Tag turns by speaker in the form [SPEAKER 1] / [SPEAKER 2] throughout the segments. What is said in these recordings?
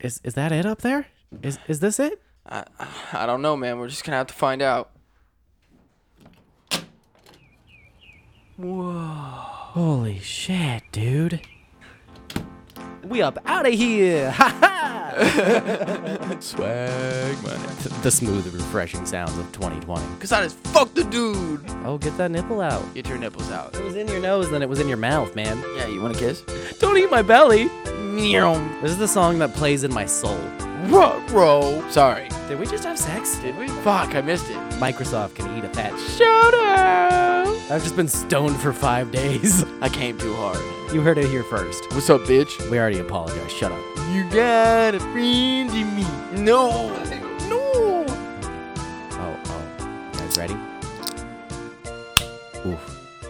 [SPEAKER 1] Is is that it up there? Is is this it?
[SPEAKER 2] I, I don't know, man. We're just gonna have to find out.
[SPEAKER 1] Holy shit, dude. We up out of here. Ha ha.
[SPEAKER 2] Swag money.
[SPEAKER 1] The smooth, refreshing sounds of 2020.
[SPEAKER 2] Cause I just fucked the dude.
[SPEAKER 1] Oh, get that nipple out.
[SPEAKER 2] Get your nipples out.
[SPEAKER 1] It was in your nose, then it was in your mouth, man.
[SPEAKER 2] Yeah, you wanna kiss?
[SPEAKER 1] Don't eat my belly.
[SPEAKER 2] Meow.
[SPEAKER 1] This is the song that plays in my soul.
[SPEAKER 2] Ruh, Bro, sorry.
[SPEAKER 1] Did we just have sex?
[SPEAKER 2] Did we? Fuck, I missed it.
[SPEAKER 1] Microsoft can eat a fat. sh-
[SPEAKER 2] Shout out.
[SPEAKER 1] I've just been stoned for five days.
[SPEAKER 2] I came too hard.
[SPEAKER 1] you heard it here first.
[SPEAKER 2] What's up, bitch?
[SPEAKER 1] We already apologized. Shut up.
[SPEAKER 2] You got a friend in me. No. No.
[SPEAKER 1] Oh, oh. You guys ready? Oof.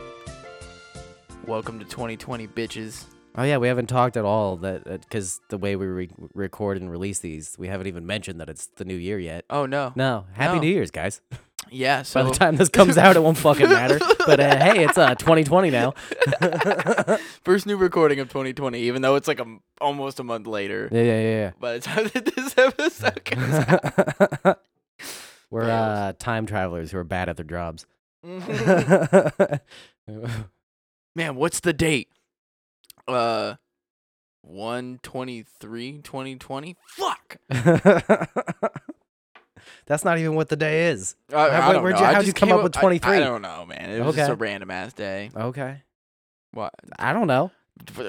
[SPEAKER 2] Welcome to 2020, bitches.
[SPEAKER 1] Oh yeah, we haven't talked at all that because the way we re- record and release these, we haven't even mentioned that it's the new year yet.
[SPEAKER 2] Oh no.
[SPEAKER 1] No, happy
[SPEAKER 2] No.
[SPEAKER 1] New Year's, guys.
[SPEAKER 2] Yeah.
[SPEAKER 1] By
[SPEAKER 2] So
[SPEAKER 1] the time this comes out, it won't fucking matter. But uh, hey, it's uh 2020 now.
[SPEAKER 2] first new recording of 2020, even though it's like a m- almost a month later.
[SPEAKER 1] Yeah, yeah, yeah.
[SPEAKER 2] By the time that this episode comes out.
[SPEAKER 1] yeah. We're
[SPEAKER 2] Fails.
[SPEAKER 1] uh, time travelers who are bad at their jobs.
[SPEAKER 2] Mhm.
[SPEAKER 1] That's
[SPEAKER 2] Man, what's the date? Uh, 123, 2020? Fuck.
[SPEAKER 1] not even what the day is.
[SPEAKER 2] I, I
[SPEAKER 1] How-
[SPEAKER 2] don't
[SPEAKER 1] where'd
[SPEAKER 2] know.
[SPEAKER 1] you-
[SPEAKER 2] I
[SPEAKER 1] how'd you
[SPEAKER 2] just
[SPEAKER 1] come
[SPEAKER 2] came
[SPEAKER 1] up with
[SPEAKER 2] I-
[SPEAKER 1] 23?
[SPEAKER 2] I, don't know, man. It was just a
[SPEAKER 1] Okay.
[SPEAKER 2] random ass day.
[SPEAKER 1] Okay.
[SPEAKER 2] What?
[SPEAKER 1] I don't know.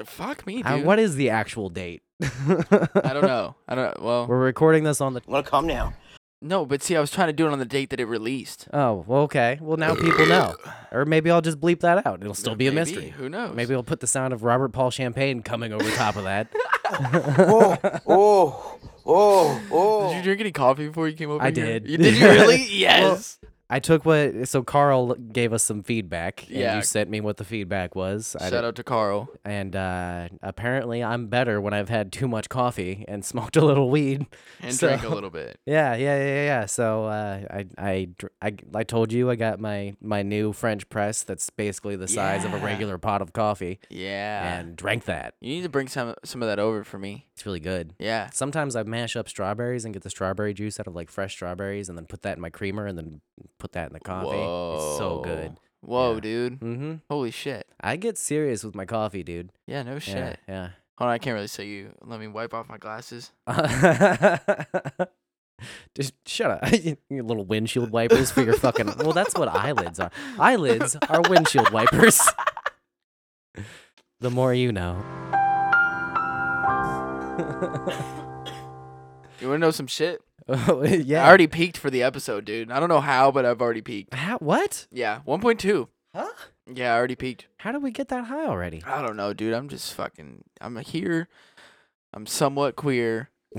[SPEAKER 2] Fuck me, dude.
[SPEAKER 1] Uh, what is the actual date?
[SPEAKER 2] I don't know. I don't. Well,
[SPEAKER 1] We're recording this on the.
[SPEAKER 3] I'm gonna come now.
[SPEAKER 2] no, but see, I was trying to do it on the date that it released.
[SPEAKER 1] Oh, well, okay. Well, now people know. Or maybe I'll just bleep that out. It'll still be a
[SPEAKER 2] Maybe.
[SPEAKER 1] mystery.
[SPEAKER 2] Who knows?
[SPEAKER 1] Maybe I'll put the sound of Robert Paul Champagne coming over top of that.
[SPEAKER 3] Oh, oh, oh, oh.
[SPEAKER 2] Did you drink any coffee before you came over?
[SPEAKER 1] I
[SPEAKER 2] here?
[SPEAKER 1] did.
[SPEAKER 2] You, did you really? Yes.
[SPEAKER 1] I took what. So Carl gave us some feedback. And
[SPEAKER 2] Yeah.
[SPEAKER 1] You sent me what the feedback was. I
[SPEAKER 2] Shout
[SPEAKER 1] did-
[SPEAKER 2] out to Carl.
[SPEAKER 1] And uh, apparently, I'm better when I've had too much coffee and smoked a little weed.
[SPEAKER 2] And
[SPEAKER 1] So-
[SPEAKER 2] drank a little bit.
[SPEAKER 1] Yeah, yeah, yeah, yeah. So uh, I, I, dr- I, I told you I got my my new French press. That's basically the size of a
[SPEAKER 2] Yeah.
[SPEAKER 1] regular pot of coffee,
[SPEAKER 2] Yeah.
[SPEAKER 1] and drank that.
[SPEAKER 2] you need to bring some some of that over for me.
[SPEAKER 1] It's really good.
[SPEAKER 2] Yeah.
[SPEAKER 1] Sometimes I mash up strawberries and get the strawberry juice out of like fresh strawberries, and then put that in my creamer, and then put that in the coffee. It's so good.
[SPEAKER 2] Whoa,
[SPEAKER 1] Yeah.
[SPEAKER 2] dude.
[SPEAKER 1] Mm-hmm.
[SPEAKER 2] Holy shit.
[SPEAKER 1] I get serious with my coffee, dude.
[SPEAKER 2] Yeah. No shit.
[SPEAKER 1] Yeah, yeah.
[SPEAKER 2] Hold on, I can't really see you. Let me wipe off my glasses.
[SPEAKER 1] Just shut up. your little windshield wipers for your fucking. Well, that's what eyelids are. Eyelids are windshield wipers. the more you know.
[SPEAKER 2] You want to know some shit?
[SPEAKER 1] Oh, yeah.
[SPEAKER 2] I already peaked for the episode, dude. I don't know how, but I've already peaked.
[SPEAKER 1] How, what?
[SPEAKER 2] Yeah, 1.2.
[SPEAKER 1] Huh?
[SPEAKER 2] Yeah, I already peaked.
[SPEAKER 1] How did we get that high already?
[SPEAKER 2] I don't know, dude. I'm just fucking. I'm here. I'm somewhat queer.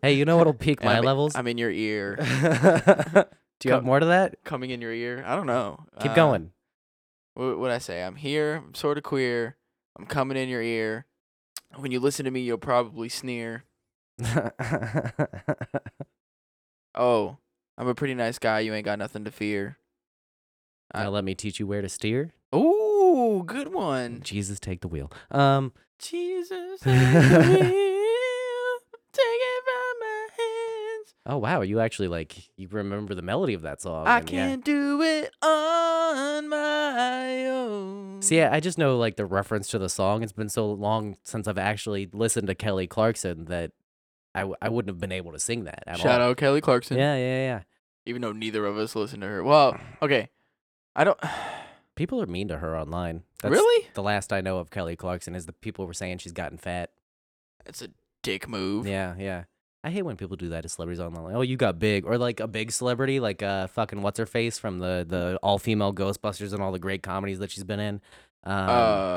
[SPEAKER 1] hey, you know what'll peak
[SPEAKER 2] and
[SPEAKER 1] my
[SPEAKER 2] I'm,
[SPEAKER 1] levels?
[SPEAKER 2] I'm in your ear,
[SPEAKER 1] Do you have
[SPEAKER 2] Come-
[SPEAKER 1] more to that?
[SPEAKER 2] coming in your ear. I don't know.
[SPEAKER 1] Keep
[SPEAKER 2] Uh,
[SPEAKER 1] going.
[SPEAKER 2] What would I say? I'm here. I'm sort of queer. I'm coming in your ear. When you listen to me, you'll probably sneer. Oh, I'm a pretty nice guy. You ain't got nothing to fear.
[SPEAKER 1] now let me teach you where to steer.
[SPEAKER 2] Ooh, good one.
[SPEAKER 1] Jesus, take the wheel. Um.
[SPEAKER 2] Jesus, take the wheel. Take it from my hands.
[SPEAKER 1] Oh wow, you actually like you remember the melody of that song.
[SPEAKER 2] I
[SPEAKER 1] and Oh, yeah.
[SPEAKER 2] can't do it on my own.
[SPEAKER 1] See, I I just know like the reference to the song. It's been so long since I've actually listened to Kelly Clarkson that I, w- I wouldn't have been able to sing that at
[SPEAKER 2] shout
[SPEAKER 1] all.
[SPEAKER 2] out Kelly Clarkson.
[SPEAKER 1] Yeah, yeah, yeah.
[SPEAKER 2] Even though neither of us listen to her. Well, okay. I don't.
[SPEAKER 1] People are mean to her online. That's
[SPEAKER 2] really?
[SPEAKER 1] The last I know of Kelly Clarkson is the people were saying she's gotten fat.
[SPEAKER 2] It's a dick move.
[SPEAKER 1] Yeah, yeah. I hate when people do that to celebrities online. Like, oh, you got big, or like a big celebrity, like uh, fucking what's her face from the the all female Ghostbusters and all the great comedies that she's been in. Um,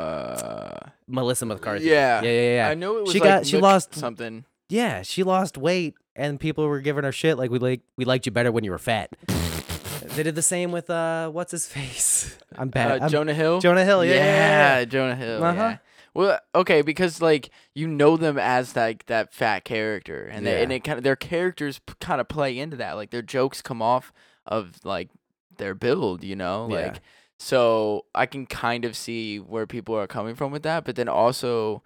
[SPEAKER 2] uh,
[SPEAKER 1] Melissa McCarthy.
[SPEAKER 2] yeah.
[SPEAKER 1] yeah, yeah, yeah.
[SPEAKER 2] I know it was.
[SPEAKER 1] She
[SPEAKER 2] like
[SPEAKER 1] got- she
[SPEAKER 2] Nook
[SPEAKER 1] lost-
[SPEAKER 2] something.
[SPEAKER 1] Yeah, she lost weight, and people were giving her shit like we like we liked you better when you were fat. they did the same with uh, what's his face? I'm bad.
[SPEAKER 2] Uh,
[SPEAKER 1] I'm-
[SPEAKER 2] Jonah Hill.
[SPEAKER 1] Jonah Hill. Yeah, yeah,
[SPEAKER 2] Yeah, Jonah Hill.
[SPEAKER 1] Uh-huh.
[SPEAKER 2] Yeah. Well, okay, because like you know them as like that fat character, and they, and
[SPEAKER 1] Yeah.
[SPEAKER 2] it kind of their characters p- kind of play into that. Like their jokes come off of like their build, you know.
[SPEAKER 1] Yeah.
[SPEAKER 2] Like so, I can kind of see where people are coming from with that, but then also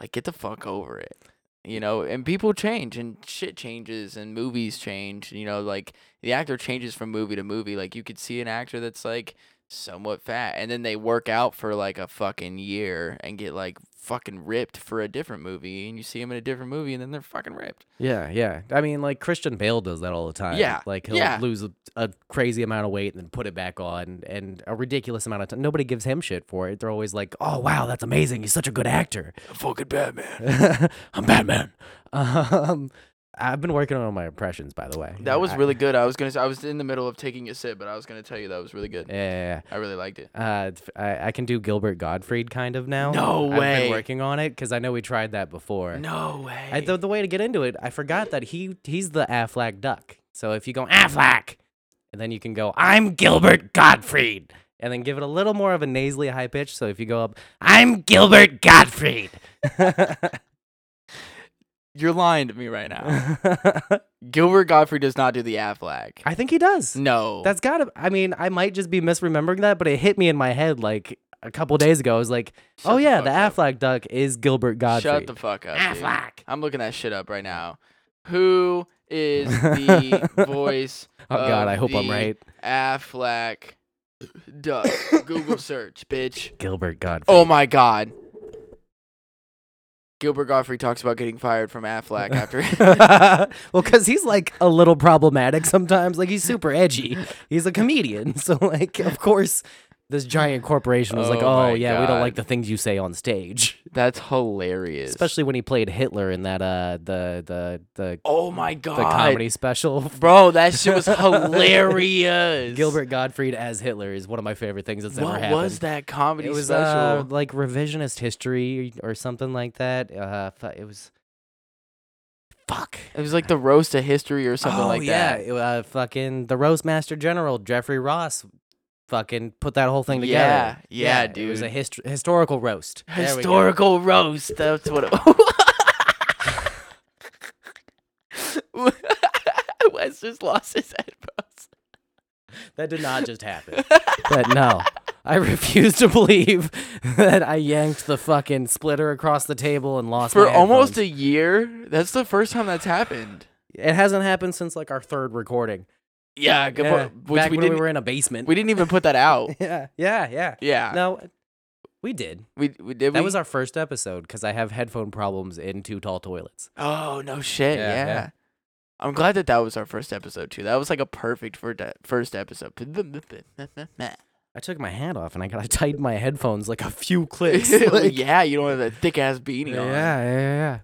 [SPEAKER 2] like get the fuck over it. you know, and people change and shit changes and movies change, you know, like the actor changes from movie to movie. Like you could see an actor that's like somewhat fat and then they work out for like a fucking year and get like fucking ripped for a different movie and you see them in a different movie and then they're fucking ripped.
[SPEAKER 1] Yeah, yeah. I mean, like Christian Bale does that all the time.
[SPEAKER 2] Yeah,
[SPEAKER 1] like he'll
[SPEAKER 2] yeah.
[SPEAKER 1] lose a, a crazy amount of weight and then put it back on, and a ridiculous amount of time. Nobody gives him shit for it. They're always like, "Oh wow, that's amazing. He's such a good actor.
[SPEAKER 2] Fucking Batman.
[SPEAKER 1] I'm Batman." Um, I've been working on my impressions, by the way.
[SPEAKER 2] That was
[SPEAKER 1] I-
[SPEAKER 2] really good. I was going to I was in the middle of taking a sip, but I was going to tell you that was really good.
[SPEAKER 1] yeah. yeah, yeah.
[SPEAKER 2] I really liked it.
[SPEAKER 1] Uh, it's- I, I can do Gilbert Gottfried kind of now.
[SPEAKER 2] No
[SPEAKER 1] I've
[SPEAKER 2] way.
[SPEAKER 1] been working on it because I know we tried that before.
[SPEAKER 2] No way.
[SPEAKER 1] I, the, the way to get into it, I forgot that he he's the Affleck duck. So if you go Affleck, and then you can go I'm Gilbert Gottfried, and then give it a little more of a nasally high pitch. So if you go up, I'm Gilbert Gottfried.
[SPEAKER 2] You're lying to me right now.
[SPEAKER 1] I
[SPEAKER 2] Gilbert Godfrey does not do the Affleck.
[SPEAKER 1] think he does.
[SPEAKER 2] no.
[SPEAKER 1] That's gotta. I mean, I might just be misremembering that, but it hit me in my head like a couple days ago. I was like,
[SPEAKER 2] Shut
[SPEAKER 1] oh
[SPEAKER 2] the
[SPEAKER 1] yeah, the,
[SPEAKER 2] fuck
[SPEAKER 1] Affleck duck is Gilbert
[SPEAKER 2] up.
[SPEAKER 1] Gottfried.
[SPEAKER 2] Shut the fuck up. dude.
[SPEAKER 1] Affleck.
[SPEAKER 2] I'm looking that shit up right now. Who is the voice
[SPEAKER 1] Oh god,
[SPEAKER 2] of
[SPEAKER 1] I hope I'm
[SPEAKER 2] Um, the
[SPEAKER 1] right.
[SPEAKER 2] Affleck duck? Google search, bitch.
[SPEAKER 1] Gilbert Gottfried.
[SPEAKER 2] Oh my god. Gilbert Godfrey talks about getting fired from Affleck after
[SPEAKER 1] well, because he's like a little problematic sometimes. Like he's super edgy. He's a comedian, so like of course this giant corporation was like,
[SPEAKER 2] Oh my
[SPEAKER 1] "Oh yeah, we don't like
[SPEAKER 2] God.
[SPEAKER 1] the things you say on stage."
[SPEAKER 2] That's hilarious.
[SPEAKER 1] Especially when he played Hitler in that uh the the the,
[SPEAKER 2] Oh my god.
[SPEAKER 1] the comedy special.
[SPEAKER 2] Bro, that shit was hilarious.
[SPEAKER 1] Gilbert Gottfried as Hitler is one of my favorite things that's ever
[SPEAKER 2] What
[SPEAKER 1] happened.
[SPEAKER 2] was that comedy
[SPEAKER 1] It was
[SPEAKER 2] special?
[SPEAKER 1] uh, like revisionist history or something like that. Uh, fu- it was fuck.
[SPEAKER 2] It was like the roast of history or something
[SPEAKER 1] oh,
[SPEAKER 2] like
[SPEAKER 1] yeah.
[SPEAKER 2] that.
[SPEAKER 1] it- Uh, fucking the Roastmaster General Jeffrey Ross, fucking put that whole thing together.
[SPEAKER 2] Yeah, yeah,
[SPEAKER 1] It was a
[SPEAKER 2] dude.
[SPEAKER 1] hist- historical roast. There we go.
[SPEAKER 2] Historical roast. That's what it was. Wes just lost his headphones.
[SPEAKER 1] That did not just happen. but no, I refuse to believe that I yanked the fucking splitter across the table and lost
[SPEAKER 2] For
[SPEAKER 1] my
[SPEAKER 2] almost
[SPEAKER 1] headphones.
[SPEAKER 2] a year? That's the first time that's happened.
[SPEAKER 1] It hasn't happened since like our third recording.
[SPEAKER 2] Yeah, good
[SPEAKER 1] Yeah,
[SPEAKER 2] point. Which
[SPEAKER 1] back
[SPEAKER 2] we
[SPEAKER 1] when
[SPEAKER 2] didn't,
[SPEAKER 1] we
[SPEAKER 2] we,
[SPEAKER 1] were in a basement.
[SPEAKER 2] didn't even put that out.
[SPEAKER 1] yeah, yeah, yeah.
[SPEAKER 2] Yeah.
[SPEAKER 1] No, we did.
[SPEAKER 2] We, we did
[SPEAKER 1] That
[SPEAKER 2] we?
[SPEAKER 1] was our first episode because I have headphone problems in two tall toilets.
[SPEAKER 2] Oh, no shit.
[SPEAKER 1] Yeah,
[SPEAKER 2] Yeah.
[SPEAKER 1] yeah.
[SPEAKER 2] I'm glad that that was our first episode too. That was like a perfect fir- first episode.
[SPEAKER 1] I took my hat off and I gotta tighten my headphones like a few clicks. like-
[SPEAKER 2] yeah, you don't have that thick ass beanie
[SPEAKER 1] yeah,
[SPEAKER 2] on.
[SPEAKER 1] yeah, yeah.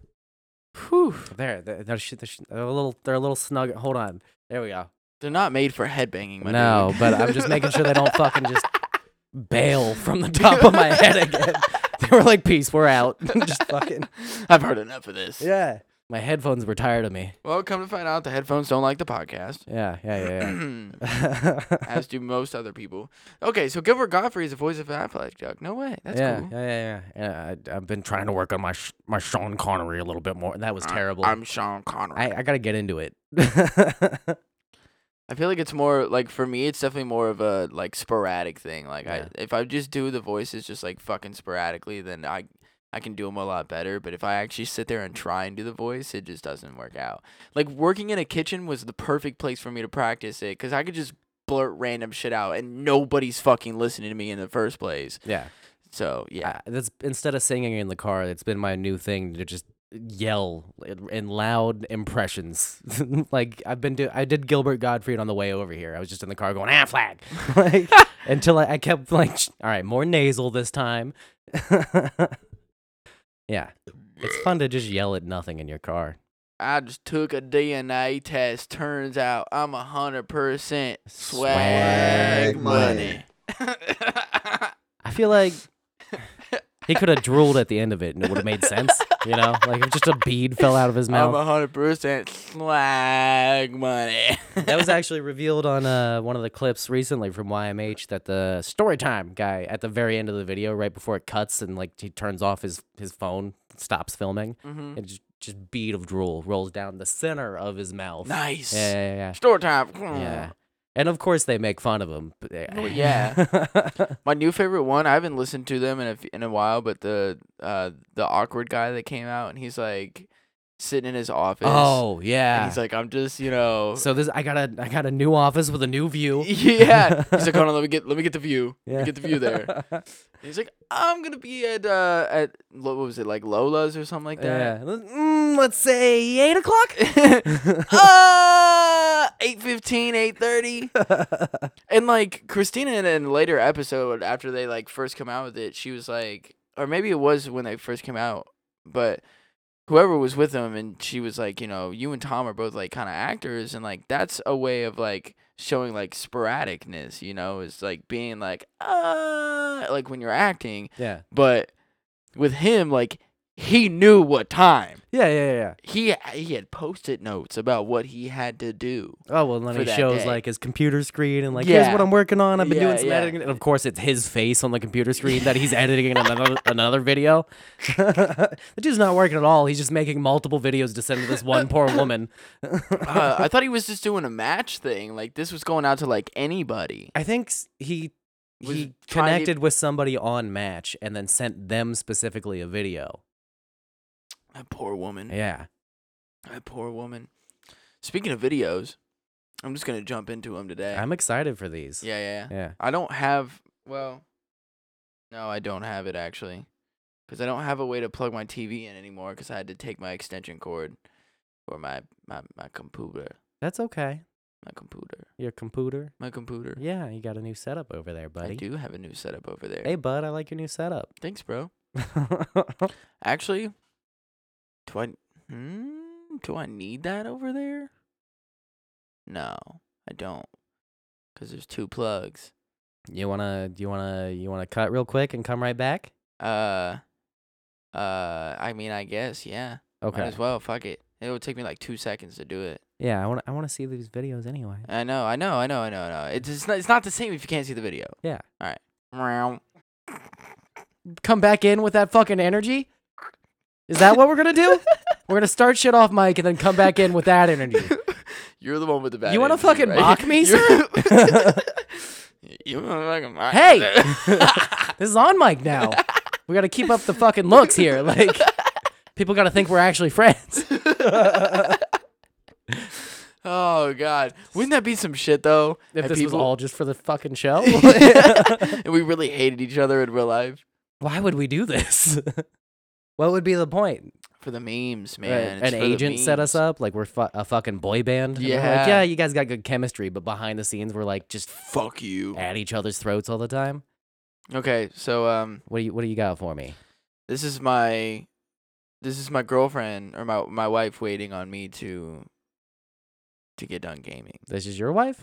[SPEAKER 2] Whew.
[SPEAKER 1] There, there, there should- there should- they're a little, they're a little snug. Hold on, there we go.
[SPEAKER 2] They're not made for headbanging, my
[SPEAKER 1] no,
[SPEAKER 2] dude.
[SPEAKER 1] but I'm just making sure they don't fucking just bail from the top of my head again. they were like, "Peace, we're out." just fucking.
[SPEAKER 2] I've heard enough of this.
[SPEAKER 1] Yeah, my headphones were tired of me.
[SPEAKER 2] Well, come to find out, the headphones don't like the podcast,
[SPEAKER 1] Yeah, yeah, yeah, yeah.
[SPEAKER 2] as do most other people. Okay, so Gilbert Godfrey is the voice of Affleck Duck. No way, that's
[SPEAKER 1] yeah,
[SPEAKER 2] cool.
[SPEAKER 1] yeah, yeah, yeah, yeah. I, I've been trying to work on my sh- my Sean Connery a little bit more. That was
[SPEAKER 2] I-
[SPEAKER 1] terrible.
[SPEAKER 2] I'm Sean Connery.
[SPEAKER 1] I, I gotta get into it.
[SPEAKER 2] I feel like it's more like for me, it's definitely more of a like sporadic thing. Like
[SPEAKER 1] Yeah.
[SPEAKER 2] I, if I just do the voices just like fucking sporadically, then I, I can do them a lot better. But if I actually sit there and try and do the voice, it just doesn't work out. Like working in a kitchen was the perfect place for me to practice it because I could just blurt random shit out and nobody's fucking listening to me in the first place.
[SPEAKER 1] yeah,
[SPEAKER 2] So yeah,
[SPEAKER 1] I- that's instead of singing in the car, it's been my new thing to just yell in- in loud impressions. like I've been do I did Gilbert Gottfried on the way over here. I was just in the car going ah flag, like until I, I kept like "Sh- all right more nasal this time. yeah, it's fun to just yell at nothing in your car.
[SPEAKER 2] I just took a DNA test. Turns out I'm a hundred percent swag
[SPEAKER 1] Swag
[SPEAKER 2] money.
[SPEAKER 1] I feel like he could have drooled at the end of it and it would have made sense. You know, like if just a bead fell out of his mouth.
[SPEAKER 2] I'm a hundred percent slag money.
[SPEAKER 1] that was actually revealed on uh, one of the clips recently from YMH that the storytime guy at the very end of the video, right before it cuts and like he turns off his his phone, stops filming,
[SPEAKER 2] Mhm.
[SPEAKER 1] and just just bead of drool rolls down the center of his mouth.
[SPEAKER 2] nice.
[SPEAKER 1] Yeah, yeah, yeah,
[SPEAKER 2] Store time.
[SPEAKER 1] yeah. Yeah. And of course they make fun of him. But, eh,
[SPEAKER 2] Well, My new favorite one. I haven't listened to them in a f- in a while, but the uh the awkward guy that came out and he's like. sitting in his office.
[SPEAKER 1] Oh
[SPEAKER 2] and
[SPEAKER 1] yeah.
[SPEAKER 2] he's like, "Oh." I'm just, you know,
[SPEAKER 1] so this I got a I got a new office with a new view.
[SPEAKER 2] yeah. He's like, hold on, let me get, let me get the view. Let
[SPEAKER 1] Yeah.
[SPEAKER 2] me get the view there. And he's like, I'm gonna be at, uh, at what was it, like Lola's or something like that.
[SPEAKER 1] Yeah. Mm, let's say eight o'clock.
[SPEAKER 2] uh, 8.15 8.30 and like christina in a later episode after they like first come out with it she was like or maybe it was when they first came out but whoever was with them and she was like you know you and tom are both like kind of actors and like that's a way of like showing like sporadicness you know is like being like uh like when you're acting
[SPEAKER 1] yeah.
[SPEAKER 2] but with him like he knew what time
[SPEAKER 1] Yeah. Yeah. Yeah.
[SPEAKER 2] he he had post-it notes about what he had to do.
[SPEAKER 1] Oh well, and then
[SPEAKER 2] for
[SPEAKER 1] he
[SPEAKER 2] that
[SPEAKER 1] shows
[SPEAKER 2] day.
[SPEAKER 1] like his computer screen and like
[SPEAKER 2] Yeah.
[SPEAKER 1] here's what I'm working on. I've been
[SPEAKER 2] Yeah,
[SPEAKER 1] doing some
[SPEAKER 2] yeah.
[SPEAKER 1] editing, and of course it's his face on the computer screen that he's editing in another another video. the dude's not working at all. He's just making multiple videos to send to this one poor woman.
[SPEAKER 2] Uh, I thought he was just doing a match thing. Like this was going out to like anybody.
[SPEAKER 1] I think s- he
[SPEAKER 2] Was
[SPEAKER 1] he
[SPEAKER 2] trying to-
[SPEAKER 1] connected with somebody on Match and then sent them specifically a video.
[SPEAKER 2] That poor woman.
[SPEAKER 1] Yeah.
[SPEAKER 2] That poor woman. Speaking of videos, I'm just gonna jump into them today.
[SPEAKER 1] I'm excited for these.
[SPEAKER 2] yeah, yeah, yeah.
[SPEAKER 1] Yeah.
[SPEAKER 2] I don't have well, no, I don't have it actually, because I don't have a way to plug my TV in anymore. Because I had to take my extension cord or my my my computer,
[SPEAKER 1] That's okay.
[SPEAKER 2] my computer,
[SPEAKER 1] Your computer.
[SPEAKER 2] my computer.
[SPEAKER 1] Yeah, you got a new setup over there,
[SPEAKER 2] I
[SPEAKER 1] buddy.
[SPEAKER 2] do have a new setup over there.
[SPEAKER 1] Hey, bud, I like your new setup.
[SPEAKER 2] Thanks, bro. Actually, do I hmm, do I need that over there? No, I don't, cause there's two plugs.
[SPEAKER 1] You wanna do you wanna you wanna cut real quick and come right back?
[SPEAKER 2] Uh, uh, I mean, I guess yeah. Might
[SPEAKER 1] Okay.
[SPEAKER 2] as well. Fuck it. It would take me like two seconds to do it.
[SPEAKER 1] Yeah, I wanna I wanna see these videos anyway.
[SPEAKER 2] I know, I know, I know, I know, I know. It's it's not, it's not the same if you can't see the video.
[SPEAKER 1] Yeah.
[SPEAKER 2] All right. Meow.
[SPEAKER 1] Come back in with that fucking energy? Is that what we're gonna do? we're gonna start shit off mic and then come back in with that energy.
[SPEAKER 2] You're the one with the bad.
[SPEAKER 1] You wanna
[SPEAKER 2] energy,
[SPEAKER 1] fucking
[SPEAKER 2] right?
[SPEAKER 1] mock me,
[SPEAKER 2] You're- you wanna fucking mock?
[SPEAKER 1] Hey! this is on mic now. We gotta keep up the fucking looks here. Like people gotta think we're actually friends.
[SPEAKER 2] Oh God! Wouldn't that be some shit though?
[SPEAKER 1] If
[SPEAKER 2] And
[SPEAKER 1] this was
[SPEAKER 2] people-
[SPEAKER 1] all just for the fucking show.
[SPEAKER 2] and we really hated each other in real life
[SPEAKER 1] Why would we do this? what would be the point?
[SPEAKER 2] for the memes,
[SPEAKER 1] Right,
[SPEAKER 2] man. It's
[SPEAKER 1] An
[SPEAKER 2] for the
[SPEAKER 1] agent set us
[SPEAKER 2] memes.
[SPEAKER 1] up like we're fu- a fucking boy band. and we're
[SPEAKER 2] Yeah.
[SPEAKER 1] like, yeah, you guys got good chemistry, but behind the scenes, we're like just
[SPEAKER 2] Fuck you.
[SPEAKER 1] at each other's throats all the time.
[SPEAKER 2] Okay, so um,
[SPEAKER 1] What do you What do you got for me?
[SPEAKER 2] this is my, this is my girlfriend or my my wife waiting on me to, to get done gaming.
[SPEAKER 1] This is your wife?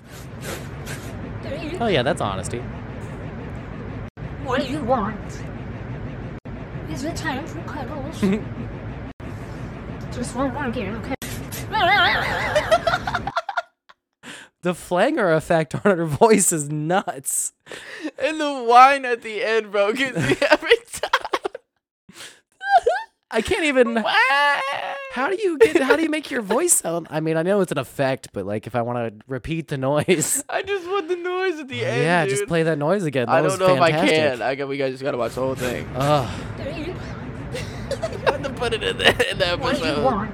[SPEAKER 1] Oh yeah, that's honesty.
[SPEAKER 4] What do you want? Is it time for cuddles? Just one more game, okay?
[SPEAKER 1] The flanger effect on her voice is nuts.
[SPEAKER 2] And the wine at the end, bro, gets me every
[SPEAKER 1] I can't even.
[SPEAKER 2] time.
[SPEAKER 1] How do you get? How do you make your voice sound? I mean, I know it's an effect, but like if I want to repeat the noise,
[SPEAKER 2] I just want the noise at the end.
[SPEAKER 1] yeah,
[SPEAKER 2] dude.
[SPEAKER 1] just play that noise again. That
[SPEAKER 2] I
[SPEAKER 1] was
[SPEAKER 2] don't know
[SPEAKER 1] fantastic.
[SPEAKER 2] if I can. I got, we guys just gotta watch the whole thing.
[SPEAKER 1] Ugh.
[SPEAKER 2] I have to put it in the, in the
[SPEAKER 4] what do you
[SPEAKER 2] episode.
[SPEAKER 4] want?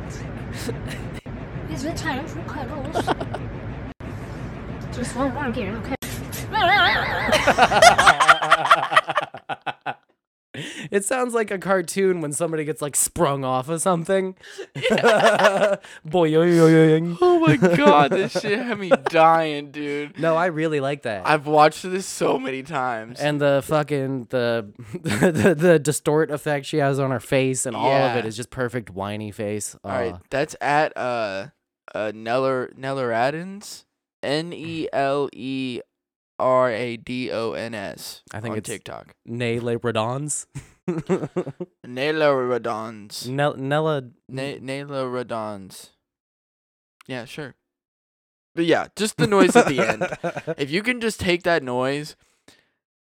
[SPEAKER 4] Is it time for cuddles? Just one more game, okay?
[SPEAKER 1] It sounds like a cartoon when somebody gets like sprung off of something. Boy,
[SPEAKER 2] Oh my god, this shit had me dying, dude.
[SPEAKER 1] no, I really like that.
[SPEAKER 2] I've watched this so many times.
[SPEAKER 1] and the fucking the, the the distort effect she has on her face and all of it
[SPEAKER 2] Yeah.
[SPEAKER 1] is just perfect whiny face.
[SPEAKER 2] All right,
[SPEAKER 1] Uh,
[SPEAKER 2] that's at uh uh Neller Nelleradins, N E L E R A D O N S.
[SPEAKER 1] I think
[SPEAKER 2] on
[SPEAKER 1] it's-
[SPEAKER 2] TikTok.
[SPEAKER 1] Nele Radons.
[SPEAKER 2] Nelleradons.
[SPEAKER 1] Nel- Nella
[SPEAKER 2] Ne- Nelleradons. Yeah, sure. But yeah, just the noise at the end. If you can just take that noise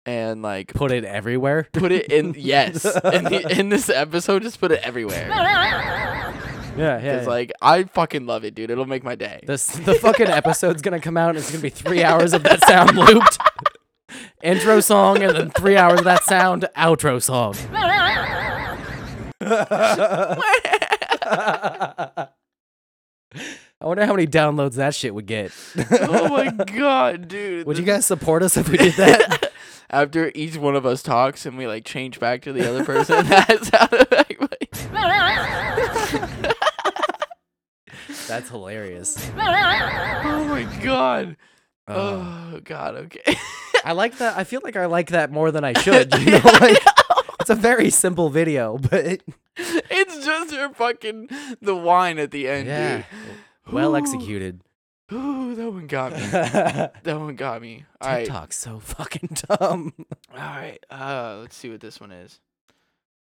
[SPEAKER 2] and like
[SPEAKER 1] Put it everywhere.
[SPEAKER 2] put it in yes in the in this episode, just put it everywhere.
[SPEAKER 1] Yeah, yeah.
[SPEAKER 2] Because like I fucking love it, dude. It'll make my day.
[SPEAKER 1] This the fucking episode's gonna come out and it's gonna be three hours of that sound looped. Intro song and then three hours of that sound, outro song. I wonder how many downloads that shit would get.
[SPEAKER 2] oh my god, dude.
[SPEAKER 1] Would you
[SPEAKER 2] this-
[SPEAKER 1] guys support us if we did that?
[SPEAKER 2] After each one of us talks and we like change back to the other person, that's how the back bite-
[SPEAKER 1] That's hilarious.
[SPEAKER 2] Oh my god.
[SPEAKER 1] Uh,
[SPEAKER 2] Oh god, okay.
[SPEAKER 1] I like that. I feel like I like that more than I should. You know, like, it's a very simple video, but it,
[SPEAKER 2] it's just her fucking the wine at the end,
[SPEAKER 1] yeah,
[SPEAKER 2] dude.
[SPEAKER 1] well
[SPEAKER 2] Ooh.
[SPEAKER 1] executed.
[SPEAKER 2] Ooh, that one got me. That one got me. All right. All
[SPEAKER 1] TikTok's so fucking dumb.
[SPEAKER 2] right. Uh, let's see what this one is.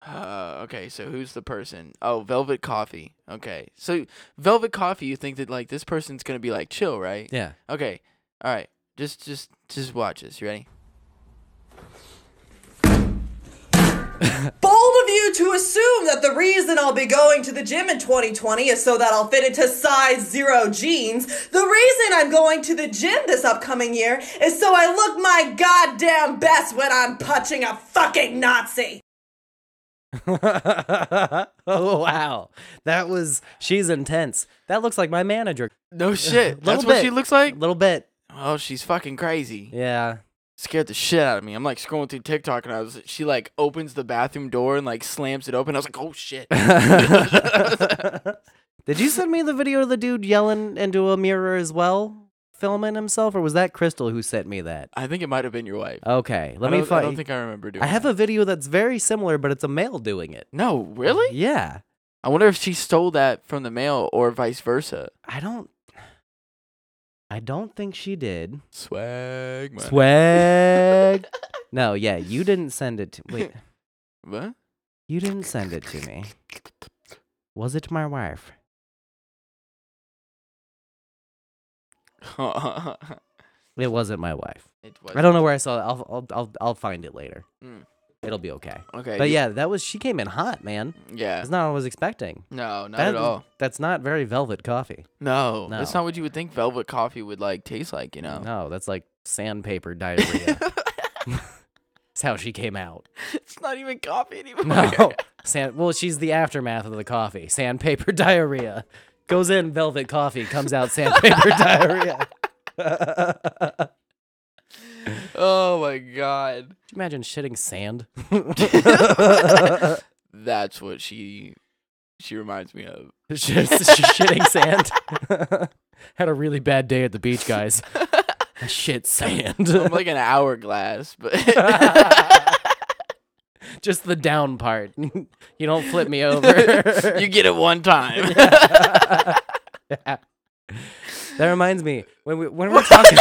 [SPEAKER 2] Uh, okay, so who's the person? Oh, Velvet Coffee. Okay. So Velvet Coffee, you think that like this person's going to be like chill, right?
[SPEAKER 1] Yeah.
[SPEAKER 2] Okay. All right. Just just just watch this. You ready?
[SPEAKER 5] Bold of you to assume that the reason I'll be going to the gym in 2020 is so that I'll fit into size zero jeans. The reason I'm going to the gym this upcoming year is so I look my goddamn best when I'm punching a fucking Nazi.
[SPEAKER 1] oh wow, that was she's intense. That looks like my manager.
[SPEAKER 2] No shit.
[SPEAKER 1] Little
[SPEAKER 2] That's what she
[SPEAKER 1] bit.
[SPEAKER 2] looks
[SPEAKER 1] A
[SPEAKER 2] like?
[SPEAKER 1] little bit.
[SPEAKER 2] Oh, she's fucking crazy.
[SPEAKER 1] Yeah.
[SPEAKER 2] Scared the shit out of me. I'm like scrolling through TikTok and I was she like opens the bathroom door and like slams it open. I was like, "Oh shit."
[SPEAKER 1] Did you send me the video of the dude yelling into a mirror as well, filming himself, or was that Crystal who sent me that?
[SPEAKER 2] I think it might have been your wife.
[SPEAKER 1] Okay, Uh, let
[SPEAKER 2] I
[SPEAKER 1] me
[SPEAKER 2] don't-
[SPEAKER 1] find.
[SPEAKER 2] I don't think I remember doing.
[SPEAKER 1] I have
[SPEAKER 2] that.
[SPEAKER 1] a video that's very similar, but it's a male doing it.
[SPEAKER 2] no, really.
[SPEAKER 1] Yeah,
[SPEAKER 2] I wonder if she stole that from the mail or vice versa.
[SPEAKER 1] I don't. I don't think she did.
[SPEAKER 2] Swag. money.
[SPEAKER 1] Swag. no, yeah, you didn't send it. To, wait,
[SPEAKER 2] What?
[SPEAKER 1] you didn't send it to me. Was it my wife? It wasn't my wife.
[SPEAKER 2] it was.
[SPEAKER 1] I don't know where I saw it. I'll I'll I'll, I'll find it later.
[SPEAKER 2] Mm.
[SPEAKER 1] It'll be okay.
[SPEAKER 2] Okay.
[SPEAKER 1] But
[SPEAKER 2] you-
[SPEAKER 1] yeah, that was she came in hot, man.
[SPEAKER 2] Yeah.
[SPEAKER 1] That's not what I was expecting.
[SPEAKER 2] No, not
[SPEAKER 1] That-
[SPEAKER 2] at all.
[SPEAKER 1] That's not very velvet coffee.
[SPEAKER 2] No, that's
[SPEAKER 1] No.
[SPEAKER 2] not what you would think velvet coffee would like taste like. You know.
[SPEAKER 1] No, that's like sandpaper diarrhea. that's how she came out.
[SPEAKER 2] it's not even coffee anymore.
[SPEAKER 1] No, sand. Well, she's the aftermath of the coffee. Sandpaper diarrhea goes in velvet coffee, comes out sandpaper diarrhea.
[SPEAKER 2] Oh my god.
[SPEAKER 1] Could you Imagine shitting sand.
[SPEAKER 2] That's what she. She reminds me of.
[SPEAKER 1] Just shitting sand. Had a really bad day at the beach, guys. I shit sand.
[SPEAKER 2] I'm like an hourglass, but
[SPEAKER 1] Just the down part. you don't flip me over.
[SPEAKER 2] you get it one time.
[SPEAKER 1] That reminds me when we when we're talking.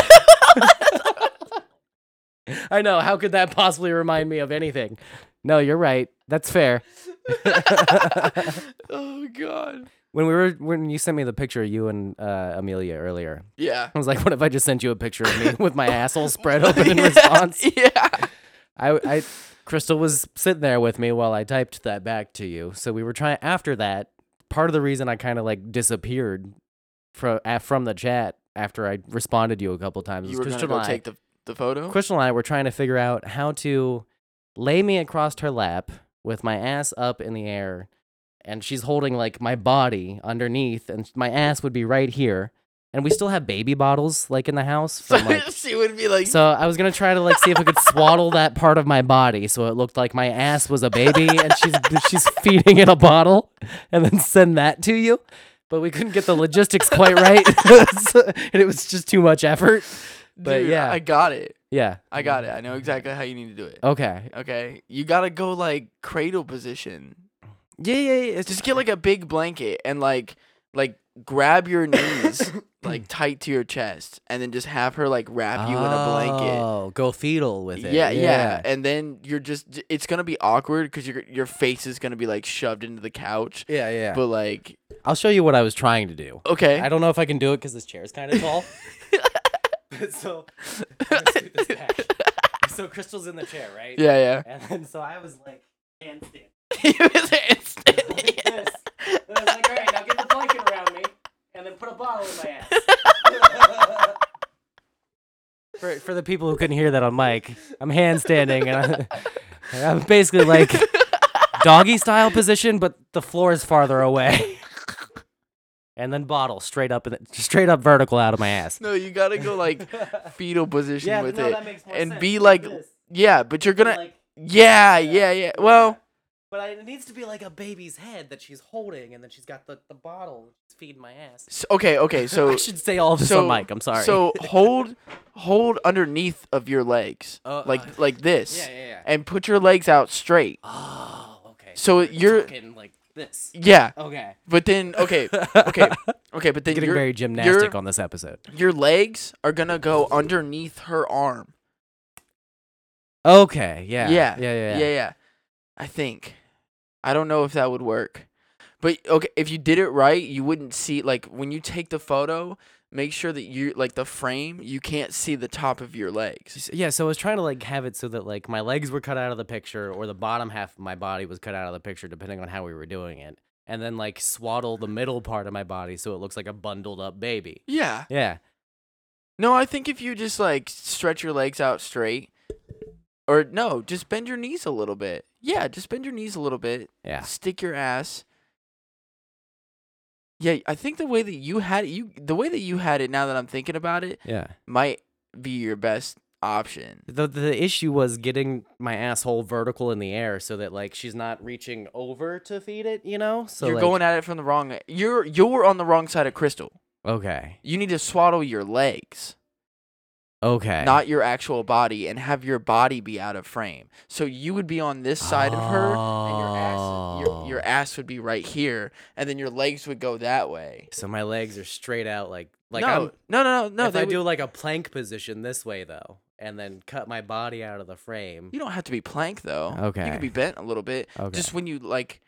[SPEAKER 1] I know. How could that possibly remind me of anything? No, you're right. That's fair.
[SPEAKER 2] oh god.
[SPEAKER 1] When we were when you sent me the picture of you and uh, Amelia earlier,
[SPEAKER 2] Yeah.
[SPEAKER 1] I was like, what if I just sent you a picture of me with my asshole spread open in response?
[SPEAKER 2] Yeah.
[SPEAKER 1] I, I Crystal was sitting there with me while I typed that back to you. So we were trying after that. Part of the reason I kind of like disappeared from from the chat after I responded to you a couple times
[SPEAKER 2] You
[SPEAKER 1] was
[SPEAKER 2] were gonna
[SPEAKER 1] Crystal
[SPEAKER 2] go
[SPEAKER 1] and I-
[SPEAKER 2] take the the photo.
[SPEAKER 1] Crystal and I were trying to figure out how to lay me across her lap with my ass up in the air, and she's holding like my body underneath, and my ass would be right here. And we still have baby bottles like in the house.
[SPEAKER 2] So
[SPEAKER 1] From, like,
[SPEAKER 2] she would be like,
[SPEAKER 1] so I was gonna try to like see if I could swaddle that part of my body so it looked like my ass was a baby, and she's she's feeding it a bottle, and then send that to you. But we couldn't get the logistics quite right, So- and it was just too much effort. But
[SPEAKER 2] "Dude,
[SPEAKER 1] yeah, Mm-hmm.
[SPEAKER 2] I got it.
[SPEAKER 1] yeah.
[SPEAKER 2] I got it. I know exactly how you need to do it.
[SPEAKER 1] Okay.
[SPEAKER 2] Okay, you gotta go like cradle position.
[SPEAKER 1] Yeah, yeah, yeah. It's
[SPEAKER 2] Just get like a big blanket and like like grab your knees like tight to your chest, and then just have her like wrap you in a blanket.
[SPEAKER 1] Oh, go fetal with it.
[SPEAKER 2] Yeah, yeah, and then you're just—it's gonna be awkward because your your face is gonna be like shoved into the couch.
[SPEAKER 1] Yeah, yeah.
[SPEAKER 2] But like,
[SPEAKER 1] I'll show you what I was trying to do.
[SPEAKER 2] okay,
[SPEAKER 1] I don't know if I can do it because this chair's kind of tall. But so, I'm gonna scoot this back. so Crystal's in the chair, right?
[SPEAKER 2] yeah, yeah.
[SPEAKER 1] And then, so I was like, handstand.
[SPEAKER 2] He was instant.
[SPEAKER 1] Like this. And I was like, all right, now get the blanket around me and then put a bottle in my ass. for, for the people who couldn't hear that on mic, I'm handstanding and I, I'm basically like doggy style position, but the floor is farther away. and then bottle straight up and straight up vertical out of my ass.
[SPEAKER 2] No, you gotta go like fetal position
[SPEAKER 1] Yeah,
[SPEAKER 2] with
[SPEAKER 1] no,
[SPEAKER 2] it,
[SPEAKER 1] that makes more
[SPEAKER 2] and
[SPEAKER 1] sense.
[SPEAKER 2] be
[SPEAKER 1] Like
[SPEAKER 2] like,
[SPEAKER 1] this.
[SPEAKER 2] yeah, but you're gonna,
[SPEAKER 1] Like-
[SPEAKER 2] yeah, yeah, yeah. Well,
[SPEAKER 1] But I, it needs to be like a baby's head that she's holding, and then she's got the, the bottle feeding my ass.
[SPEAKER 2] s- okay, okay. So,
[SPEAKER 1] I should say all of this
[SPEAKER 2] so
[SPEAKER 1] on mic. I'm sorry.
[SPEAKER 2] So hold, hold underneath of your legs,
[SPEAKER 1] Uh, uh,
[SPEAKER 2] like like this,
[SPEAKER 1] yeah, yeah, yeah.
[SPEAKER 2] and put your legs out straight.
[SPEAKER 1] oh, okay.
[SPEAKER 2] So you're,
[SPEAKER 1] talking like this.
[SPEAKER 2] yeah.
[SPEAKER 1] Okay.
[SPEAKER 2] But then, okay, okay, okay. But then
[SPEAKER 1] Getting
[SPEAKER 2] your,
[SPEAKER 1] very gymnastic
[SPEAKER 2] your,
[SPEAKER 1] on this episode.
[SPEAKER 2] your legs are gonna go underneath her arm.
[SPEAKER 1] Okay. Yeah.
[SPEAKER 2] Yeah.
[SPEAKER 1] Yeah. Yeah.
[SPEAKER 2] Yeah. I think. I don't know if that would work. But okay, if you did it right, you wouldn't see like when you take the photo, make sure that you like the frame, you can't see the top of your legs.
[SPEAKER 1] S- Yeah, so I was trying to like have it so that like my legs were cut out of the picture or the bottom half of my body was cut out of the picture depending on how we were doing it. And then like swaddle the middle part of my body so it looks like a bundled up baby.
[SPEAKER 2] Yeah.
[SPEAKER 1] Yeah.
[SPEAKER 2] No, I think if you just like stretch your legs out straight or no, just bend your knees a little bit. Yeah, just bend your knees a little bit.
[SPEAKER 1] Yeah.
[SPEAKER 2] Stick your ass. Yeah, I think the way that you had it, you the way that you had it now that I'm thinking about it,
[SPEAKER 1] Yeah.
[SPEAKER 2] might be your best option.
[SPEAKER 1] The the issue was getting my asshole vertical in the air so that like she's not reaching over to feed it, you know? So
[SPEAKER 2] you're
[SPEAKER 1] like-
[SPEAKER 2] going at it from the wrong. You're you're on the wrong side of crystal.
[SPEAKER 1] Okay.
[SPEAKER 2] You need to swaddle your legs,
[SPEAKER 1] Okay.
[SPEAKER 2] not your actual body, and have your body be out of frame. So you would be on this side of her, and your ass your, your
[SPEAKER 1] Oh.
[SPEAKER 2] ass would be right here, and then your legs would go that way.
[SPEAKER 1] so my legs are straight out like like
[SPEAKER 2] no,
[SPEAKER 1] I'm
[SPEAKER 2] no, no, no, no.
[SPEAKER 1] if
[SPEAKER 2] They
[SPEAKER 1] I
[SPEAKER 2] would-
[SPEAKER 1] do like a plank position this way though, and then cut my body out of the frame.
[SPEAKER 2] you don't have to be plank though. you
[SPEAKER 1] Okay.
[SPEAKER 2] could be bent a little bit.
[SPEAKER 1] Okay.
[SPEAKER 2] Just when you like,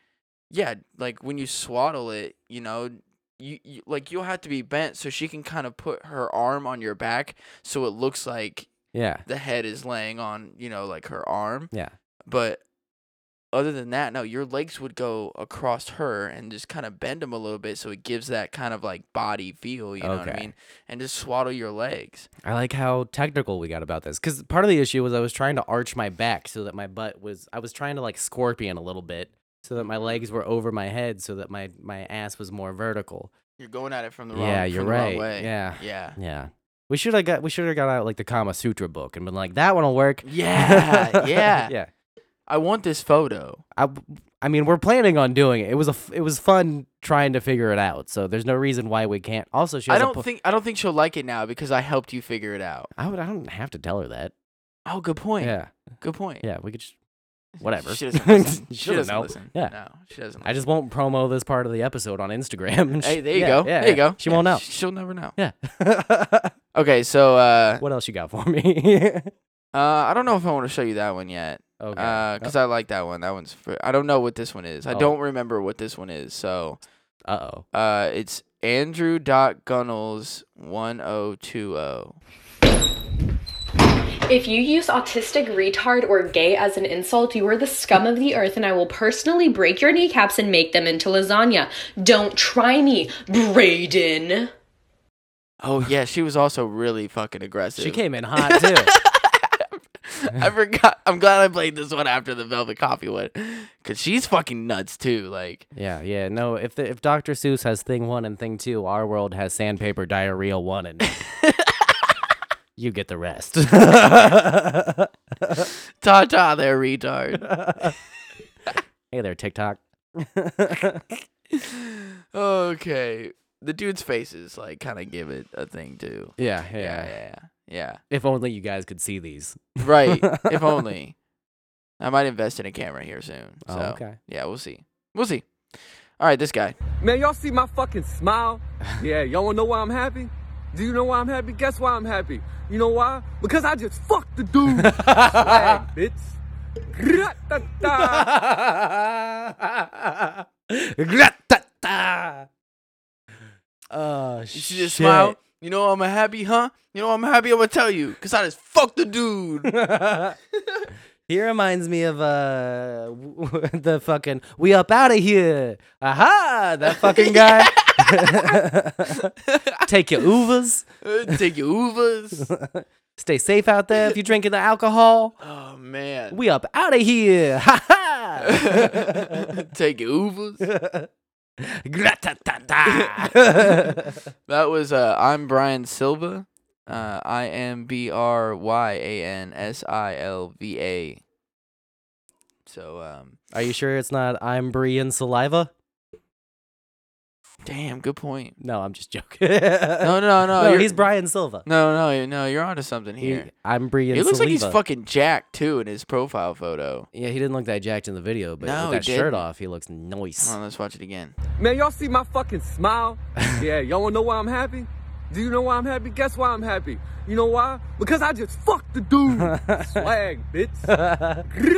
[SPEAKER 2] yeah, like when you swaddle it, you know, you, you like you'll have to be bent so she can kind of put her arm on your back so it looks like
[SPEAKER 1] Yeah.
[SPEAKER 2] the head is laying on, you know, like her arm.
[SPEAKER 1] Yeah.
[SPEAKER 2] But other than that, no, your legs would go across her and just kind of bend them a little bit so it gives that kind of like body feel, you know what I
[SPEAKER 1] Okay.
[SPEAKER 2] mean? And just swaddle your legs.
[SPEAKER 1] I like how technical we got about this because part of the issue was I was trying to arch my back so that my butt was I was trying to like scorpion a little bit so that my legs were over my head so that my my ass was more vertical.
[SPEAKER 2] You're going at it from the wrong
[SPEAKER 1] yeah, you're
[SPEAKER 2] from the wrong
[SPEAKER 1] right.
[SPEAKER 2] way.
[SPEAKER 1] Yeah,
[SPEAKER 2] Yeah.
[SPEAKER 1] yeah. We should have got we should have got out like the Kama Sutra book and been like that one'll work.
[SPEAKER 2] Yeah, yeah.
[SPEAKER 1] yeah.
[SPEAKER 2] I want this photo.
[SPEAKER 1] I, I mean, we're planning on doing it. It was a f- it was fun trying to figure it out. So there's no reason why we can't. Also, she has
[SPEAKER 2] I
[SPEAKER 1] a
[SPEAKER 2] don't
[SPEAKER 1] po-
[SPEAKER 2] think I don't think she'll like it now because I helped you figure it out.
[SPEAKER 1] I would I don't have to tell her that.
[SPEAKER 2] Oh, good point.
[SPEAKER 1] Yeah,
[SPEAKER 2] Good point.
[SPEAKER 1] yeah. We could just whatever.
[SPEAKER 2] She doesn't listen.
[SPEAKER 1] She
[SPEAKER 2] she
[SPEAKER 1] doesn't
[SPEAKER 2] doesn't
[SPEAKER 1] know.
[SPEAKER 2] listen.
[SPEAKER 1] Yeah.
[SPEAKER 2] No, she doesn't.
[SPEAKER 1] I just won't promo this part of the episode on Instagram. and
[SPEAKER 2] Hey,
[SPEAKER 1] sh-
[SPEAKER 2] there you
[SPEAKER 1] yeah,
[SPEAKER 2] go.
[SPEAKER 1] yeah,
[SPEAKER 2] there you
[SPEAKER 1] yeah.
[SPEAKER 2] go.
[SPEAKER 1] She
[SPEAKER 2] Yeah,
[SPEAKER 1] won't know.
[SPEAKER 2] sh- She'll never know.
[SPEAKER 1] yeah.
[SPEAKER 2] Okay, so uh,
[SPEAKER 1] what else you got for me?
[SPEAKER 2] uh, I don't know if I want to show you that one yet,
[SPEAKER 1] okay.
[SPEAKER 2] Uh 'cause I like that one. That one's. Fr- I don't know what this one is. I
[SPEAKER 1] Oh.
[SPEAKER 2] don't remember what this one is. So,
[SPEAKER 1] uh oh.
[SPEAKER 2] uh, it's Andrew dot Gunnels one oh two oh.
[SPEAKER 6] If you use autistic, retard, or gay as an insult, you are the scum of the earth, and I will personally break your kneecaps and make them into lasagna. Don't try me, Brayden.
[SPEAKER 2] Oh yeah, she was also really fucking aggressive.
[SPEAKER 1] She came in hot too.
[SPEAKER 2] I forgot. I'm glad I played this one after the Velvet Coffee one, cause she's fucking nuts too. Like,
[SPEAKER 1] yeah, yeah. No, if the, if Dr. Seuss has Thing One and Thing Two, our world has Sandpaper Diarrhea One and. You get the rest.
[SPEAKER 2] ta ta there, retard.
[SPEAKER 1] hey there, TikTok.
[SPEAKER 2] okay, the dude's faces like kind of give it a thing too.
[SPEAKER 1] Yeah, yeah.
[SPEAKER 2] Yeah, yeah, yeah.
[SPEAKER 1] If only you guys could see these.
[SPEAKER 2] yeah. Right. if only. I might invest in a camera here soon.
[SPEAKER 1] Oh,
[SPEAKER 2] So,
[SPEAKER 1] okay.
[SPEAKER 2] Yeah, we'll see. We'll see. All right, this guy.
[SPEAKER 7] Man, y'all see my fucking smile? Yeah, y'all wanna know why I'm happy? Do you know why I'm happy? Guess why I'm happy. You know why? Because I just fucked the dude. Swag, bitch. Ra-ta-ta.
[SPEAKER 1] Gratata. Oh,
[SPEAKER 2] You should just smile. You know I'm happy, huh? You know I'm happy. I'm gonna tell you, cause I just fucked the dude.
[SPEAKER 1] he reminds me of uh the fucking we up out of here. Aha, that fucking guy. Take your uvas.
[SPEAKER 2] Uh, Take your uvas.
[SPEAKER 1] Stay safe out there if you're drinking the alcohol.
[SPEAKER 2] Oh man.
[SPEAKER 1] We up out of here. Ha ha.
[SPEAKER 2] Take your uvas.
[SPEAKER 1] Gratatata.
[SPEAKER 2] That was uh, I'm Brian Silva. Uh, I am B R Y A N S I L V A. So um,
[SPEAKER 1] Are you sure it's not I'm Brian Saliva?
[SPEAKER 2] damn, good point.
[SPEAKER 1] No, I'm just joking.
[SPEAKER 2] No,
[SPEAKER 1] Uh, no,
[SPEAKER 2] no, no. you're-
[SPEAKER 1] he's Brian Silva.
[SPEAKER 2] No, no, no. You're onto something
[SPEAKER 1] He-
[SPEAKER 2] here.
[SPEAKER 1] I'm Brian
[SPEAKER 2] It looks like he's
[SPEAKER 1] Saliva.
[SPEAKER 2] fucking jacked too in his profile photo.
[SPEAKER 1] Yeah, he didn't look that jacked in the video, but
[SPEAKER 2] No,
[SPEAKER 1] with
[SPEAKER 2] he
[SPEAKER 1] that shirt
[SPEAKER 2] didn't.
[SPEAKER 1] off, he looks nice.
[SPEAKER 2] Hold on, let's watch it again.
[SPEAKER 7] Man, y'all see my fucking smile? Yeah, y'all wanna know why I'm happy? Do you know why I'm happy? Guess why I'm happy. You know why? Because I just fucked the dude. Swag, bitch.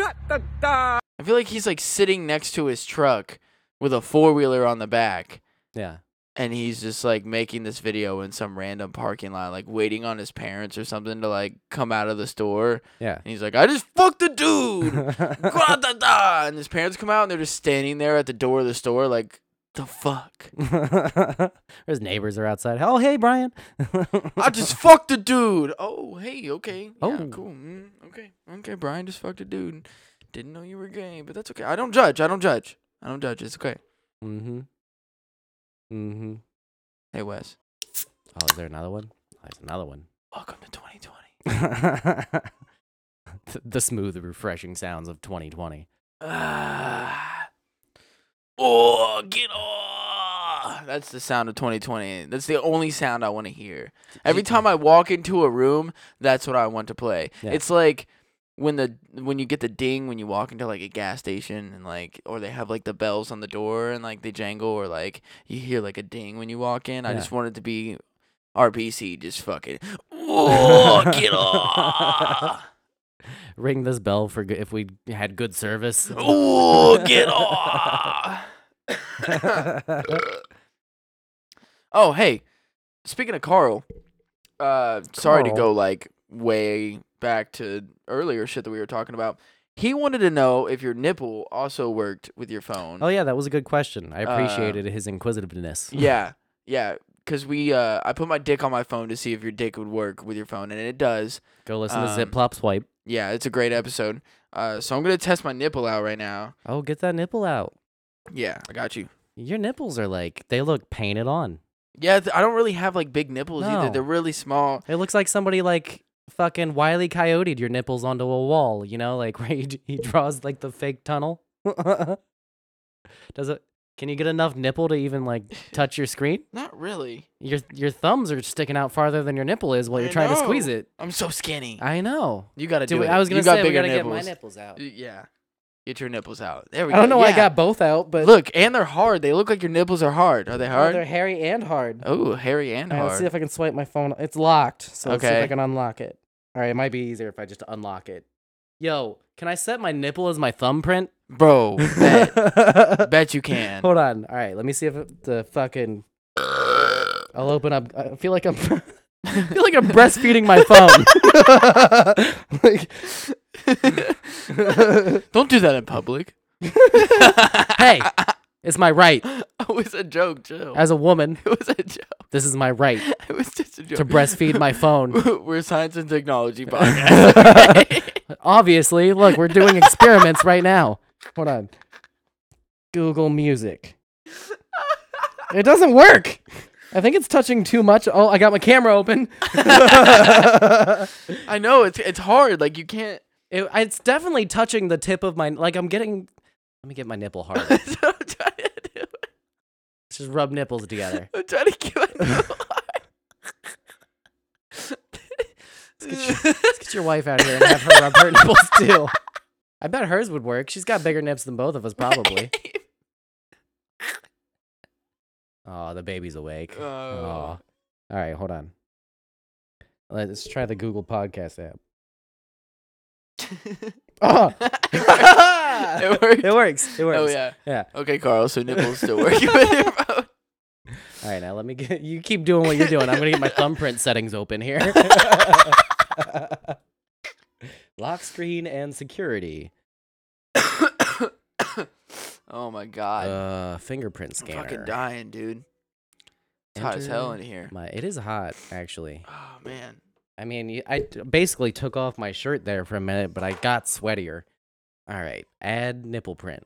[SPEAKER 7] Grat-ta-ta.
[SPEAKER 2] I feel like he's like sitting next to his truck with a four wheeler on the back,
[SPEAKER 1] Yeah.
[SPEAKER 2] and he's just like making this video in some random parking lot, like waiting on his parents or something to like come out of the store.
[SPEAKER 1] Yeah.
[SPEAKER 2] And he's like, I just fucked the dude. Gwa-da-da! and his parents come out and they're just standing there at the door of the store, like, the fuck?
[SPEAKER 1] His neighbors are outside. Oh, hey, Brian.
[SPEAKER 2] I just fucked the dude. Oh, hey, okay. Yeah,
[SPEAKER 1] Oh.
[SPEAKER 2] cool. Mm, okay. Okay, Brian just fucked a dude. Didn't know you were gay, but that's okay. I don't judge. I don't judge. I don't judge. It's okay.
[SPEAKER 1] mm-hmm. Mm-hmm.
[SPEAKER 2] Hey, Wes.
[SPEAKER 1] Oh, is there another one? Oh, there's another one.
[SPEAKER 2] Welcome to 2020.
[SPEAKER 1] the, the smooth, refreshing sounds of 2020.
[SPEAKER 2] Ah. Oh, get off. That's the sound of 2020. That's the only sound I want to hear. Every time I walk into a room, that's what I want to play.
[SPEAKER 1] Yeah.
[SPEAKER 2] It's like when the when you get the ding when you walk into like a gas station and like or they have like the bells on the door and like they jangle or like you hear like a ding when you walk in. I
[SPEAKER 1] Yeah.
[SPEAKER 2] just want it to be RBC just fucking oh, get off.
[SPEAKER 1] Ring this bell for good, if we had good service.
[SPEAKER 2] Ooh, Oh. get off. oh, hey. Speaking of Carl, uh, sorry to
[SPEAKER 1] Carl.
[SPEAKER 2] go like way back to earlier shit that we were talking about. He wanted to know if your nipple also worked with your phone.
[SPEAKER 1] oh, yeah, that was a good question. I
[SPEAKER 2] Uh,
[SPEAKER 1] appreciated his inquisitiveness.
[SPEAKER 2] yeah, yeah. Cause we, uh, I put my dick on my phone to see if your dick would work with your phone, and it does.
[SPEAKER 1] Go listen to Zip
[SPEAKER 2] um,
[SPEAKER 1] Plop Swipe.
[SPEAKER 2] Yeah, it's a great episode. Uh, so I'm gonna test my nipple out right now.
[SPEAKER 1] Oh, get that nipple out.
[SPEAKER 2] Yeah, I got you.
[SPEAKER 1] Your nipples are like, they look painted on.
[SPEAKER 2] Yeah, th- I don't really have like big nipples either.
[SPEAKER 1] No.
[SPEAKER 2] They're really small.
[SPEAKER 1] It looks like somebody like fucking Wiley Coyote'd your nipples onto a wall, you know, like where he, d- he draws like the fake tunnel. Does it? Can you get enough nipple to even like touch your screen?
[SPEAKER 2] Not really.
[SPEAKER 1] Your your thumbs are sticking out farther than your nipple is while you're
[SPEAKER 2] I
[SPEAKER 1] trying to
[SPEAKER 2] know.
[SPEAKER 1] squeeze it.
[SPEAKER 2] I'm so skinny.
[SPEAKER 1] I know.
[SPEAKER 2] you gotta do,
[SPEAKER 1] Do we-
[SPEAKER 2] it.
[SPEAKER 1] I was gonna
[SPEAKER 2] you got
[SPEAKER 1] say we
[SPEAKER 2] bigger
[SPEAKER 1] gotta
[SPEAKER 2] nipples.
[SPEAKER 1] get my nipples out.
[SPEAKER 2] Y- Yeah, get your nipples out. There we
[SPEAKER 1] I
[SPEAKER 2] go.
[SPEAKER 1] don't know why
[SPEAKER 2] Yeah.
[SPEAKER 1] I got both out, but
[SPEAKER 2] Look, and they're hard. They look like your nipples are hard. Are they
[SPEAKER 1] oh, they're
[SPEAKER 2] hard?
[SPEAKER 1] hairy and hard.
[SPEAKER 2] Oh, hairy and
[SPEAKER 1] All right, let's see
[SPEAKER 2] hard.
[SPEAKER 1] if I can swipe my phone. It's locked, so let's see if
[SPEAKER 2] Okay.
[SPEAKER 1] I can unlock it. All right, it might be easier if I just unlock it. Yo, can I set my nipple as my thumbprint?
[SPEAKER 2] Bro, bet, bet you can.
[SPEAKER 1] Hold on. All right, let me see if it- the fucking. I'll open up. I feel like I'm. I feel like I'm breastfeeding my phone. like,
[SPEAKER 2] Don't do that in public.
[SPEAKER 1] hey, it's my right
[SPEAKER 2] It was a joke, Joe.
[SPEAKER 1] as a woman.
[SPEAKER 2] It was a joke.
[SPEAKER 1] This is my right
[SPEAKER 2] It was just a joke.
[SPEAKER 1] to breastfeed my phone.
[SPEAKER 2] We're a science and technology podcast.
[SPEAKER 1] Obviously, look, we're doing experiments right now. Hold on. Google Music. It doesn't work. I think it's touching too much. Oh, I got my camera open.
[SPEAKER 2] I know it's it's hard. Like you can't.
[SPEAKER 1] It, it's definitely touching the tip of my like I'm getting let me get my nipple hard. Let's
[SPEAKER 2] That's what I'm trying to do.
[SPEAKER 1] just rub nipples together.
[SPEAKER 2] I'm trying to keep my nipple hard.
[SPEAKER 1] Let's get your wife out here and have her rub her nipples too. I bet hers would work. She's got bigger nips than both of us probably. Oh, the baby's awake.
[SPEAKER 2] Oh.
[SPEAKER 1] Aw. All right, hold on. Let's try the Google Podcast app. Oh.
[SPEAKER 2] It worked.
[SPEAKER 1] It works. It works.
[SPEAKER 2] Oh yeah.
[SPEAKER 1] Yeah.
[SPEAKER 2] Okay, Carl. So nipples still working with your phone.
[SPEAKER 1] All right, now let me get you keep doing what you're doing. I'm gonna get my thumbprint settings open here. Lock screen and security.
[SPEAKER 2] oh my god.
[SPEAKER 1] Uh, fingerprint
[SPEAKER 2] I'm
[SPEAKER 1] scanner.
[SPEAKER 2] fucking dying, dude. It's hot as hell in
[SPEAKER 1] Enter
[SPEAKER 2] here.
[SPEAKER 1] My, it is hot actually.
[SPEAKER 2] Oh man.
[SPEAKER 1] I mean, y- I t- basically took off my shirt there for a minute, but I got sweatier. All right, add nipple print.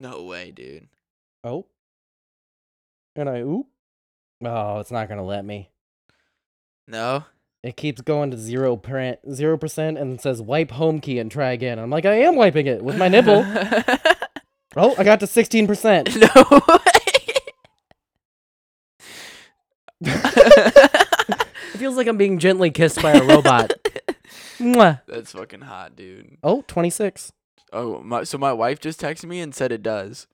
[SPEAKER 2] No way, dude.
[SPEAKER 1] Oh, And I oop. Oh, it's not gonna let me.
[SPEAKER 2] No.
[SPEAKER 1] It keeps going to zero print zero percent and it says wipe home key and try again. I'm like, I am wiping it with my nibble. oh, I got to sixteen percent.
[SPEAKER 2] no way.
[SPEAKER 1] It feels like I'm being gently kissed by a robot. Mwah.
[SPEAKER 2] That's fucking hot, dude.
[SPEAKER 1] Oh, 26.
[SPEAKER 2] Oh, my, so my wife just texted me and said it does.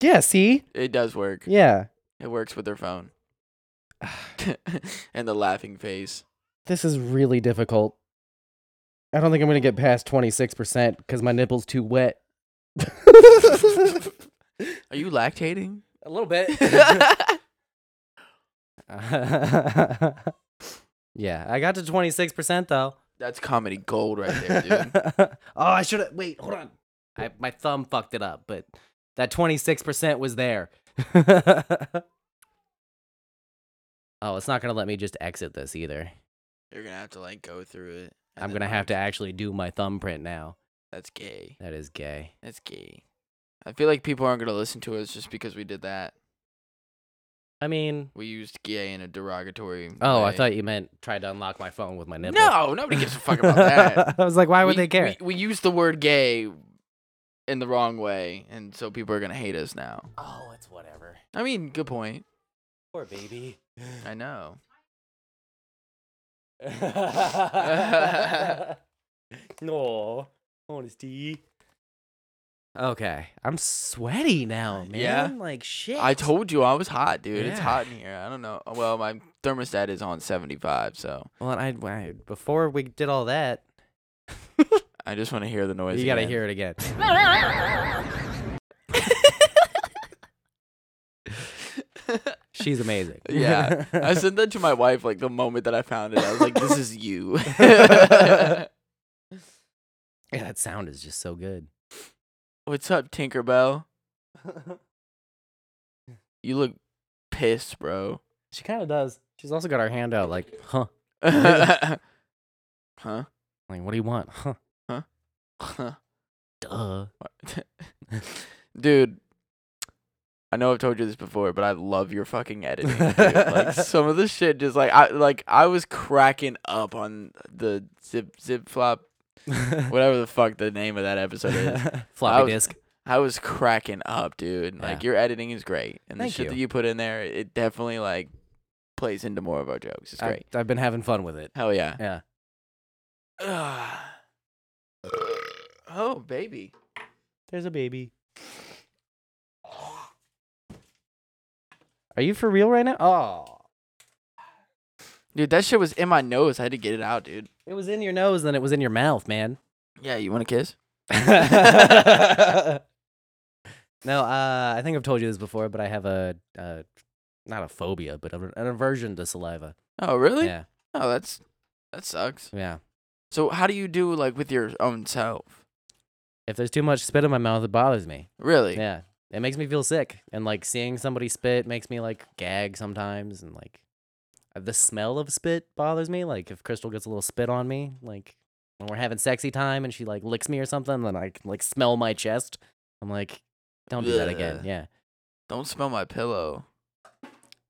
[SPEAKER 1] Yeah, see?
[SPEAKER 2] It does work.
[SPEAKER 1] Yeah.
[SPEAKER 2] It works with her phone. and the laughing face.
[SPEAKER 1] This is really difficult. I don't think I'm going to get past 26% because my nipple's too wet. a
[SPEAKER 2] Are you lactating?
[SPEAKER 1] little bit. yeah, I got to 26% though.
[SPEAKER 2] That's comedy gold right there, dude.
[SPEAKER 1] oh, I should have. Wait, hold on. I, my thumb fucked it up, but that 26% was there. oh, it's not going to let me just exit this either.
[SPEAKER 2] You're gonna have to like go through it. and
[SPEAKER 1] I'm
[SPEAKER 2] then,
[SPEAKER 1] going to have
[SPEAKER 2] like,
[SPEAKER 1] to actually do my thumbprint now.
[SPEAKER 2] That's gay.
[SPEAKER 1] That is gay.
[SPEAKER 2] That's gay. I feel like people aren't gonna listen to us just because we did that.
[SPEAKER 1] I mean,
[SPEAKER 2] We used gay in a derogatory.
[SPEAKER 1] oh, I
[SPEAKER 2] way.
[SPEAKER 1] thought you meant try to unlock my phone with my nipple.
[SPEAKER 2] No, nobody gives a fuck about that.
[SPEAKER 1] I was like, why would
[SPEAKER 2] we,
[SPEAKER 1] they care?
[SPEAKER 2] We, we used the word gay in the wrong way, and so people are gonna hate us now.
[SPEAKER 1] oh, it's whatever.
[SPEAKER 2] I mean, good point.
[SPEAKER 1] Poor baby.
[SPEAKER 2] I know.
[SPEAKER 1] no, honesty. Okay, I'm sweaty now, man.
[SPEAKER 2] Yeah?
[SPEAKER 1] Like shit.
[SPEAKER 2] I told you I was hot, dude. It's
[SPEAKER 1] Yeah.
[SPEAKER 2] hot in here. I don't know. Well, my thermostat is on 75, so
[SPEAKER 1] Well, I, I before we did all that,
[SPEAKER 2] I just want to hear the noise.
[SPEAKER 1] you gotta
[SPEAKER 2] again.
[SPEAKER 1] hear it again. She's amazing.
[SPEAKER 2] Yeah. I sent that to my wife like the moment that I found it. I was like, this is you.
[SPEAKER 1] Yeah, that sound is just so good.
[SPEAKER 2] What's up, Tinkerbell? You look pissed, bro.
[SPEAKER 1] she kind of does. She's also got her hand out, like, huh?
[SPEAKER 2] huh?
[SPEAKER 1] Like, what do you want? Huh?
[SPEAKER 2] Huh?
[SPEAKER 1] Duh.
[SPEAKER 2] dude. I know I've told you this before, but I love your fucking editing. dude. like some of the shit, just like I like I was cracking up on the zip zip flop, whatever the fuck the name of that episode is. I
[SPEAKER 1] Floppy
[SPEAKER 2] was-
[SPEAKER 1] disk.
[SPEAKER 2] I was cracking up, dude. Like
[SPEAKER 1] Yeah.
[SPEAKER 2] your editing is great, and
[SPEAKER 1] Thank
[SPEAKER 2] the shit
[SPEAKER 1] you.
[SPEAKER 2] that you put in there, it definitely like plays into more of our jokes. It's great.
[SPEAKER 1] I, have been having fun with it.
[SPEAKER 2] Hell yeah.
[SPEAKER 1] Yeah.
[SPEAKER 2] oh baby.
[SPEAKER 1] There's a baby. Are you for real right now? Oh.
[SPEAKER 2] Dude, that shit was in my nose. I had to get it out, dude.
[SPEAKER 1] It was in your nose, then it was in your mouth, man.
[SPEAKER 2] Yeah, you want a kiss?
[SPEAKER 1] no, uh, I think I've told you this before, but I have a, uh, not a phobia, but a- an aversion to saliva.
[SPEAKER 2] Oh, really?
[SPEAKER 1] Yeah,
[SPEAKER 2] Oh, that's that sucks.
[SPEAKER 1] yeah.
[SPEAKER 2] So, how do you do like with your own self?
[SPEAKER 1] If there's too much spit in my mouth, it bothers me.
[SPEAKER 2] Really?
[SPEAKER 1] Yeah, it makes me feel sick, and like seeing somebody spit makes me like gag sometimes, and like uh, the smell of spit bothers me. Like if Crystal gets a little spit on me, like when we're having sexy time and she like licks me or something, then I can like smell my chest. I'm like, don't do that again.
[SPEAKER 2] Ugh.
[SPEAKER 1] Yeah.
[SPEAKER 2] Don't smell my pillow.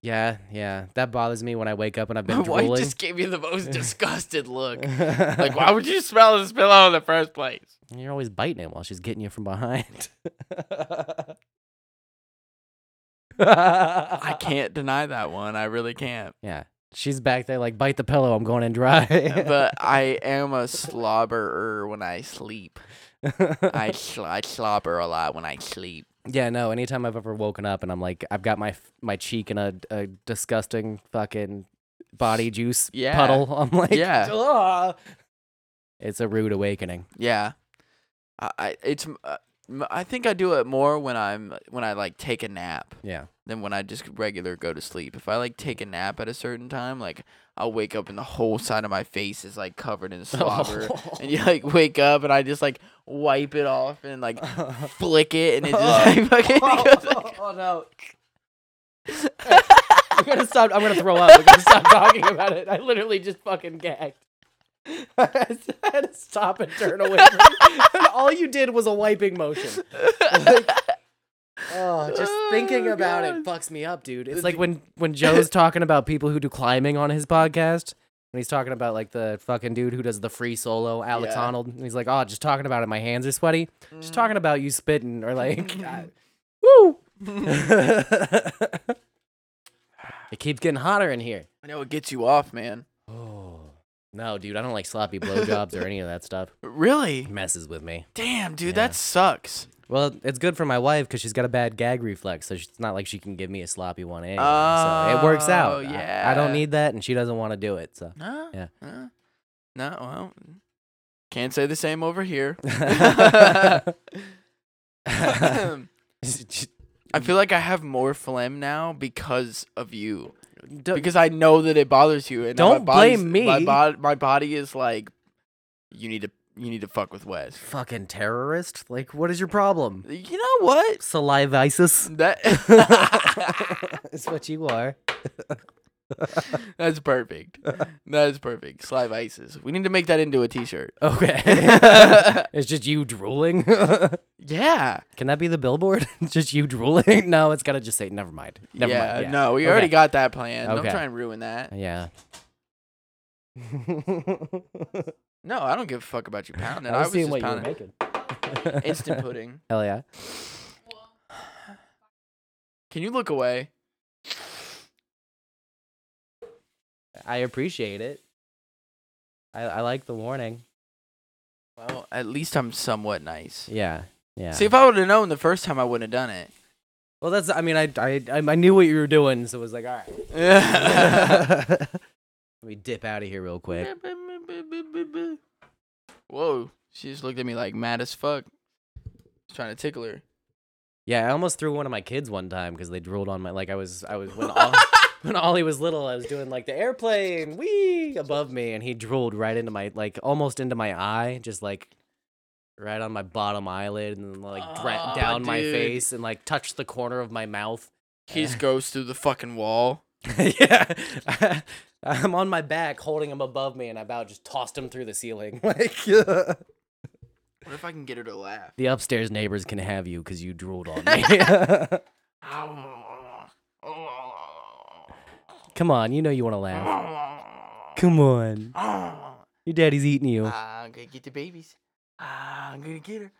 [SPEAKER 1] Yeah, yeah. That bothers me when I wake up and I've
[SPEAKER 2] My
[SPEAKER 1] been
[SPEAKER 2] wife
[SPEAKER 1] drooling.
[SPEAKER 2] just gave me the most disgusted look. like, why would you smell this pillow in the first place?
[SPEAKER 1] You're always biting it while she's getting you from behind.
[SPEAKER 2] I can't deny that one. I really can't.
[SPEAKER 1] Yeah. She's back there like bite the pillow, I'm going in dry.
[SPEAKER 2] but I am a slobberer when I sleep. I, sl- I slobber a lot when I sleep.
[SPEAKER 1] Yeah, no, anytime I've ever woken up and I'm like I've got my f- my cheek in a, a disgusting fucking body juice
[SPEAKER 2] Yeah.
[SPEAKER 1] puddle. I'm like
[SPEAKER 2] Yeah.
[SPEAKER 1] "Ugh." It's a rude awakening.
[SPEAKER 2] Yeah, I, I it's m- uh, m- I think I do it more when I'm when I like take a nap
[SPEAKER 1] Yeah.
[SPEAKER 2] than when I just regular go to sleep. If I like take a nap at a certain time, like I'll wake up and the whole side of my face is like covered in slobber, and you like wake up and I just like wipe it off and like flick it and it just like fucking goes like,
[SPEAKER 1] oh no. I'm gonna stop. I'm gonna throw up. I'm gonna stop talking about it. I literally just fucking gagged. I had to stop and turn away. From it. And all you did was a wiping motion. Like, Oh, just thinking about it fucks me up, dude. It's like when when Joe's talking about people who do climbing on his podcast, and he's talking about like the fucking dude who does the free solo, Alex
[SPEAKER 2] Yeah.
[SPEAKER 1] Honnold, and he's like, "Oh, just talking about it, my hands are sweaty." Just talking about you spitting or like, I- woo. it keeps getting hotter in here.
[SPEAKER 2] I know it gets you off, man.
[SPEAKER 1] Oh no, dude, I don't like sloppy blowjobs or any of that stuff.
[SPEAKER 2] Really?
[SPEAKER 1] It messes with me.
[SPEAKER 2] Damn, dude,
[SPEAKER 1] Mm. Yeah.
[SPEAKER 2] that sucks.
[SPEAKER 1] Well, it's good for my wife because she's got a bad gag reflex, so it's not like she can give me a sloppy one anyway. so it works
[SPEAKER 2] Oh,
[SPEAKER 1] out. I- I,
[SPEAKER 2] yeah.
[SPEAKER 1] don't need that, and she doesn't want to do it. So
[SPEAKER 2] No.
[SPEAKER 1] Yeah.
[SPEAKER 2] No. No, well, can't say the same over here. I feel like I have more phlegm now because of you.
[SPEAKER 1] Don't-
[SPEAKER 2] because I know that it bothers you. And now my
[SPEAKER 1] Don't
[SPEAKER 2] body's-
[SPEAKER 1] blame
[SPEAKER 2] My,
[SPEAKER 1] me.
[SPEAKER 2] bod- my body is like, you need to, you need to fuck with Wes.
[SPEAKER 1] fucking terrorist. Like, what is your problem?
[SPEAKER 2] You know what?
[SPEAKER 1] Salivisis.
[SPEAKER 2] That
[SPEAKER 1] It's what you are.
[SPEAKER 2] that's perfect. That is perfect. Slive Isis. We need to make that into a T-shirt.
[SPEAKER 1] Okay. it's just you drooling. Can
[SPEAKER 2] Yeah.
[SPEAKER 1] that be the billboard? just you drooling? No, it's gotta just say. Never mind. Never
[SPEAKER 2] yeah,
[SPEAKER 1] mind.
[SPEAKER 2] No, we
[SPEAKER 1] Okay.
[SPEAKER 2] already got that plan. Don't
[SPEAKER 1] Okay.
[SPEAKER 2] try and ruin that.
[SPEAKER 1] Yeah.
[SPEAKER 2] No, I don't give a fuck about you pounding. I,
[SPEAKER 1] I was
[SPEAKER 2] was
[SPEAKER 1] seeing
[SPEAKER 2] just
[SPEAKER 1] what you were
[SPEAKER 2] pounding
[SPEAKER 1] making.
[SPEAKER 2] instant pudding.
[SPEAKER 1] Hell yeah.
[SPEAKER 2] Can you look away?
[SPEAKER 1] I appreciate it. I, I like the warning.
[SPEAKER 2] Well, at least I'm somewhat nice.
[SPEAKER 1] Yeah. Yeah.
[SPEAKER 2] See, if I would have known the first time, I wouldn't have done it.
[SPEAKER 1] well, that's. I mean, I, I I I knew what you were doing, so it was like, all right. Let me dip out of here real quick.
[SPEAKER 2] Whoa, she just looked at me like mad as fuck. Just trying to tickle her.
[SPEAKER 1] Yeah, I almost threw one of my kids one time because they drooled on my. Like I was, I was when Ol- when Ollie was little, I was doing like the airplane, wee above me, and he drooled right into my like almost into my eye, just like right on my bottom eyelid, and then, like dra-
[SPEAKER 2] Aw,
[SPEAKER 1] down my
[SPEAKER 2] dude.
[SPEAKER 1] face, and like touched the corner of my mouth.
[SPEAKER 2] He just goes through the fucking wall.
[SPEAKER 1] yeah. I'm on my back holding him above me and I about just tossed him through the ceiling. Like the
[SPEAKER 2] What if I can get her to laugh?
[SPEAKER 1] upstairs neighbors can have you cuz you drooled on me. Come on, you know you want to laugh. Come on. Your daddy's eating you.
[SPEAKER 2] I'm gonna get the babies. I'm gonna get her.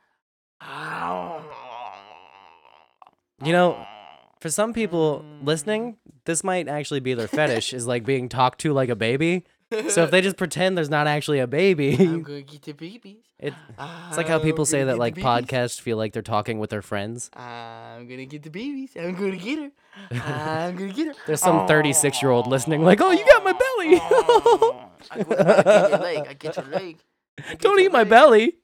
[SPEAKER 1] You know, for some people listening, this might actually be their fetish is like being talked to like a baby. So if they just pretend there's not actually a
[SPEAKER 2] I'm
[SPEAKER 1] baby,
[SPEAKER 2] gonna get the babies.
[SPEAKER 1] it, it's like how people say that like
[SPEAKER 2] podcast.
[SPEAKER 1] podcasts feel like they're talking with their friends.
[SPEAKER 2] I'm gonna get the babies. I'm gonna get her. I'm gonna get her.
[SPEAKER 1] There's some 36 year old listening, like, oh, you got my belly.
[SPEAKER 2] I go to get your leg. I get your leg.
[SPEAKER 1] Don't eat my belly.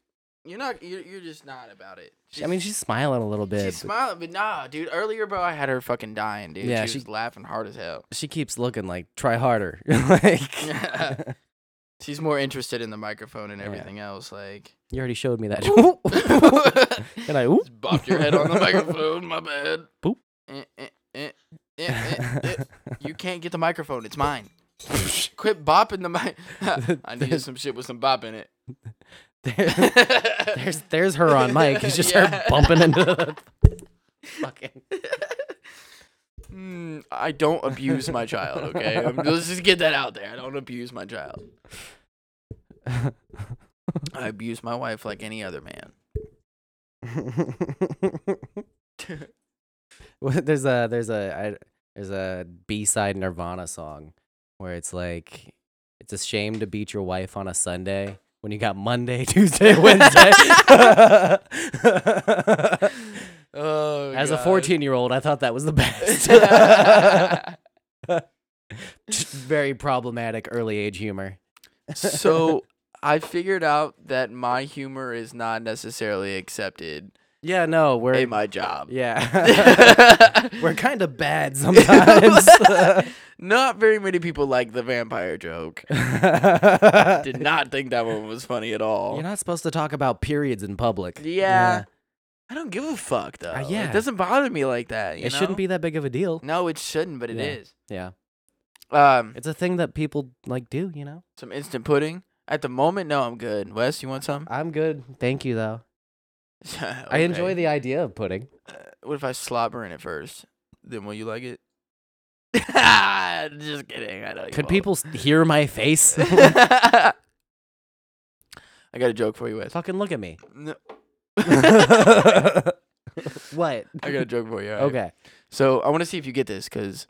[SPEAKER 2] You're not. You're, you're just not about it.
[SPEAKER 1] I mean, she's smiling a little bit.
[SPEAKER 2] she's
[SPEAKER 1] but
[SPEAKER 2] smiling, but nah, dude. Earlier, bro, I had her fucking dying, dude.
[SPEAKER 1] Yeah,
[SPEAKER 2] she,
[SPEAKER 1] she-
[SPEAKER 2] was laughing hard as hell.
[SPEAKER 1] she keeps looking like, try harder. like,
[SPEAKER 2] She's more interested in the microphone and everything else. Like,
[SPEAKER 1] you already showed me that.
[SPEAKER 2] just
[SPEAKER 1] and I, oop.
[SPEAKER 2] bopped your head on the microphone. My bad.
[SPEAKER 1] Boop.
[SPEAKER 2] Eh, eh, eh, eh, eh, eh. You can't get the microphone. It's mine. Quit bopping the mic. I needed some shit with some bop in it.
[SPEAKER 1] There- there's, there's her on mic. It's just her
[SPEAKER 2] Yeah.
[SPEAKER 1] bumping into the fucking.
[SPEAKER 2] Mm, I don't abuse my child, okay? Um, Let's just get that out there. I don't abuse my child. I abuse my wife like any other man.
[SPEAKER 1] Well, there's a there's a I, there's a b-side nirvana song where it's like it's a shame to beat your wife on a sunday when you got monday tuesday wednesday
[SPEAKER 2] Oh,
[SPEAKER 1] as a
[SPEAKER 2] God.
[SPEAKER 1] 14 year old i thought that was the best Just very problematic early age humor
[SPEAKER 2] so I figured out that my humor is not necessarily accepted
[SPEAKER 1] yeah no we're
[SPEAKER 2] in my job.
[SPEAKER 1] yeah we're kind of bad sometimes
[SPEAKER 2] not very many people like the vampire joke. Did not think that one was funny at all.
[SPEAKER 1] you're not supposed to talk about periods in public
[SPEAKER 2] Yeah. I don't give a fuck though.
[SPEAKER 1] Uh, yeah.
[SPEAKER 2] It doesn't bother me like that. You
[SPEAKER 1] it shouldn't
[SPEAKER 2] know?
[SPEAKER 1] be that big of a deal
[SPEAKER 2] No, it shouldn't, but it
[SPEAKER 1] Yeah.
[SPEAKER 2] is.
[SPEAKER 1] yeah
[SPEAKER 2] Um,
[SPEAKER 1] It's a thing that people like do, you know.
[SPEAKER 2] some instant pudding. At the moment, no, I'm good. Wes, you want some?
[SPEAKER 1] I'm good, thank you though. I enjoy the idea of pudding.
[SPEAKER 2] What if I slobber in it first? Then will you like it? Just kidding. I know. You
[SPEAKER 1] Could
[SPEAKER 2] won't.
[SPEAKER 1] people s- hear my face?
[SPEAKER 2] I got a joke for you, Wes.
[SPEAKER 1] Fucking look at me.
[SPEAKER 2] No.
[SPEAKER 1] what?
[SPEAKER 2] I got a joke for you. alright?
[SPEAKER 1] Okay.
[SPEAKER 2] So I want to see if you get this because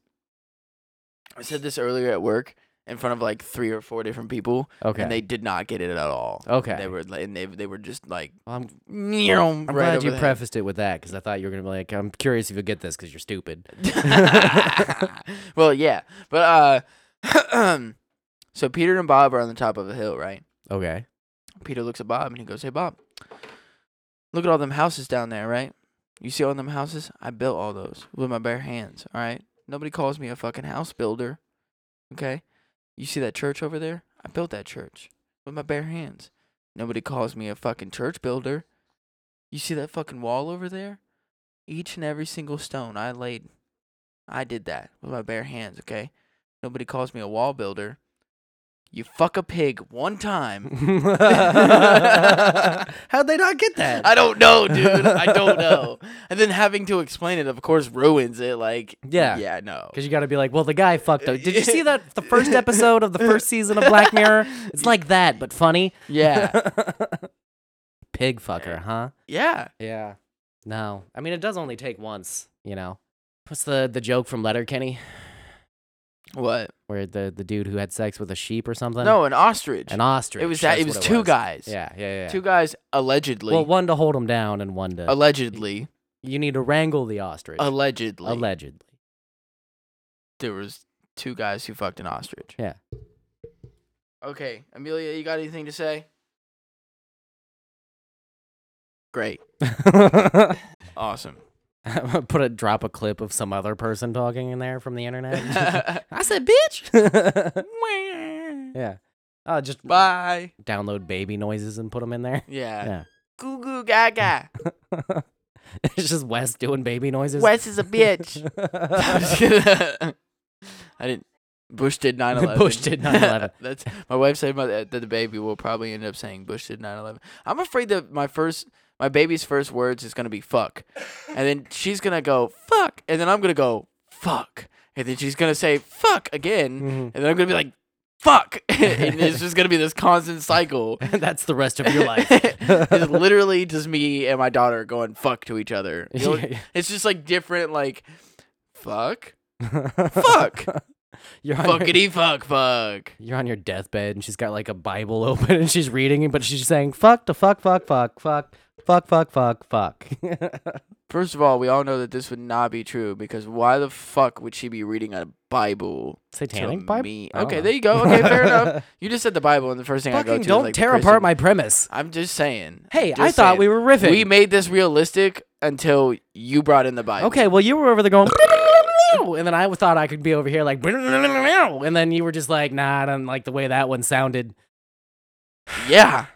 [SPEAKER 2] I said this earlier at work in front of like three or four different people,
[SPEAKER 1] Okay.
[SPEAKER 2] and they did not get it at all.
[SPEAKER 1] Okay.
[SPEAKER 2] They were like, and they they were just like,
[SPEAKER 1] Well, I'm,
[SPEAKER 2] I'm
[SPEAKER 1] I'm glad you prefaced it with that because I thought you were gonna be like, I'm curious if you'll get this because you're stupid.
[SPEAKER 2] well, yeah, but uh, so Peter and Bob are on the top of a hill, right?
[SPEAKER 1] Okay.
[SPEAKER 2] Peter looks at Bob and he goes, "Hey, Bob, look at all them houses down there, right? You see all them houses? I built all those with my bare hands. All right. Nobody calls me a fucking house builder. Okay. You see that church over there? I built that church with my bare hands. Nobody calls me a fucking church builder. You see that fucking wall over there? Each and every single stone I laid, I did that with my bare hands. Okay. Nobody calls me a wall builder. You fuck a pig one time."
[SPEAKER 1] How'd they not get that?
[SPEAKER 2] I don't know, dude. I don't know. And then having to explain it, of course, ruins it. Like,
[SPEAKER 1] Yeah.
[SPEAKER 2] yeah, no.
[SPEAKER 1] Because you got to be like, well, the guy fucked up. Did you see that the first episode of the first season of Black Mirror? It's like that, but funny.
[SPEAKER 2] Yeah,
[SPEAKER 1] Pig fucker, huh?
[SPEAKER 2] yeah.
[SPEAKER 1] Yeah. No, I mean it does only take once, you know. What's the the joke from Letterkenny
[SPEAKER 2] What?
[SPEAKER 1] where the the dude who had sex with a sheep or something?
[SPEAKER 2] No, an ostrich.
[SPEAKER 1] an ostrich.
[SPEAKER 2] It was that.
[SPEAKER 1] that's
[SPEAKER 2] It was
[SPEAKER 1] what
[SPEAKER 2] two guys.
[SPEAKER 1] Yeah, yeah, yeah.
[SPEAKER 2] two guys allegedly.
[SPEAKER 1] Well, one to hold him down and one to.
[SPEAKER 2] allegedly,
[SPEAKER 1] you need to wrangle the ostrich.
[SPEAKER 2] allegedly,
[SPEAKER 1] Allegedly.
[SPEAKER 2] there was two guys who fucked an ostrich.
[SPEAKER 1] Yeah.
[SPEAKER 2] Okay, Amelia, you got anything to say? Great, awesome.
[SPEAKER 1] Put a drop a clip of some other person talking in there from the internet. I said, bitch. yeah. Oh, just
[SPEAKER 2] Bye.
[SPEAKER 1] download baby noises and put them in there.
[SPEAKER 2] Yeah.
[SPEAKER 1] Yeah.
[SPEAKER 2] Goo goo gaga.
[SPEAKER 1] it's just Wes doing baby noises.
[SPEAKER 2] Wes is a bitch. I didn't. Bush did 9 11.
[SPEAKER 1] Bush did 9/11.
[SPEAKER 2] That's my wife said my, that the baby will probably end up saying Bush did 9 11. I'm afraid that my first, my baby's first words is going to be fuck. And then she's going to go fuck. And then I'm going to go fuck. And then she's going to say fuck again. And then I'm going to be like fuck. and it's just going to be this constant cycle.
[SPEAKER 1] That's the rest of your life.
[SPEAKER 2] it's literally just me and my daughter going fuck to each other. You know,
[SPEAKER 1] Yeah, yeah.
[SPEAKER 2] It's just like different, like fuck, fuck,
[SPEAKER 1] You're on, your,
[SPEAKER 2] fuckity fuck, fuck.
[SPEAKER 1] you're on your deathbed and she's got like a Bible open and she's reading it, but she's saying, fuck to fuck, fuck, fuck, fuck, fuck, fuck, fuck, fuck.
[SPEAKER 2] First of all, we all know that this would not be true because why the fuck would she be reading a Bible? to
[SPEAKER 1] Satanic Bible?
[SPEAKER 2] Me?
[SPEAKER 1] I don't
[SPEAKER 2] Okay,
[SPEAKER 1] know.
[SPEAKER 2] there you go. Okay, fair enough. You just said the Bible, and the first thing I go
[SPEAKER 1] Fucking
[SPEAKER 2] to is,
[SPEAKER 1] don't
[SPEAKER 2] like,
[SPEAKER 1] tear
[SPEAKER 2] Christian-
[SPEAKER 1] apart my premise.
[SPEAKER 2] I'm just saying.
[SPEAKER 1] Hey,
[SPEAKER 2] Just
[SPEAKER 1] I thought
[SPEAKER 2] saying.
[SPEAKER 1] we were riffing.
[SPEAKER 2] We made this realistic until you brought in the Bible.
[SPEAKER 1] Okay, well, you were over there going, and then I thought I could be over here like, and then you were just like, nah, I don't like the way that one sounded.
[SPEAKER 2] Yeah.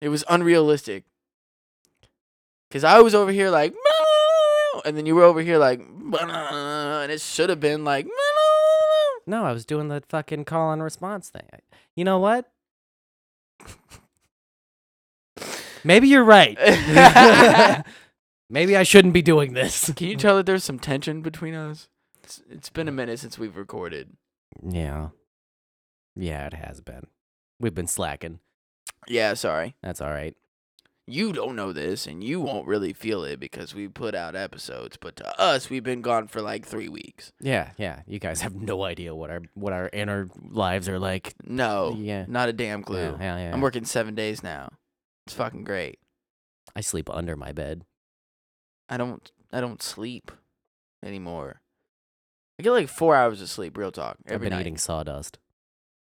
[SPEAKER 2] It was unrealistic. Cause I was over here like and then you were over here like and it should have been like
[SPEAKER 1] No, I was doing the fucking call and response thing. I- You know what? Maybe you're right. Maybe I shouldn't be doing this.
[SPEAKER 2] Can you tell that there's some tension between us? It's, it's been a minute since we've recorded.
[SPEAKER 1] Yeah. Yeah, it has been. We've been slacking.
[SPEAKER 2] Yeah, sorry.
[SPEAKER 1] That's all right.
[SPEAKER 2] You don't know this and you won't really feel it because we put out episodes, but to us we've been gone for like 3 weeks.
[SPEAKER 1] Yeah, yeah. You guys have no idea what our what our inner lives are like.
[SPEAKER 2] No.
[SPEAKER 1] Yeah.
[SPEAKER 2] Not a damn clue.
[SPEAKER 1] Yeah, yeah, yeah.
[SPEAKER 2] I'm working 7 days now. It's fucking great.
[SPEAKER 1] I sleep under my bed.
[SPEAKER 2] I don't I don't sleep anymore. I get like four hours of sleep, real talk. Every
[SPEAKER 1] I've been
[SPEAKER 2] night.
[SPEAKER 1] eating sawdust.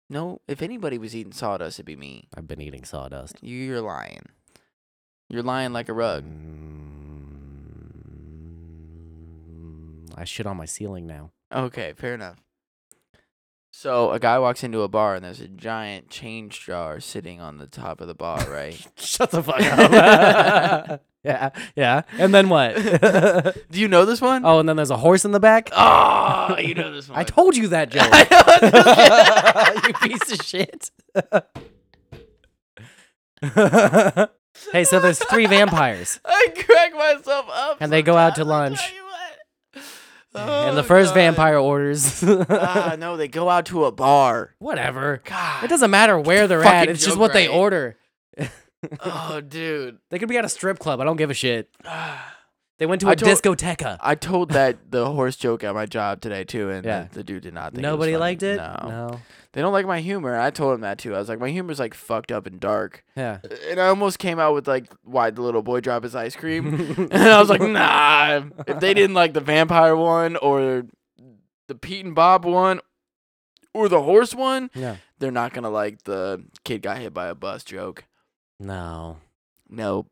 [SPEAKER 2] No, if anybody was eating sawdust, it'd be me.
[SPEAKER 1] I've been eating sawdust.
[SPEAKER 2] You, you're lying. You're lying like a rug.
[SPEAKER 1] Mm, I shit on my ceiling now.
[SPEAKER 2] Okay, fair enough. So a guy walks into a bar and there's a giant change jar sitting on the top of the bar, right?
[SPEAKER 1] Shut the fuck up. yeah, yeah. And then what?
[SPEAKER 2] Do you know this one?
[SPEAKER 1] oh, and then there's a horse in the back.
[SPEAKER 2] Oh, you know this one.
[SPEAKER 1] I told you that joke. you piece of shit. Hey, so there's three vampires,
[SPEAKER 2] I crack myself up.
[SPEAKER 1] And they go out to
[SPEAKER 2] sometimes,
[SPEAKER 1] lunch.
[SPEAKER 2] I tell you what.
[SPEAKER 1] and the
[SPEAKER 2] Oh,
[SPEAKER 1] first
[SPEAKER 2] God.
[SPEAKER 1] vampire orders.
[SPEAKER 2] ah, no, they go out to a bar.
[SPEAKER 1] Whatever.
[SPEAKER 2] God.
[SPEAKER 1] It doesn't matter where they're at.
[SPEAKER 2] Fucking
[SPEAKER 1] It's just
[SPEAKER 2] joke,
[SPEAKER 1] what they
[SPEAKER 2] right?
[SPEAKER 1] order.
[SPEAKER 2] Oh, dude.
[SPEAKER 1] They could be at a strip club. I don't give a shit. They went to a
[SPEAKER 2] I told-
[SPEAKER 1] discotheca.
[SPEAKER 2] I told that the horse joke at my job today too, and
[SPEAKER 1] Yeah.
[SPEAKER 2] the, the dude did not. Think
[SPEAKER 1] Nobody
[SPEAKER 2] it was funny.
[SPEAKER 1] liked it.
[SPEAKER 2] No. they don't like my humor. I told him that too. I was like, my humor's like fucked up and dark,
[SPEAKER 1] Yeah.
[SPEAKER 2] and I almost came out with like, why the little boy drop his ice cream? and I was like, nah. If they didn't like the vampire one or the Pete and Bob one or the horse one,
[SPEAKER 1] Yeah.
[SPEAKER 2] they're not gonna like the kid got hit by a bus joke.
[SPEAKER 1] No.
[SPEAKER 2] No,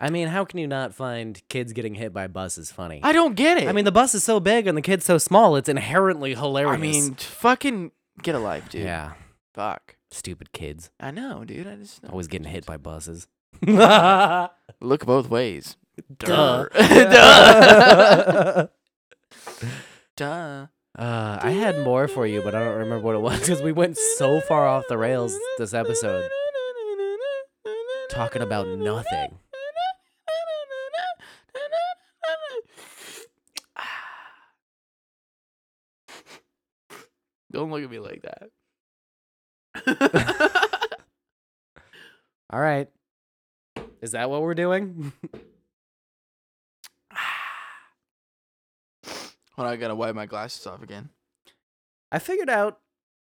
[SPEAKER 1] I mean, how can you not find kids getting hit by buses funny?
[SPEAKER 2] I don't get it.
[SPEAKER 1] I mean, the bus is so big and the kid's so small. It's inherently
[SPEAKER 2] I
[SPEAKER 1] hilarious.
[SPEAKER 2] mean, t- fucking get a life, dude.
[SPEAKER 1] yeah.
[SPEAKER 2] Fuck.
[SPEAKER 1] Stupid kids
[SPEAKER 2] I know, dude. I just know.
[SPEAKER 1] always getting hit by buses. Duh.
[SPEAKER 2] Look both ways.
[SPEAKER 1] Duh.
[SPEAKER 2] Duh. Duh.
[SPEAKER 1] Uh, I had more for you, but I don't remember what it was because we went so far off the rails this episode. Talking about nothing.
[SPEAKER 2] Don't look at me like that.
[SPEAKER 1] All right. Is that what we're doing?
[SPEAKER 2] Hold on, I gotta wipe my glasses off again.
[SPEAKER 1] I figured out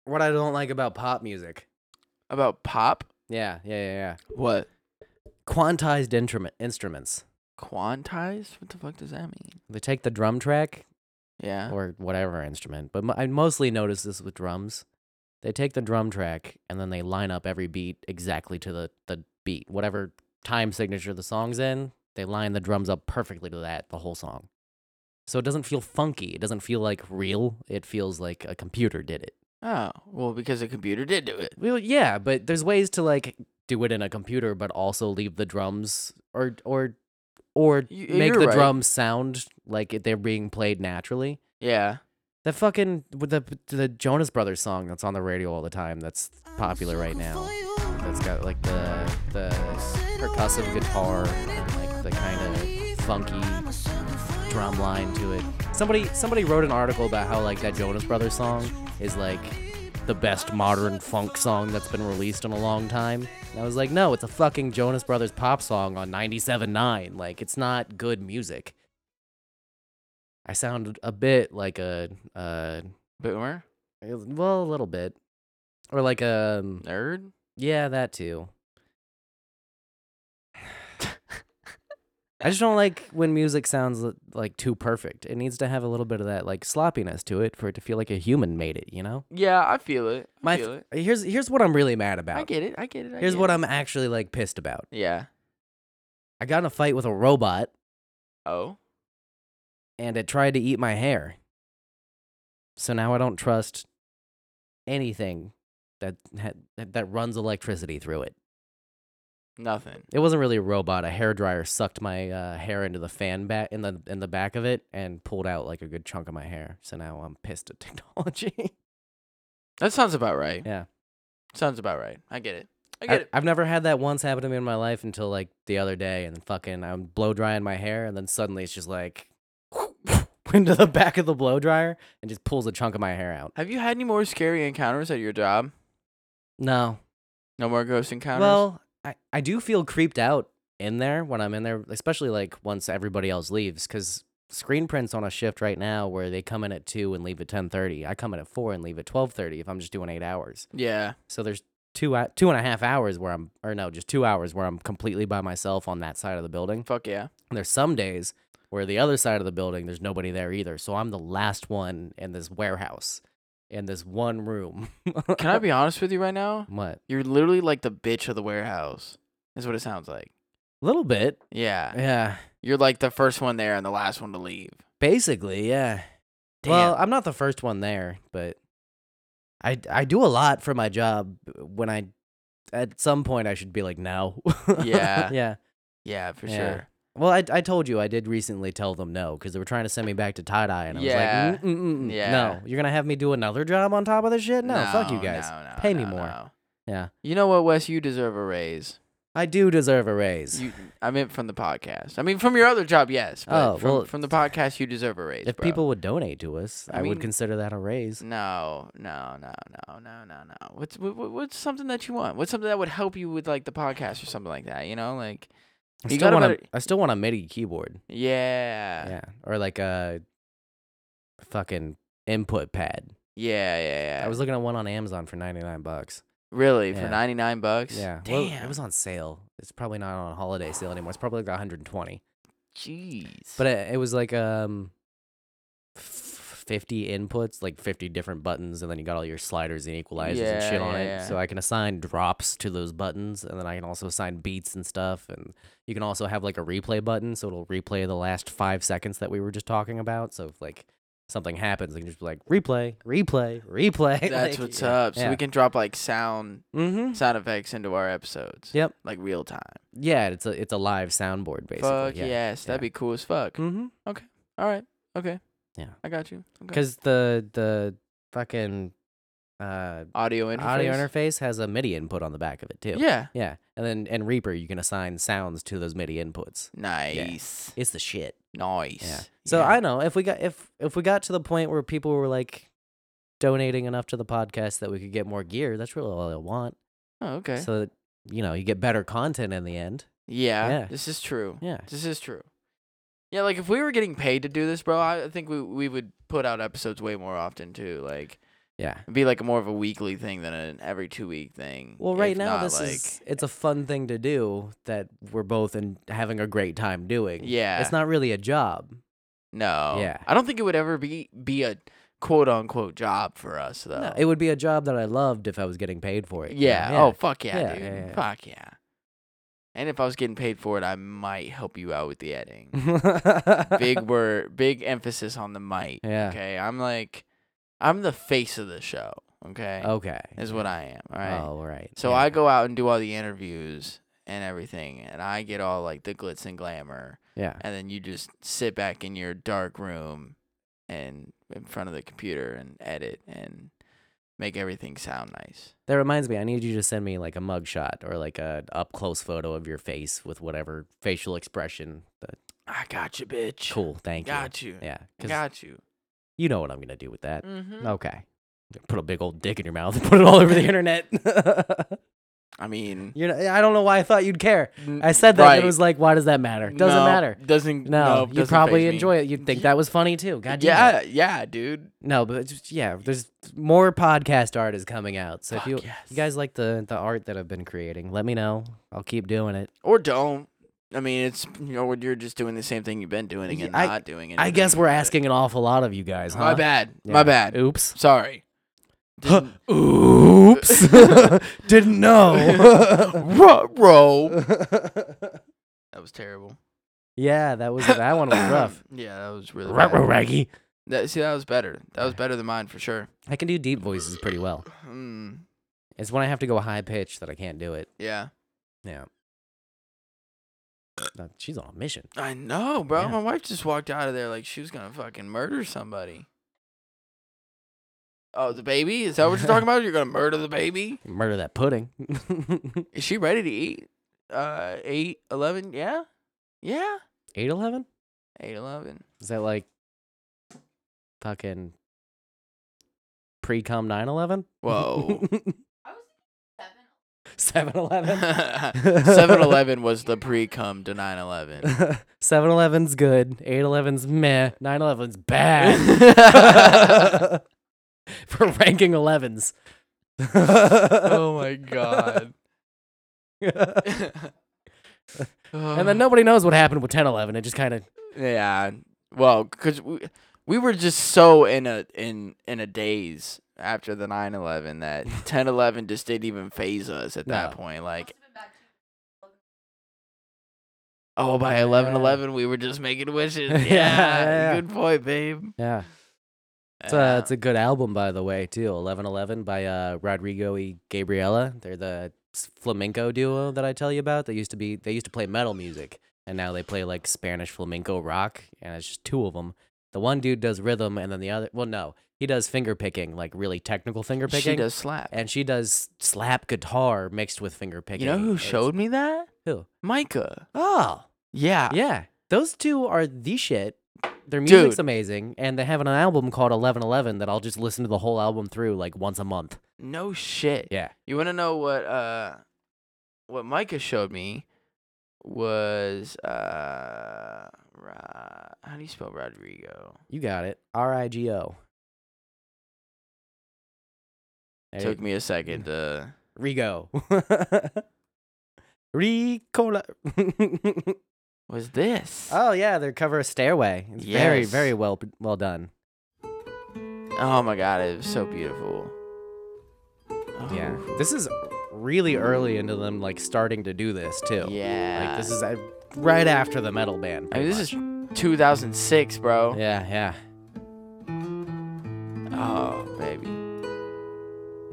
[SPEAKER 1] what I don't like about pop music.
[SPEAKER 2] About pop?
[SPEAKER 1] Yeah, yeah, yeah, yeah.
[SPEAKER 2] What?
[SPEAKER 1] Quantized instrument instruments.
[SPEAKER 2] Quantized? What the fuck does that mean?
[SPEAKER 1] They take the drum track
[SPEAKER 2] Yeah.
[SPEAKER 1] or whatever instrument, but m- I mostly notice this with drums. They take the drum track and then they line up every beat exactly to the, the beat. Whatever time signature the song's in, they line the drums up perfectly to that the whole song. So it doesn't feel funky. It doesn't feel like real. It feels like a computer did it.
[SPEAKER 2] Oh, well, because the computer did do it.
[SPEAKER 1] Well, yeah, but there's ways to like do it in a computer, but also leave the drums or or or
[SPEAKER 2] Y-
[SPEAKER 1] make
[SPEAKER 2] you're
[SPEAKER 1] the
[SPEAKER 2] right.
[SPEAKER 1] drums sound like it- they're being played naturally.
[SPEAKER 2] Yeah.
[SPEAKER 1] That fucking with the the Jonas Brothers song that's on the radio all the time that's popular right now. That's got like the the percussive guitar, and, like the kind of funky drum line to it. Somebody somebody wrote an article about how like that Jonas Brothers song is like the best modern funk song that's been released in a long time. And I was like, no, it's a fucking Jonas Brothers pop song on 97.9. Like it's not good music. I sound a bit like a uh
[SPEAKER 2] Boomer?
[SPEAKER 1] well, a little bit. Or like um
[SPEAKER 2] Nerd?
[SPEAKER 1] yeah, that too. I just don't like when music sounds l- like too perfect. It needs to have a little bit of that like sloppiness to it for it to feel like a human made it, you know?
[SPEAKER 2] Yeah, I feel it. I
[SPEAKER 1] My
[SPEAKER 2] feel
[SPEAKER 1] th-
[SPEAKER 2] it.
[SPEAKER 1] here's here's what I'm really mad about.
[SPEAKER 2] I get it. I get it. I
[SPEAKER 1] here's
[SPEAKER 2] get
[SPEAKER 1] what
[SPEAKER 2] it.
[SPEAKER 1] I'm actually like pissed about.
[SPEAKER 2] Yeah.
[SPEAKER 1] I got in a fight with a robot
[SPEAKER 2] Oh.
[SPEAKER 1] and it tried to eat my hair. So now I don't trust anything that ha- that that runs electricity through it.
[SPEAKER 2] Nothing.
[SPEAKER 1] It wasn't really a robot. A hairdryer sucked my uh, hair into the fan back in the in the back of it and pulled out like a good chunk of my hair. So now I'm pissed at technology.
[SPEAKER 2] That sounds about right.
[SPEAKER 1] yeah,
[SPEAKER 2] Sounds about right. I get it. I get it.
[SPEAKER 1] have never had that once happen to me in my life until like the other day, and fucking I'm blow drying my hair, and then suddenly it's just like into the back of the blow dryer and just pulls a chunk of my hair out.
[SPEAKER 2] Have you had any more scary encounters at your job?
[SPEAKER 1] No,
[SPEAKER 2] No more ghost encounters?
[SPEAKER 1] Well, I, I do feel creeped out in there when I'm in there, especially like once everybody else leaves, because screen print's on a shift right now where they come in at two and leave at ten thirty. I come in at four and leave at twelve thirty if I'm just doing eight hours.
[SPEAKER 2] yeah.
[SPEAKER 1] So there's two hou- two and a half hours where I'm or no, just two hours where I'm completely by myself on that side of the building.
[SPEAKER 2] Fuck yeah.
[SPEAKER 1] And there's some days where the other side of the building there's nobody there either. So I'm the last one in this warehouse in this one room.
[SPEAKER 2] Can I be honest with you right now?
[SPEAKER 1] what?
[SPEAKER 2] You're literally like the bitch of the warehouse. Is what it sounds like.
[SPEAKER 1] little bit.
[SPEAKER 2] Yeah.
[SPEAKER 1] Yeah.
[SPEAKER 2] You're like the first one there and the last one to leave.
[SPEAKER 1] Basically, yeah. Well,
[SPEAKER 2] Damn.
[SPEAKER 1] I'm not the first one there, but I I do a lot for my job uh, when I at some point I should be like no.
[SPEAKER 2] Yeah.
[SPEAKER 1] yeah.
[SPEAKER 2] Yeah, for
[SPEAKER 1] Yeah.
[SPEAKER 2] sure.
[SPEAKER 1] Well, I I told you I did recently tell them no cuz they were trying to send me back to tie dye and I
[SPEAKER 2] Yeah.
[SPEAKER 1] was like "Mm, mm, mm, mm.
[SPEAKER 2] Yeah.
[SPEAKER 1] no, you're going to have me do another job on top of this shit? No, fuck you guys.
[SPEAKER 2] no, no,
[SPEAKER 1] Pay me
[SPEAKER 2] no,
[SPEAKER 1] more.
[SPEAKER 2] no.
[SPEAKER 1] Yeah.
[SPEAKER 2] You know what, Wes? You deserve a raise.
[SPEAKER 1] I do deserve a raise.
[SPEAKER 2] You, I meant from the podcast. I mean, from your other job, yes. But
[SPEAKER 1] Oh,
[SPEAKER 2] from,
[SPEAKER 1] well,
[SPEAKER 2] from the podcast, you deserve a raise.
[SPEAKER 1] if
[SPEAKER 2] bro.
[SPEAKER 1] people would donate to us, I,
[SPEAKER 2] I
[SPEAKER 1] would
[SPEAKER 2] mean- Mm,
[SPEAKER 1] consider that a raise.
[SPEAKER 2] No, no, no, no, no, no, no. What's what, what- what's something that you want? What's something that would help you with like the podcast or something like that? You know, like
[SPEAKER 1] I
[SPEAKER 2] You
[SPEAKER 1] still
[SPEAKER 2] got
[SPEAKER 1] want a,
[SPEAKER 2] about-
[SPEAKER 1] I still want a MIDI keyboard.
[SPEAKER 2] yeah, yeah,
[SPEAKER 1] yeah, or like a fucking input pad.
[SPEAKER 2] yeah, yeah.
[SPEAKER 1] I was looking at one on Amazon for ninety nine bucks.
[SPEAKER 2] really for
[SPEAKER 1] yeah.
[SPEAKER 2] ninety nine bucks.
[SPEAKER 1] Yeah, well,
[SPEAKER 2] damn.
[SPEAKER 1] it was on sale. It's probably not on holiday sale anymore. It's probably like one hundred and twenty.
[SPEAKER 2] Jeez.
[SPEAKER 1] But it, it was like um, f- fifty inputs, like fifty different buttons, and then you got all your sliders and equalizers and
[SPEAKER 2] Yeah,
[SPEAKER 1] shit on
[SPEAKER 2] yeah,
[SPEAKER 1] it.
[SPEAKER 2] yeah.
[SPEAKER 1] So I can assign drops to those buttons, and then I can also assign beats and stuff. And you can also have like a replay button, so it'll replay the last five seconds that we were just talking about. So if like something happens, I can just be like replay, replay, replay.
[SPEAKER 2] that's
[SPEAKER 1] like,
[SPEAKER 2] what's
[SPEAKER 1] yeah,
[SPEAKER 2] up. So
[SPEAKER 1] yeah.
[SPEAKER 2] we can drop like sound
[SPEAKER 1] Mm-hmm.
[SPEAKER 2] sound effects into our episodes.
[SPEAKER 1] Yep.
[SPEAKER 2] Like real time.
[SPEAKER 1] Yeah, it's a it's a live soundboard basically.
[SPEAKER 2] Fuck
[SPEAKER 1] yeah.
[SPEAKER 2] yes, that'd be cool as fuck.
[SPEAKER 1] Mm-hmm.
[SPEAKER 2] All right. Okay.
[SPEAKER 1] Yeah.
[SPEAKER 2] I got you. Okay.
[SPEAKER 1] Because the the fucking uh
[SPEAKER 2] audio interface.
[SPEAKER 1] audio interface has a MIDI input on the back of it too.
[SPEAKER 2] Yeah.
[SPEAKER 1] Yeah. And then and Reaper, you can assign sounds to those MIDI inputs.
[SPEAKER 2] Nice.
[SPEAKER 1] It's the shit.
[SPEAKER 2] Nice.
[SPEAKER 1] Yeah. So
[SPEAKER 2] Yeah.
[SPEAKER 1] I know if we got if if we got to the point where people were like donating enough to the podcast that we could get more gear, that's really all I want.
[SPEAKER 2] Oh, okay.
[SPEAKER 1] So that you know, you get better content in the end.
[SPEAKER 2] yeah,
[SPEAKER 1] Yeah.
[SPEAKER 2] This is true.
[SPEAKER 1] Yeah.
[SPEAKER 2] This is true. Yeah, like if we were getting paid to do this, bro, I I think we we would put out episodes way more often too. Like
[SPEAKER 1] Yeah.
[SPEAKER 2] it'd be like more of a weekly thing than an every two week thing.
[SPEAKER 1] Well, right
[SPEAKER 2] if
[SPEAKER 1] now
[SPEAKER 2] not,
[SPEAKER 1] this
[SPEAKER 2] like, eh.
[SPEAKER 1] is it's a fun thing to do that we're both in having a great time doing.
[SPEAKER 2] Yeah.
[SPEAKER 1] It's not really a job.
[SPEAKER 2] no.
[SPEAKER 1] Yeah.
[SPEAKER 2] I don't think it would ever be be a quote unquote job for us though.
[SPEAKER 1] No, it would be a job that I loved if I was getting paid for it. you know?
[SPEAKER 2] yeah. Oh fuck yeah,
[SPEAKER 1] Yeah,
[SPEAKER 2] dude.
[SPEAKER 1] yeah, yeah.
[SPEAKER 2] Fuck yeah. And if I was getting paid for it, I might help you out with the editing. big word, big emphasis on the mic.
[SPEAKER 1] Yeah.
[SPEAKER 2] Okay. I'm like, I'm the face of the show. Okay.
[SPEAKER 1] Okay.
[SPEAKER 2] Is what I am. All right.
[SPEAKER 1] Oh, right.
[SPEAKER 2] so
[SPEAKER 1] yeah.
[SPEAKER 2] I go out and do all the interviews and everything, and I get all like the glitz and glamour,
[SPEAKER 1] Yeah.
[SPEAKER 2] and then you just sit back in your dark room and in front of the computer and edit and make everything sound nice.
[SPEAKER 1] That reminds me, I need you to send me like a mugshot or like a up close photo of your face with whatever facial expression. That,
[SPEAKER 2] I got you, bitch.
[SPEAKER 1] cool. Thank
[SPEAKER 2] Got
[SPEAKER 1] you.
[SPEAKER 2] you.
[SPEAKER 1] Yeah. Because
[SPEAKER 2] Got you.
[SPEAKER 1] you know what I'm going to do with that.
[SPEAKER 2] Mm-hmm.
[SPEAKER 1] Okay. Put a big old dick in your mouth and put it all over the internet.
[SPEAKER 2] I mean,
[SPEAKER 1] You're not, I don't know why I thought you'd care.
[SPEAKER 2] n-
[SPEAKER 1] I said that and
[SPEAKER 2] right.
[SPEAKER 1] it was like, why does that matter? Doesn't
[SPEAKER 2] No,
[SPEAKER 1] matter.
[SPEAKER 2] Doesn't.
[SPEAKER 1] No,
[SPEAKER 2] No,
[SPEAKER 1] you probably enjoy it. You'd think
[SPEAKER 2] Ye-
[SPEAKER 1] that was funny too. God damn it.
[SPEAKER 2] yeah, yeah, dude.
[SPEAKER 1] No, but just, yeah, there's more podcast art is coming out. So if
[SPEAKER 2] Fuck
[SPEAKER 1] you
[SPEAKER 2] yes.
[SPEAKER 1] you guys like the the art that I've been creating, let me know. I'll keep doing it.
[SPEAKER 2] Or don't. I mean, it's you know when you're just doing the same thing you've been doing and
[SPEAKER 1] I-
[SPEAKER 2] not doing it.
[SPEAKER 1] I guess we're asking an awful lot of you guys. Huh?
[SPEAKER 2] My bad.
[SPEAKER 1] Yeah.
[SPEAKER 2] My bad.
[SPEAKER 1] Oops.
[SPEAKER 2] Sorry. Didn't-
[SPEAKER 1] Oops. Didn't know.
[SPEAKER 2] Ruh, bro. that was terrible.
[SPEAKER 1] yeah, that was that one was rough.
[SPEAKER 2] yeah, that was really.
[SPEAKER 1] Ruh-roh,
[SPEAKER 2] bad.
[SPEAKER 1] Raggy.
[SPEAKER 2] That, see, that was better. That was better than mine for sure.
[SPEAKER 1] I can do deep voices pretty well.
[SPEAKER 2] Mm,
[SPEAKER 1] It's when I have to go high pitch that I can't do it.
[SPEAKER 2] yeah,
[SPEAKER 1] Yeah. No, she's on a mission.
[SPEAKER 2] I know, bro.
[SPEAKER 1] Yeah.
[SPEAKER 2] My wife just walked out of there like she was gonna fucking murder somebody. Oh, the baby? Is that what you're talking about? You're gonna murder the baby?
[SPEAKER 1] Murder that pudding.
[SPEAKER 2] Is she ready to eat? Uh, eight, eleven, yeah, yeah,
[SPEAKER 1] Eight eleven.
[SPEAKER 2] eight, eleven.
[SPEAKER 1] Is that like fucking pre cum 9 11?
[SPEAKER 2] Whoa.
[SPEAKER 1] 7 11?
[SPEAKER 2] 7-Eleven was the pre-cum to 9-11.
[SPEAKER 1] 7 11's good. 8 11's meh. 9 11's bad. For ranking 11s.
[SPEAKER 2] oh my god.
[SPEAKER 1] and then nobody knows what happened with 10 11. It just kind of.
[SPEAKER 2] Yeah. Well, because we, we were just so in a in in a daze after the 9-11 that 10-11 just didn't even phase us at that
[SPEAKER 1] No.
[SPEAKER 2] point. Like. Oh, by eleven
[SPEAKER 1] Yeah.
[SPEAKER 2] eleven, we were just making wishes. Yeah,
[SPEAKER 1] yeah, yeah.
[SPEAKER 2] good point, babe.
[SPEAKER 1] Yeah. It's a,
[SPEAKER 2] Yeah.
[SPEAKER 1] it's a good album, by the way, too. 1111 by uh, Rodrigo y Gabriela. They're the s- flamenco duo that I tell you about. They used to be they used to play metal music, and now they play like Spanish flamenco rock, and it's just two of them The one dude does rhythm, and then the other. Well, no, he does finger picking, like really technical finger picking.
[SPEAKER 2] She does slap.
[SPEAKER 1] and she does slap guitar mixed with finger
[SPEAKER 2] You
[SPEAKER 1] picking.
[SPEAKER 2] know who
[SPEAKER 1] It's-
[SPEAKER 2] showed Ah. me that?
[SPEAKER 1] Who?
[SPEAKER 2] Micah.
[SPEAKER 1] Oh,
[SPEAKER 2] Yeah.
[SPEAKER 1] yeah. Those two are the shit. Their music's
[SPEAKER 2] Dude.
[SPEAKER 1] amazing, and they have an album called Eleven Eleven that I'll just listen to the whole album through like once a month.
[SPEAKER 2] No shit.
[SPEAKER 1] Yeah.
[SPEAKER 2] You want to know what uh what Micah showed me was uh Ra- how do you spell Rodrigo?
[SPEAKER 1] You got it. R I G O. There you-
[SPEAKER 2] Took me a second to
[SPEAKER 1] Rigo. Ricola.
[SPEAKER 2] was this.
[SPEAKER 1] oh yeah, their cover of Stairway. It's very,
[SPEAKER 2] Yes.
[SPEAKER 1] very well well done.
[SPEAKER 2] Oh my god, it was so beautiful.
[SPEAKER 1] Yeah.
[SPEAKER 2] Oh,
[SPEAKER 1] This is really early into them like starting to do this too.
[SPEAKER 2] Oh, Yeah.
[SPEAKER 1] Like this is uh, right after the metal band.
[SPEAKER 2] I mean,
[SPEAKER 1] pretty
[SPEAKER 2] this is 2006, bro.
[SPEAKER 1] much. Yeah, yeah.
[SPEAKER 2] Oh, baby.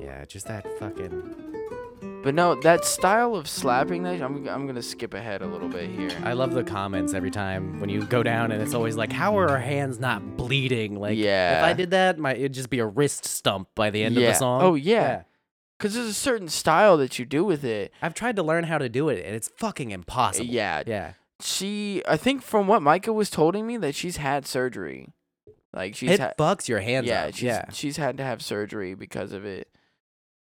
[SPEAKER 1] Yeah, just that fucking
[SPEAKER 2] But no, that style of slapping that I'm I'm going to skip ahead a little bit here.
[SPEAKER 1] I love the comments every time when you go down and it's always like how are our hands not bleeding? Like if
[SPEAKER 2] Yeah.
[SPEAKER 1] I did that, my it'd just be a wrist stump by the end of
[SPEAKER 2] Yeah.
[SPEAKER 1] the song.
[SPEAKER 2] Oh, yeah. Cuz there's a certain style that you do with it.
[SPEAKER 1] I've tried to learn how to do it and it's fucking impossible.
[SPEAKER 2] Yeah.
[SPEAKER 1] Yeah.
[SPEAKER 2] She I think from what Micah was telling me that she's had surgery. Like she's
[SPEAKER 1] it
[SPEAKER 2] had
[SPEAKER 1] fucks your hands
[SPEAKER 2] Yeah,
[SPEAKER 1] up.
[SPEAKER 2] she's
[SPEAKER 1] yeah.
[SPEAKER 2] she's had to have surgery because of it.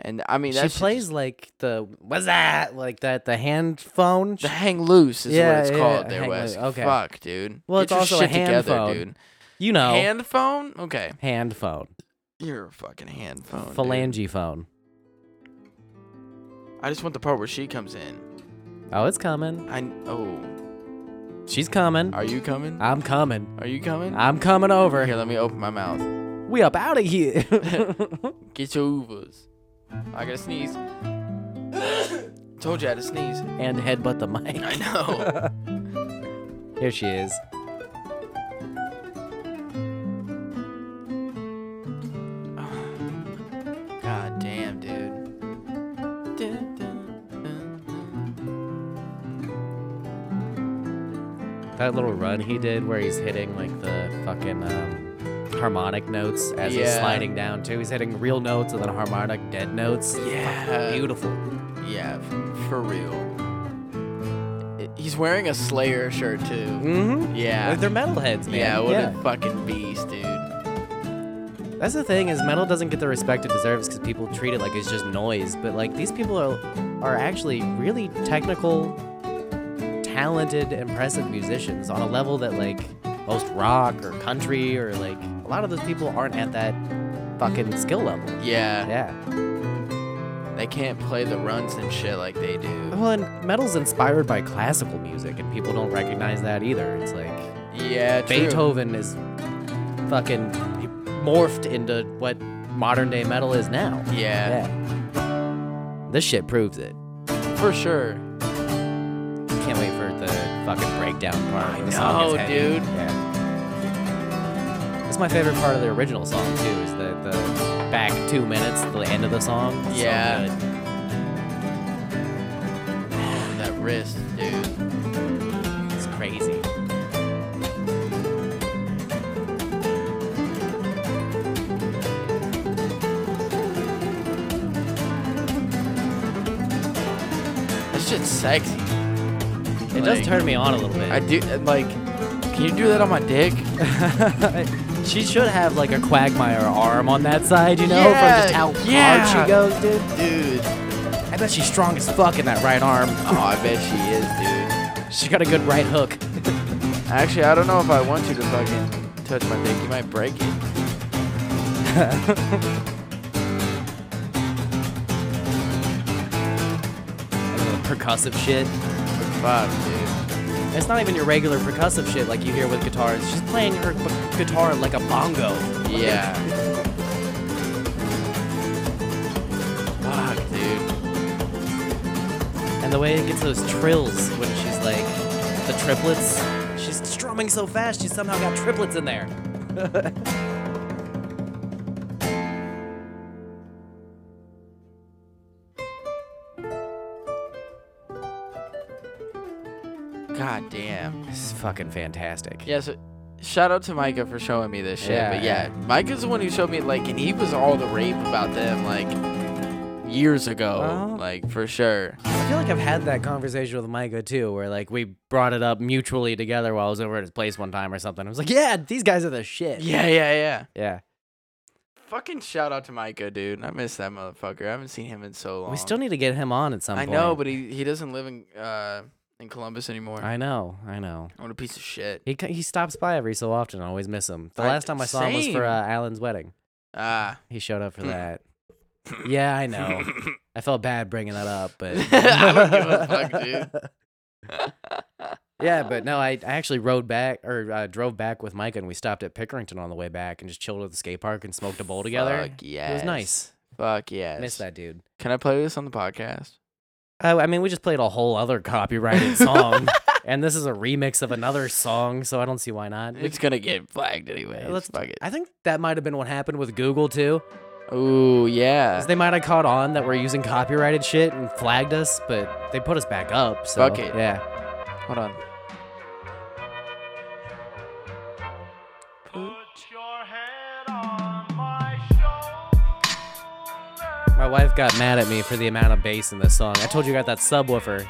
[SPEAKER 2] And I mean,
[SPEAKER 1] she
[SPEAKER 2] that's
[SPEAKER 1] plays like the what's that? Like that the hand phone.
[SPEAKER 2] The hang loose is
[SPEAKER 1] Yeah,
[SPEAKER 2] what it's
[SPEAKER 1] yeah,
[SPEAKER 2] called
[SPEAKER 1] yeah,
[SPEAKER 2] there,
[SPEAKER 1] hang
[SPEAKER 2] Wes.
[SPEAKER 1] loose, okay.
[SPEAKER 2] Fuck, dude.
[SPEAKER 1] Well,
[SPEAKER 2] Get
[SPEAKER 1] it's
[SPEAKER 2] your
[SPEAKER 1] also a
[SPEAKER 2] shit
[SPEAKER 1] hand
[SPEAKER 2] together,
[SPEAKER 1] phone.
[SPEAKER 2] dude.
[SPEAKER 1] you know, hand,
[SPEAKER 2] Hand phone? Okay.
[SPEAKER 1] phone,
[SPEAKER 2] You're a fucking hand phone. Oh, dude.
[SPEAKER 1] phalange phone.
[SPEAKER 2] I just want the part where she comes in.
[SPEAKER 1] Oh, it's coming.
[SPEAKER 2] I oh,
[SPEAKER 1] She's coming.
[SPEAKER 2] are you coming?
[SPEAKER 1] I'm coming.
[SPEAKER 2] Are you coming?
[SPEAKER 1] I'm coming over.
[SPEAKER 2] Here, let me open my mouth.
[SPEAKER 1] We up out of here.
[SPEAKER 2] Get your Ubers. I gotta sneeze. Told you I had to sneeze.
[SPEAKER 1] and headbutt the mic.
[SPEAKER 2] I know.
[SPEAKER 1] Here she is.
[SPEAKER 2] God damn, dude. Dun, dun, dun, dun.
[SPEAKER 1] That little run he did where he's hitting like the fucking um, harmonic notes as he's
[SPEAKER 2] Yeah.
[SPEAKER 1] sliding down too. He's hitting real notes and then harmonic dead notes.
[SPEAKER 2] Yeah.
[SPEAKER 1] Beautiful.
[SPEAKER 2] Yeah, f- for real. I- He's wearing a Slayer shirt too.
[SPEAKER 1] Mm-hmm.
[SPEAKER 2] Yeah.
[SPEAKER 1] They're metalheads, man.
[SPEAKER 2] Yeah, what a fucking beast, dude.
[SPEAKER 1] That's the thing is metal doesn't get the respect it deserves because people treat it like it's just noise. But like these people are are actually really technical, talented, impressive musicians on a level that like most rock or country or like a lot of those people aren't at that fucking skill level.
[SPEAKER 2] Yeah,
[SPEAKER 1] Yeah.
[SPEAKER 2] they can't play the runs and shit like they do.
[SPEAKER 1] Well, and metal's inspired by classical music, and people don't recognize that either. It's like
[SPEAKER 2] Yeah, true.
[SPEAKER 1] Beethoven is fucking he morphed into what modern day metal is now.
[SPEAKER 2] Yeah,
[SPEAKER 1] This shit proves it.
[SPEAKER 2] for sure.
[SPEAKER 1] Can't wait for the fucking breakdown part.
[SPEAKER 2] I
[SPEAKER 1] when the song gets
[SPEAKER 2] know,
[SPEAKER 1] heavy.
[SPEAKER 2] dude.
[SPEAKER 1] Yeah. It's my favorite part of the original song too. Is the the back two minutes, the end of the song. It's so
[SPEAKER 2] Yeah.
[SPEAKER 1] good.
[SPEAKER 2] That wrist, dude.
[SPEAKER 1] it's crazy.
[SPEAKER 2] That shit's sexy.
[SPEAKER 1] It does
[SPEAKER 2] Like-
[SPEAKER 1] turn me on a little bit.
[SPEAKER 2] I do uh, like. Can you do that on my dick?
[SPEAKER 1] she should have like a quagmire arm on that side, you know, from
[SPEAKER 2] Yeah,
[SPEAKER 1] just how hard
[SPEAKER 2] yeah.
[SPEAKER 1] she goes, dude.
[SPEAKER 2] Dude.
[SPEAKER 1] I bet she's strong as fuck in that right arm.
[SPEAKER 2] Oh, I bet she is, dude.
[SPEAKER 1] She got a good right hook.
[SPEAKER 2] Actually, I don't know if I want you to fucking touch my dick. You might break it.
[SPEAKER 1] percussive shit.
[SPEAKER 2] Fuck, dude.
[SPEAKER 1] It's not even your regular percussive shit like you hear with guitars. She's playing her b- guitar like a bongo.
[SPEAKER 2] Yeah. Fuck, dude.
[SPEAKER 1] And the way it gets those trills when she's like the triplets. She's strumming so fast, she somehow got triplets in there.
[SPEAKER 2] God damn.
[SPEAKER 1] This is fucking fantastic.
[SPEAKER 2] Yeah, so Shout out to Micah for showing me this shit.
[SPEAKER 1] Yeah,
[SPEAKER 2] but yeah, Micah's the one who showed me like, and he was all the rave about them like years ago,
[SPEAKER 1] Well-
[SPEAKER 2] like for sure.
[SPEAKER 1] I feel like I've had that conversation with Micah too, where like we brought it up mutually together while I was over at his place one time or something. I was like, yeah, these guys are the shit.
[SPEAKER 2] Yeah, yeah, yeah.
[SPEAKER 1] Yeah.
[SPEAKER 2] Fucking shout out to Micah, dude. I miss that motherfucker. I haven't seen him in so long.
[SPEAKER 1] We still need to get him on at some
[SPEAKER 2] I
[SPEAKER 1] point.
[SPEAKER 2] know, but he he doesn't live in uh in Columbus anymore.
[SPEAKER 1] I know, I know.
[SPEAKER 2] What a piece of shit.
[SPEAKER 1] He c- he stops by every so often. I always miss him. The
[SPEAKER 2] I-
[SPEAKER 1] last time I saw him was for
[SPEAKER 2] same.
[SPEAKER 1] uh, Alan's wedding.
[SPEAKER 2] Ah.
[SPEAKER 1] He showed up for that. yeah, I know. I felt bad bringing that up, but
[SPEAKER 2] I don't give a fuck, dude.
[SPEAKER 1] yeah, but no, I, I actually rode back or uh, drove back with Mike, and we stopped at Pickerington on the way back and just chilled at the skate park and smoked a bowl together.
[SPEAKER 2] Fuck yes.
[SPEAKER 1] It was nice.
[SPEAKER 2] Fuck yes.
[SPEAKER 1] Miss that dude.
[SPEAKER 2] Can I play this on the podcast?
[SPEAKER 1] Uh, I mean, we just played a whole other copyrighted song, and this is a remix of another song, so I don't see why not. We
[SPEAKER 2] It's gonna get flagged anyway.
[SPEAKER 1] Let's-
[SPEAKER 2] Let's fuck it.
[SPEAKER 1] I think that might have been what happened with Google too.
[SPEAKER 2] Ooh, yeah.
[SPEAKER 1] 'cause they might have caught on that we're using copyrighted shit and flagged us, but they put us back up. So
[SPEAKER 2] Fuck it.
[SPEAKER 1] yeah.
[SPEAKER 2] Hold on.
[SPEAKER 1] My wife got mad at me for the amount of bass in this song. I told you I got that subwoofer.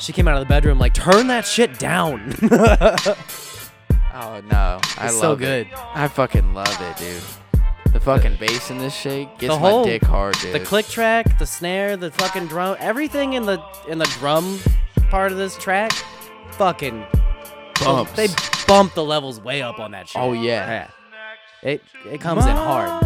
[SPEAKER 1] She came out of the bedroom like, turn that shit down.
[SPEAKER 2] Oh no, I
[SPEAKER 1] It's
[SPEAKER 2] love
[SPEAKER 1] so
[SPEAKER 2] it.
[SPEAKER 1] good.
[SPEAKER 2] I fucking love it, dude. The fucking bass in this shit gets
[SPEAKER 1] the whole
[SPEAKER 2] my dick hard, dude.
[SPEAKER 1] the click track, the snare, the fucking drum, everything in the in the drum part of this track, fucking
[SPEAKER 2] bumps.
[SPEAKER 1] oh, They bump the levels way up on that shit.
[SPEAKER 2] oh yeah.
[SPEAKER 1] Yeah. It it comes in hard.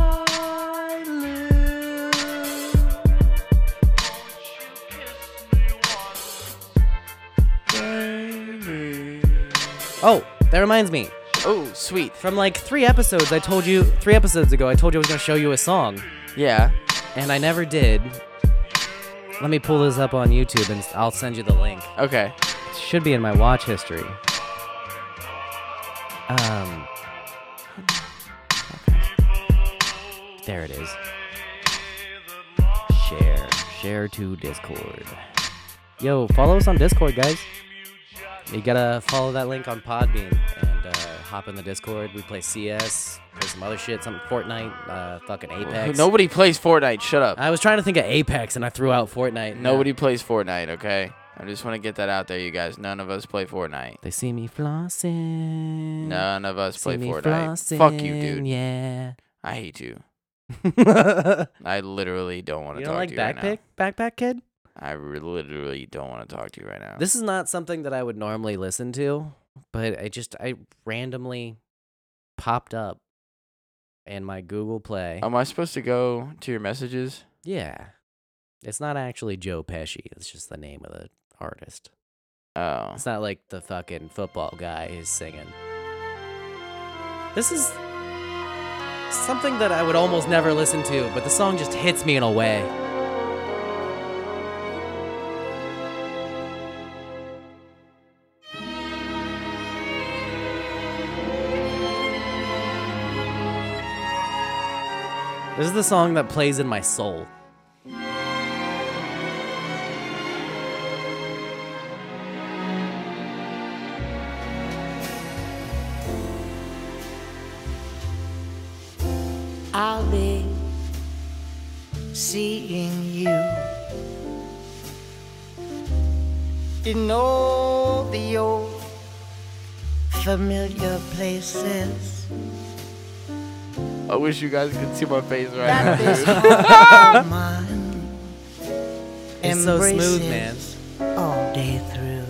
[SPEAKER 1] Oh, that reminds me.
[SPEAKER 2] Oh sweet.
[SPEAKER 1] From like three episodes, I told you three episodes ago, I told you I was gonna show you a song,
[SPEAKER 2] Yeah.
[SPEAKER 1] and I never did. Let me pull this up on YouTube, and I'll send you the link.
[SPEAKER 2] Okay.
[SPEAKER 1] It should be in my watch history. Um. There it is. Share. Share to Discord. Yo, follow us on Discord, guys. You gotta follow that link on Podbean and uh, hop in the Discord. We play CS, play some other shit, some Fortnite, uh, fucking Apex.
[SPEAKER 2] Nobody plays Fortnite. Shut up.
[SPEAKER 1] I was trying to think of Apex and I threw out Fortnite.
[SPEAKER 2] Nobody plays Fortnite. Okay. I just want to get that out there, you guys. None of us play Fortnite.
[SPEAKER 1] They see me flossing.
[SPEAKER 2] None of us
[SPEAKER 1] Mm. See
[SPEAKER 2] play
[SPEAKER 1] me
[SPEAKER 2] Fortnite. Fuck you,
[SPEAKER 1] flossing,
[SPEAKER 2] dude.
[SPEAKER 1] Yeah.
[SPEAKER 2] I hate you.
[SPEAKER 1] you
[SPEAKER 2] I literally don't want to
[SPEAKER 1] don't
[SPEAKER 2] talk
[SPEAKER 1] like
[SPEAKER 2] to you
[SPEAKER 1] backpack,
[SPEAKER 2] right
[SPEAKER 1] backpack kid?
[SPEAKER 2] now. I re- literally don't want to talk to you right now.
[SPEAKER 1] This is not something that I would normally listen to, but I just I randomly popped up in my Google Play.
[SPEAKER 2] Am I supposed to go to your messages?
[SPEAKER 1] yeah, it's not actually Joe Pesci. It's just the name of the artist.
[SPEAKER 2] Oh.
[SPEAKER 1] It's not like the fucking football guy is singing. This is something that I would almost never listen to, but the song just hits me in a way. This is the song that plays in my soul.
[SPEAKER 8] I'll be seeing you in all the old familiar places.
[SPEAKER 2] I wish you guys could see my face right now.
[SPEAKER 8] This heart of mine
[SPEAKER 1] It's so smooth, man.
[SPEAKER 8] embraces All day through.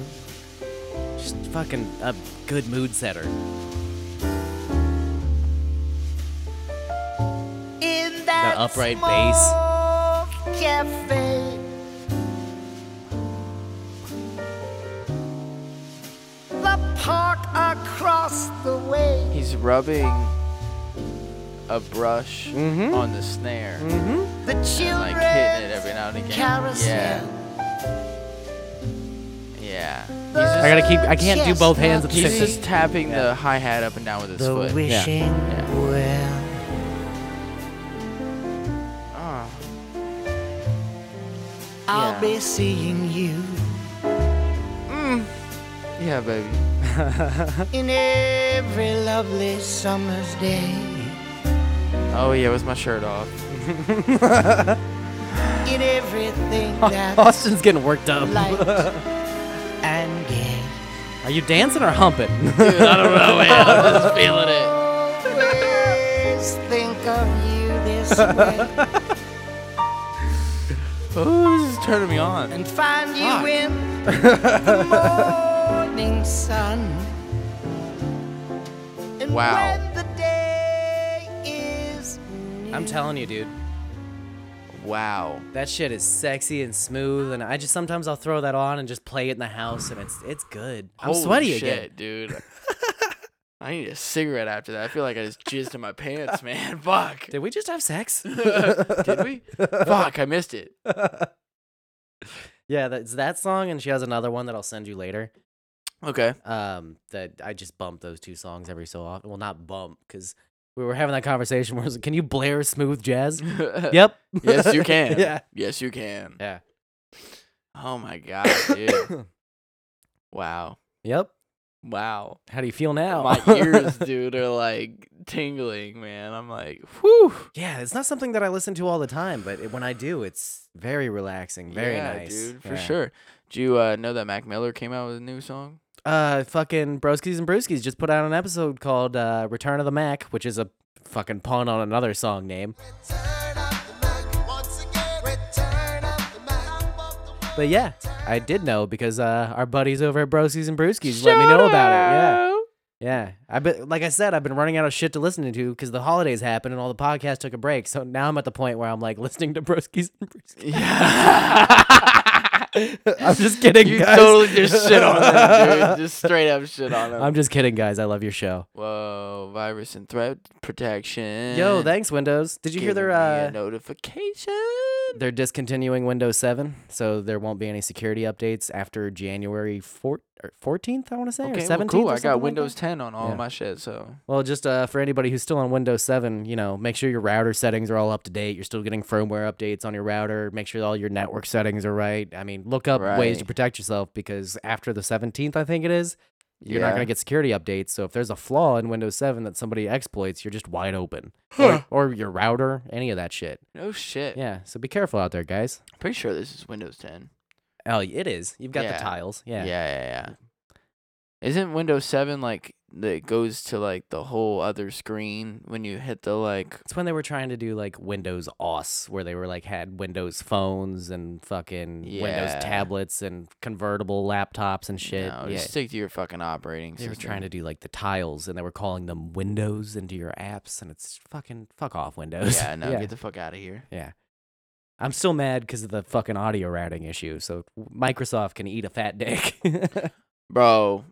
[SPEAKER 1] Just fucking a good mood setter.
[SPEAKER 8] in that
[SPEAKER 1] upright
[SPEAKER 8] small cafe. The park across the way.
[SPEAKER 2] He's rubbing a brush
[SPEAKER 1] Mm-hmm.
[SPEAKER 2] on the snare,
[SPEAKER 8] The
[SPEAKER 2] like
[SPEAKER 8] children.
[SPEAKER 2] hitting it every now and again.
[SPEAKER 8] carousel.
[SPEAKER 2] Yeah. Yeah. He's
[SPEAKER 1] I
[SPEAKER 2] just,
[SPEAKER 1] gotta keep. I can't do both hands at the
[SPEAKER 2] he's
[SPEAKER 1] same
[SPEAKER 2] just tapping the hi hat up and down with his
[SPEAKER 8] the
[SPEAKER 2] foot.
[SPEAKER 8] wishing
[SPEAKER 2] Yeah.
[SPEAKER 8] well.
[SPEAKER 2] Oh,
[SPEAKER 8] I'll
[SPEAKER 2] Yeah.
[SPEAKER 8] be seeing you
[SPEAKER 2] Yeah, baby.
[SPEAKER 8] in every lovely summer's day.
[SPEAKER 2] Oh yeah, with my shirt off.
[SPEAKER 8] In everything
[SPEAKER 2] Oh,
[SPEAKER 8] that's
[SPEAKER 1] Austin's getting worked up.
[SPEAKER 8] light and gay.
[SPEAKER 1] Are you dancing or humping?
[SPEAKER 2] Feeling it.
[SPEAKER 8] Always think of you this way
[SPEAKER 2] Oh, this is turning me on.
[SPEAKER 8] and find you in the morning sun. And
[SPEAKER 2] Wow.
[SPEAKER 8] when the day is new.
[SPEAKER 1] I'm telling you, dude.
[SPEAKER 2] Wow.
[SPEAKER 1] That shit is sexy and smooth, and I just sometimes I'll throw that on and just play it in the house, and it's it's good. I'm
[SPEAKER 2] Holy
[SPEAKER 1] sweaty
[SPEAKER 2] shit,
[SPEAKER 1] again.
[SPEAKER 2] dude. I need a cigarette after that. I feel like I just jizzed in my pants, man. Fuck.
[SPEAKER 1] Did we just have sex?
[SPEAKER 2] Did we? Fuck, I missed it.
[SPEAKER 1] yeah, that's that song, and she has another one that I'll send you later.
[SPEAKER 2] Okay.
[SPEAKER 1] Um, that I just bump those two songs every so often. Well, not bump because we were having that conversation where I was like, "Can you blare smooth jazz?" yep.
[SPEAKER 2] Yes, you can.
[SPEAKER 1] yeah.
[SPEAKER 2] Yes, you can.
[SPEAKER 1] Yeah.
[SPEAKER 2] Oh my god, dude. wow.
[SPEAKER 1] Yep.
[SPEAKER 2] Wow.
[SPEAKER 1] How do you feel now?
[SPEAKER 2] My ears, dude, are like tingling, man. I'm like, whew.
[SPEAKER 1] yeah, it's not something that I listen to all the time, but it, when I do, it's very relaxing, very
[SPEAKER 2] Yeah,
[SPEAKER 1] nice,
[SPEAKER 2] dude, for
[SPEAKER 1] Yeah.
[SPEAKER 2] sure. Do you uh, know that Mac Miller came out with a new song?
[SPEAKER 1] Uh, fucking Broskies and Brewskis just put out an episode called uh, "Return of the Mac," which is a fucking pun on another song name. But yeah, I did know because uh, our buddies over at Broskies and Brewskis let me know about it. Yeah, yeah. I been like I said, I've been running out of shit to listen to because the holidays happened and all the podcasts took a break. So now I'm at the point where I'm like listening to Broskies and Brewskis.
[SPEAKER 2] Yeah.
[SPEAKER 1] I'm just kidding,
[SPEAKER 2] you
[SPEAKER 1] guys.
[SPEAKER 2] totally just shit on them, dude. Just straight up shit on them.
[SPEAKER 1] I'm just kidding, guys. I love your show.
[SPEAKER 2] Whoa, virus and threat protection.
[SPEAKER 1] Yo, thanks Windows. Did you hear their uh,
[SPEAKER 2] notification?
[SPEAKER 1] they're discontinuing Windows 7, so there won't be any security updates after January 4- or 14th, I want to say,
[SPEAKER 2] Okay,
[SPEAKER 1] or 17th.
[SPEAKER 2] well, cool.
[SPEAKER 1] or
[SPEAKER 2] I
[SPEAKER 1] something
[SPEAKER 2] got
[SPEAKER 1] like
[SPEAKER 2] Windows
[SPEAKER 1] that.
[SPEAKER 2] 10 on all
[SPEAKER 1] Yeah.
[SPEAKER 2] my shit, so
[SPEAKER 1] Well, just uh, for anybody who's still on Windows 7, you know, make sure your router settings are all up to date. You're still getting firmware updates on your router. Make sure all your network settings are right. I mean, look up ways to
[SPEAKER 2] Right.
[SPEAKER 1] protect yourself because after the 17th, I think it is, you're not
[SPEAKER 2] Yeah.
[SPEAKER 1] going to get security updates. So if there's a flaw in Windows 7 that somebody exploits, you're just wide open. Or, or your router, any of that shit.
[SPEAKER 2] no shit.
[SPEAKER 1] Yeah, so be careful out there, guys.
[SPEAKER 2] Pretty sure this is Windows 10.
[SPEAKER 1] Oh, y- it is. You've got
[SPEAKER 2] Yeah.
[SPEAKER 1] the tiles. Yeah.
[SPEAKER 2] yeah, yeah. yeah. Isn't Windows 7 like that goes to like the whole other screen when you hit the like
[SPEAKER 1] It's when they were trying to do like Windows OS, where they were like had Windows phones and fucking
[SPEAKER 2] Yeah.
[SPEAKER 1] Windows tablets and convertible laptops and shit.
[SPEAKER 2] No,
[SPEAKER 1] yeah.
[SPEAKER 2] just stick to your fucking operating
[SPEAKER 1] They
[SPEAKER 2] system.
[SPEAKER 1] were trying to do like the tiles and they were calling them windows into your apps and it's fucking fuck off Windows.
[SPEAKER 2] Yeah, no,
[SPEAKER 1] yeah.
[SPEAKER 2] get the fuck out of here.
[SPEAKER 1] Yeah. I'm still mad because of the fucking audio routing issue. So Microsoft can eat a fat dick.
[SPEAKER 2] Bro,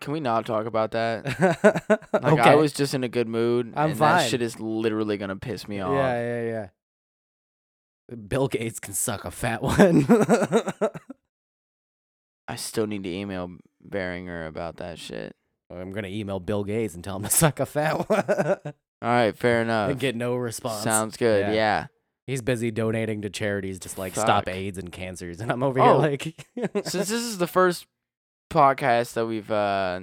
[SPEAKER 2] can we not talk about that? Like
[SPEAKER 1] okay.
[SPEAKER 2] I was just in a good mood.
[SPEAKER 1] I'm
[SPEAKER 2] and
[SPEAKER 1] fine.
[SPEAKER 2] That shit is literally gonna piss me
[SPEAKER 1] yeah,
[SPEAKER 2] off.
[SPEAKER 1] yeah, yeah. Bill Gates can suck a fat one.
[SPEAKER 2] I still need to email Beringer about that shit.
[SPEAKER 1] I'm gonna email Bill Gates and tell him to suck a fat one
[SPEAKER 2] All right, fair enough.
[SPEAKER 1] and get no response.
[SPEAKER 2] Sounds good.
[SPEAKER 1] Yeah.
[SPEAKER 2] Yeah.
[SPEAKER 1] He's busy donating to charities, just like stop
[SPEAKER 2] Fuck.
[SPEAKER 1] AIDS and cancers, and I'm over
[SPEAKER 2] Oh.
[SPEAKER 1] here like,
[SPEAKER 2] Since this is the first podcast that we've uh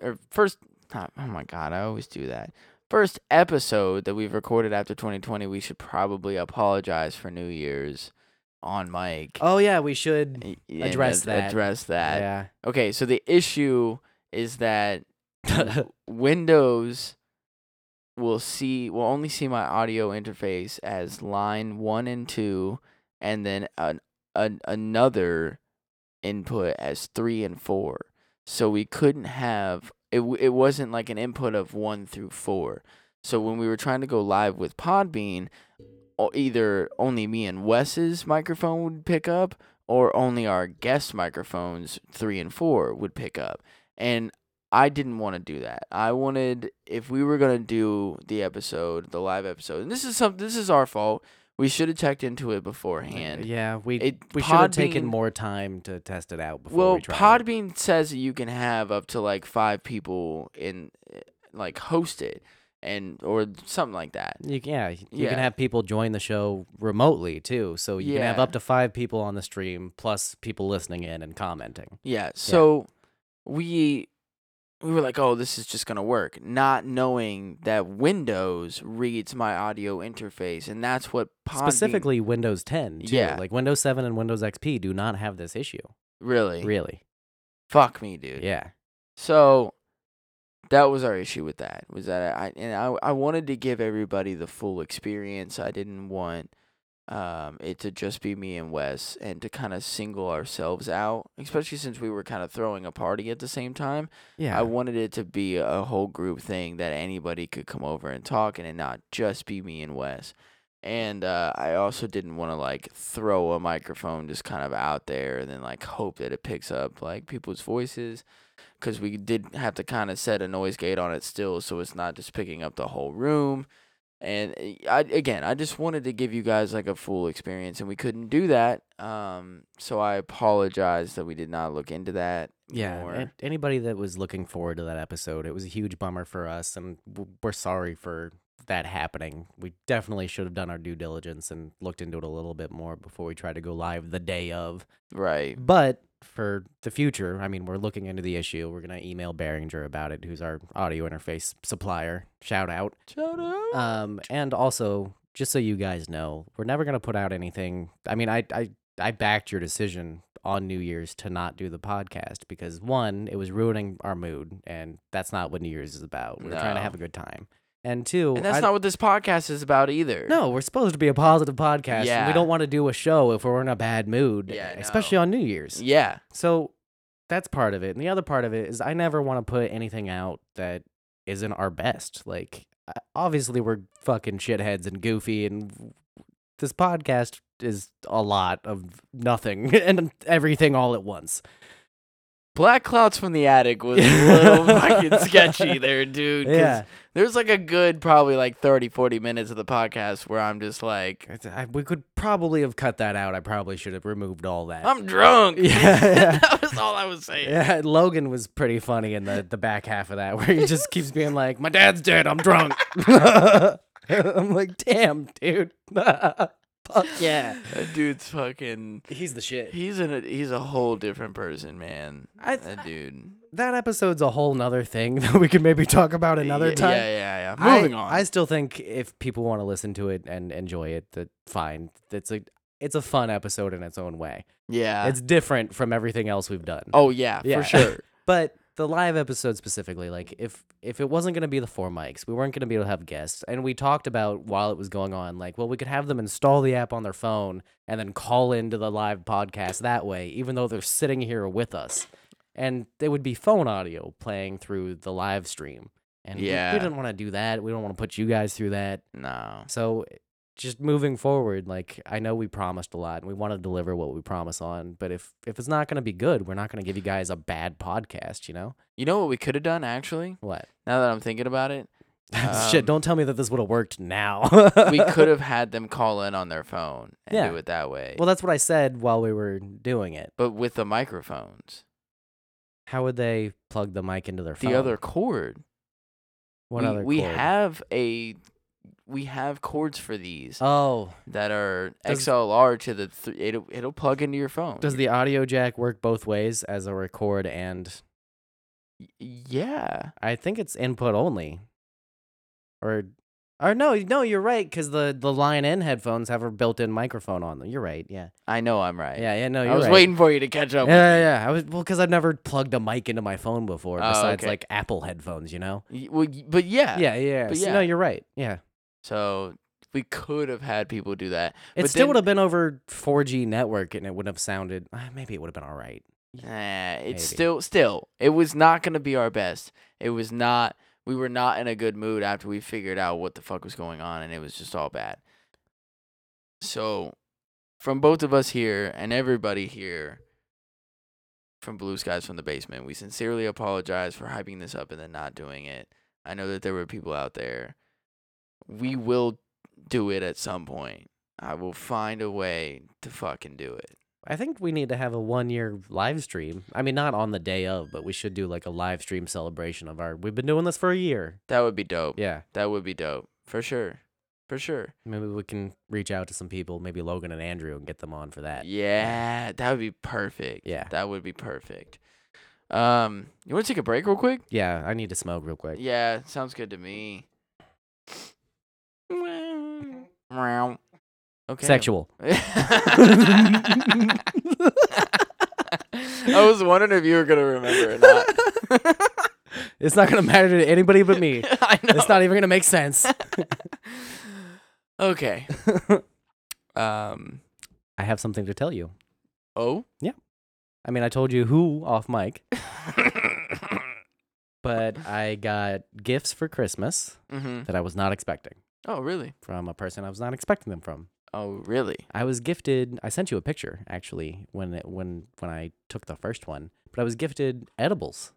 [SPEAKER 2] or first not, oh my god, I always do that. First episode that we've recorded after 2020, we should probably apologize for New Year's on mic.
[SPEAKER 1] oh yeah, we should.
[SPEAKER 2] y- and
[SPEAKER 1] address
[SPEAKER 2] ad-
[SPEAKER 1] that.
[SPEAKER 2] Address that.
[SPEAKER 1] Yeah,
[SPEAKER 2] Okay, so the issue is that Windows will see will only see my audio interface as line one and two, and then an, an another input as three and four. So we couldn't have it. w- It wasn't like an input of one through four. So when we were trying to go live with Podbean, o- either only me and Wes's microphone would pick up, or only our guest microphones three and four would pick up. And I didn't want to do that. I wanted if we were gonna do the episode, the live episode, and this is some this is our fault. We should have checked into it beforehand.
[SPEAKER 1] yeah, we
[SPEAKER 2] It-
[SPEAKER 1] we should have taken
[SPEAKER 2] Podbean-
[SPEAKER 1] more time to test it out before
[SPEAKER 2] Well,
[SPEAKER 1] we tried. it.
[SPEAKER 2] Podbean says that you can have up to like five people in, eh, like host it, and or something like that.
[SPEAKER 1] You, c- yeah, you
[SPEAKER 2] Yeah.
[SPEAKER 1] can have people join the show remotely too, so you can have
[SPEAKER 2] Yeah.
[SPEAKER 1] up to five people on the stream plus people listening in and commenting.
[SPEAKER 2] Yeah. So we we were like, "Oh, this is just gonna work," not knowing that Windows reads my audio interface, and that's what Podbean-
[SPEAKER 1] Specifically, Windows 10. Too.
[SPEAKER 2] Yeah.
[SPEAKER 1] Like Windows 7 and Windows XP do not have this issue.
[SPEAKER 2] really,
[SPEAKER 1] Really.
[SPEAKER 2] fuck me, dude.
[SPEAKER 1] Yeah.
[SPEAKER 2] So that was our issue with that was that I and I I wanted to give everybody the full experience. I didn't want um it to just be me and Wes and to kind of single ourselves out, especially since we were kind of throwing a party at the same time.
[SPEAKER 1] Yeah.
[SPEAKER 2] I wanted it to be a whole group thing that anybody could come over and talk and it not just be me and Wes. And uh, I also didn't want to like throw a microphone just kind of out there and then like hope that it picks up like people's voices because we did have to kind of set a noise gate on it still so it's not just picking up the whole room. And uh, I again, I just wanted to give you guys like a full experience and we couldn't do that. Um, so I apologize that we did not look into that.
[SPEAKER 1] yeah.
[SPEAKER 2] more.
[SPEAKER 1] and Anybody that was looking forward to that episode, it was a huge bummer for us, and w- we're sorry for that happening. We definitely should have done our due diligence and looked into it a little bit more before we tried to go live the day of.
[SPEAKER 2] right.
[SPEAKER 1] But for the future, I mean, we're looking into the issue. We're going to email Behringer about it, who's our audio interface supplier. Shout out.
[SPEAKER 2] Shout out.
[SPEAKER 1] Um, and also, just so you guys know, we're never gonna put out anything. I mean, I I I backed your decision on New Year's to not do the podcast because one, it was ruining our mood, and that's not what New Year's is about. We're trying to
[SPEAKER 2] No.
[SPEAKER 1] have a good time, and two,
[SPEAKER 2] and that's
[SPEAKER 1] I-
[SPEAKER 2] not what this podcast is about either.
[SPEAKER 1] no, we're supposed to be a positive podcast. And
[SPEAKER 2] Yeah.
[SPEAKER 1] we don't want to do a show if we're in a bad mood,
[SPEAKER 2] Yeah, I
[SPEAKER 1] especially on New Year's.
[SPEAKER 2] Yeah.
[SPEAKER 1] So that's part of it. And the other part of it is I never want to put anything out that isn't our best. Like, I- obviously, we're fucking shitheads and goofy, and this podcast is a lot of nothing and everything all at once.
[SPEAKER 2] Black Clouds from the Attic was a little fucking sketchy there, dude. 'cause
[SPEAKER 1] Yeah.
[SPEAKER 2] There's like a good probably like 30, 40 minutes of the podcast where I'm just like,
[SPEAKER 1] It's- I- we could probably have cut that out. I probably should have removed all that.
[SPEAKER 2] I'm drunk.
[SPEAKER 1] Yeah.
[SPEAKER 2] that was all I was saying.
[SPEAKER 1] yeah, Logan was pretty funny in the, the back half of that, where he just keeps being like, "My dad's dead. I'm drunk." I'm like, "Damn, dude." Fuck yeah.
[SPEAKER 2] That dude's fucking.
[SPEAKER 1] He's the shit.
[SPEAKER 2] He's in a he's a whole different person, man.
[SPEAKER 1] I-
[SPEAKER 2] that dude.
[SPEAKER 1] That episode's a whole nother thing that we could maybe talk about another
[SPEAKER 2] Yeah,
[SPEAKER 1] time.
[SPEAKER 2] Yeah, yeah, yeah. Moving
[SPEAKER 1] I,
[SPEAKER 2] on.
[SPEAKER 1] I still think if people want to listen to it and enjoy it, that fine. It's a it's a fun episode in its own way.
[SPEAKER 2] yeah.
[SPEAKER 1] it's different from everything else we've done.
[SPEAKER 2] oh yeah,
[SPEAKER 1] Yeah.
[SPEAKER 2] for sure.
[SPEAKER 1] But the live episode specifically, like if if it wasn't gonna be the four mics, we weren't gonna be able to have guests, and we talked about while it was going on, like, well, we could have them install the app on their phone and then call into the live podcast that way, even though they're sitting here with us, and it would be phone audio playing through the live stream. And we-
[SPEAKER 2] Yeah.
[SPEAKER 1] we didn't want to do that. We don't want to put you guys through that.
[SPEAKER 2] no.
[SPEAKER 1] So just moving forward, like I know we promised a lot and we want to deliver what we promise on, but if if it's not going to be good, we're not going to give you guys a bad podcast, you know?
[SPEAKER 2] You know what we could have done actually?
[SPEAKER 1] What?
[SPEAKER 2] Now that I'm thinking about it, Um,
[SPEAKER 1] Shit, don't tell me that this would have worked now.
[SPEAKER 2] we could have had them call in on their phone and
[SPEAKER 1] Yeah.
[SPEAKER 2] do it that way.
[SPEAKER 1] Well, that's what I said while we were doing it.
[SPEAKER 2] but with the microphones,
[SPEAKER 1] How would they plug the mic into their phone?
[SPEAKER 2] the other cord.
[SPEAKER 1] what
[SPEAKER 2] we,
[SPEAKER 1] other
[SPEAKER 2] we
[SPEAKER 1] cord?
[SPEAKER 2] have a we have cords for these
[SPEAKER 1] Oh,
[SPEAKER 2] that are
[SPEAKER 1] Does-
[SPEAKER 2] XLR to the th- it'll it'll plug into your phone.
[SPEAKER 1] does the audio jack work both ways as a record and
[SPEAKER 2] Y- yeah
[SPEAKER 1] I think it's input only. Or or no, no, you're right cuz the the line in headphones have a built-in microphone on them. You're right. Yeah.
[SPEAKER 2] I know I'm right.
[SPEAKER 1] Yeah, yeah, no, you're
[SPEAKER 2] I was
[SPEAKER 1] right.
[SPEAKER 2] waiting for you to catch
[SPEAKER 1] Yeah,
[SPEAKER 2] up.
[SPEAKER 1] yeah, yeah. I was well cuz I've never plugged a mic into my phone before
[SPEAKER 2] Oh,
[SPEAKER 1] besides
[SPEAKER 2] okay.
[SPEAKER 1] like Apple headphones, you know.
[SPEAKER 2] Y- Well, y- but yeah.
[SPEAKER 1] Yeah, yeah.
[SPEAKER 2] But
[SPEAKER 1] so-
[SPEAKER 2] yeah.
[SPEAKER 1] No, you're right. Yeah.
[SPEAKER 2] So we could have had people do that.
[SPEAKER 1] It
[SPEAKER 2] But
[SPEAKER 1] still
[SPEAKER 2] then-
[SPEAKER 1] would have been over 4G network and it wouldn't have sounded uh, maybe it would have been all right.
[SPEAKER 2] Nah, it's
[SPEAKER 1] Maybe.
[SPEAKER 2] still still it was not going to be our best. It was not we were not in a good mood after we figured out what the fuck was going on and it was just all bad. So from both of us here and everybody here from Blue Skies from the Basement, we sincerely apologize for hyping this up and then not doing it. I know that there were people out there. We will do it at some point. I will find a way to fucking do it.
[SPEAKER 1] I think we need to have a one year live stream. I mean, not on the day of, but we should do like a live stream celebration of our. We've been doing this for a year.
[SPEAKER 2] That would be dope.
[SPEAKER 1] Yeah.
[SPEAKER 2] That would be dope. For sure. For sure.
[SPEAKER 1] Maybe we can reach out to some people, maybe Logan and Andrew, and get them on for that.
[SPEAKER 2] Yeah, that would be perfect.
[SPEAKER 1] Yeah.
[SPEAKER 2] That would be perfect. Um, you want to take a break real quick?
[SPEAKER 1] Yeah, I need to smoke real quick.
[SPEAKER 2] Yeah, sounds good to me. Meow. okay.
[SPEAKER 1] Sexual.
[SPEAKER 2] I was wondering if you were gonna remember or not.
[SPEAKER 1] It's not gonna matter to anybody but me.
[SPEAKER 2] I know.
[SPEAKER 1] It's not even gonna make sense.
[SPEAKER 2] okay. um.
[SPEAKER 1] I have something to tell you.
[SPEAKER 2] Oh.
[SPEAKER 1] I mean, I told you who off mic, but I got gifts for Christmas
[SPEAKER 2] hmm
[SPEAKER 1] that I was not expecting
[SPEAKER 2] Oh really?
[SPEAKER 1] from a person I was not expecting them from.
[SPEAKER 2] Oh really?
[SPEAKER 1] I was gifted. I sent you a picture actually when it, when when I took the first one, but I was gifted edibles.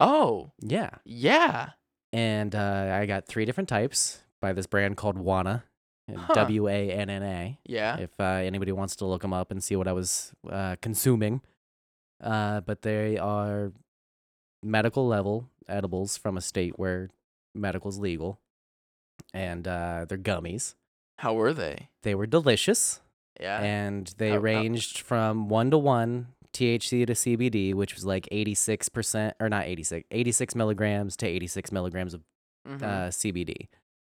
[SPEAKER 2] Oh
[SPEAKER 1] Yeah,
[SPEAKER 2] yeah.
[SPEAKER 1] and uh, I got three different types by this brand called Wana, and
[SPEAKER 2] Huh.
[SPEAKER 1] W A N N A.
[SPEAKER 2] Yeah.
[SPEAKER 1] if uh, anybody wants to look them up and see what I was uh, consuming. Uh, but they are medical level edibles from a state where medical's legal, and uh, they're gummies.
[SPEAKER 2] How were they?
[SPEAKER 1] They were delicious,
[SPEAKER 2] Yeah.
[SPEAKER 1] and they
[SPEAKER 2] Oh, oh.
[SPEAKER 1] ranged from one to one THC to CBD, which was like eighty six percent or not 86, 86 milligrams to eighty six milligrams of
[SPEAKER 2] Mhm.
[SPEAKER 1] uh, CBD.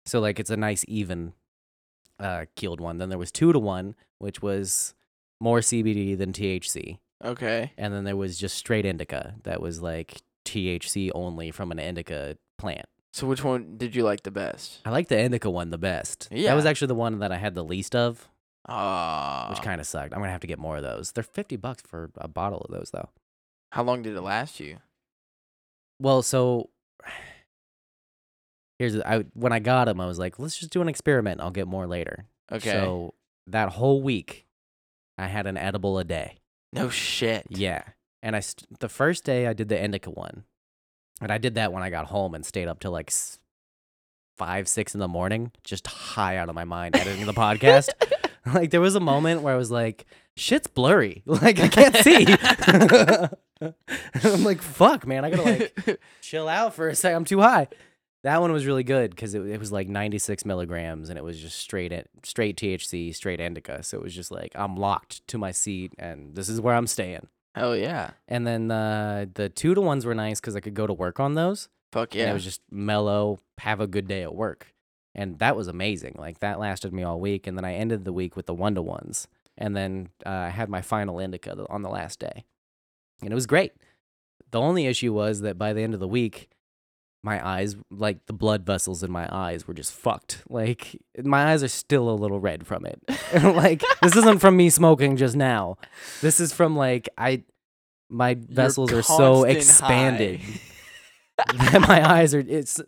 [SPEAKER 1] So like it's a nice even uh, keeled one. Then there was two to one, which was more CBD than THC,
[SPEAKER 2] okay.
[SPEAKER 1] and then there was just straight indica that was like THC only from an indica plant.
[SPEAKER 2] So which one did you like the best?
[SPEAKER 1] I like the indica one the best. that was
[SPEAKER 2] Yeah.
[SPEAKER 1] actually the one that I had the least of,
[SPEAKER 2] Ah.
[SPEAKER 1] which kind of sucked. I'm gonna have to get more of those. They're fifty bucks for a bottle of those though.
[SPEAKER 2] How long did it last you?
[SPEAKER 1] Well, so here's the, I when I got them, I was like, let's just do an experiment. I'll get more later.
[SPEAKER 2] Okay.
[SPEAKER 1] So that whole week, I had an edible a day.
[SPEAKER 2] no shit.
[SPEAKER 1] Yeah. And I st- the first day I did the indica one, and I did that when I got home and stayed up till like s- five six in the morning, just high out of my mind editing the podcast. Like there was a moment where I was like, shit's blurry. Like I can't see. I'm like, fuck, man. I gotta like chill out for a sec. I'm too high. That one was really good because it, it was like 96 milligrams and it was just straight in, straight THC, straight indica. So it was just like I'm locked to my seat and this is where I'm staying.
[SPEAKER 2] Hell yeah.
[SPEAKER 1] And then uh, the two to ones were nice because I could go to work on those.
[SPEAKER 2] Fuck
[SPEAKER 1] And
[SPEAKER 2] yeah.
[SPEAKER 1] it was just mellow, have a good day at work. And that was amazing. Like that lasted me all week. And then I ended the week with the one to ones. And then uh, I had my final indica th- on the last day. And it was great. The only issue was that by the end of the week, my eyes, like the blood vessels in my eyes, were just fucked. Like my eyes are still a little red from it. like this isn't from me smoking just now. This is from like I, my
[SPEAKER 2] Your
[SPEAKER 1] vessels are so
[SPEAKER 2] constant high.
[SPEAKER 1] expanded that my eyes are it's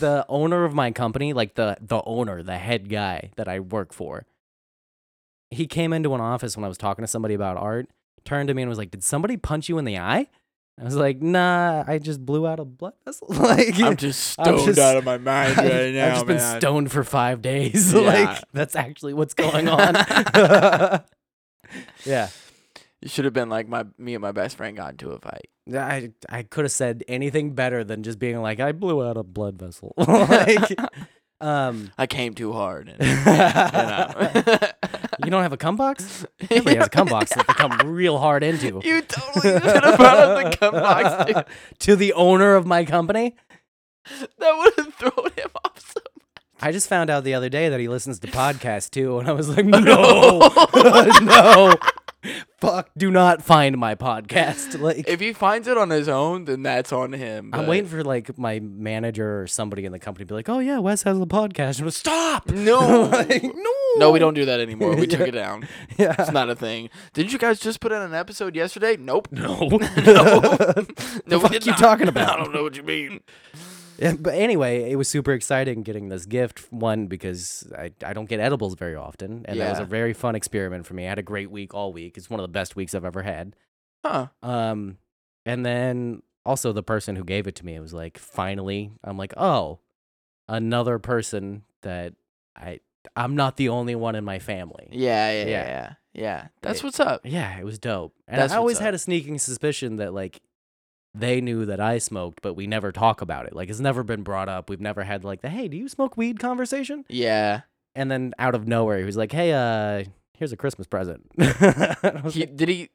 [SPEAKER 1] the owner of my company like the the owner the head guy that i work for he came into an office when i was talking to somebody about art turned to me and was like did somebody punch you in the eye i was like nah i just blew out a blood vessel like
[SPEAKER 2] I'm just
[SPEAKER 1] I'm
[SPEAKER 2] stoned
[SPEAKER 1] just-
[SPEAKER 2] out of my mind
[SPEAKER 1] I've-
[SPEAKER 2] right now,
[SPEAKER 1] I've just
[SPEAKER 2] man.
[SPEAKER 1] been stoned for five days.
[SPEAKER 2] Yeah.
[SPEAKER 1] like that's actually what's going on. yeah,
[SPEAKER 2] You should have been like my me and my best friend got into a fight.
[SPEAKER 1] I I could have said anything better than just being like I blew out a blood vessel. like, um,
[SPEAKER 2] I came too hard. And, yeah,
[SPEAKER 1] you don't have a cum box?
[SPEAKER 2] you know.
[SPEAKER 1] Everybody has a cum box that they come real hard into.
[SPEAKER 2] you totally should have brought up the cum box. Dude.
[SPEAKER 1] to the owner of my company.
[SPEAKER 2] That would have thrown him off. So
[SPEAKER 1] I just found out the other day that he listens to podcasts too, and I was like, no, no, fuck, do not find my podcast. Like,
[SPEAKER 2] If uh, he finds it on his own, then that's on him.
[SPEAKER 1] I'm
[SPEAKER 2] but-
[SPEAKER 1] waiting for like my manager or somebody in the company to be like, oh yeah, Wes has a podcast. And I'm like, stop.
[SPEAKER 2] No,
[SPEAKER 1] Like, no,
[SPEAKER 2] no, we don't do that anymore. We took it down.
[SPEAKER 1] Yeah.
[SPEAKER 2] It's not a thing. Didn't you guys just put out an episode yesterday? Nope.
[SPEAKER 1] No,
[SPEAKER 2] No,
[SPEAKER 1] fuck you talking about?
[SPEAKER 2] I don't know what you mean.
[SPEAKER 1] Yeah, but anyway, it was super exciting getting this gift. One because I, I don't get edibles very often, and that was a
[SPEAKER 2] Yeah.
[SPEAKER 1] very fun experiment for me. I had a great week all week. It's one of the best weeks I've ever had.
[SPEAKER 2] Huh.
[SPEAKER 1] Um, and then also the person who gave it to me was like, finally, I'm like, oh, another person that I I'm not the only one in my family.
[SPEAKER 2] Yeah, yeah, yeah,
[SPEAKER 1] Yeah.
[SPEAKER 2] yeah. yeah. That's what's up.
[SPEAKER 1] Yeah, it was dope. And
[SPEAKER 2] That's
[SPEAKER 1] I
[SPEAKER 2] what's
[SPEAKER 1] always
[SPEAKER 2] up.
[SPEAKER 1] had a sneaking suspicion that like they knew that I smoked, but we never talk about it. Like it's never been brought up. We've never had like the hey, do you smoke weed conversation?
[SPEAKER 2] Yeah.
[SPEAKER 1] And then out of nowhere, he was like, hey, uh, here's a Christmas present. And I was
[SPEAKER 2] He,
[SPEAKER 1] like,
[SPEAKER 2] did he?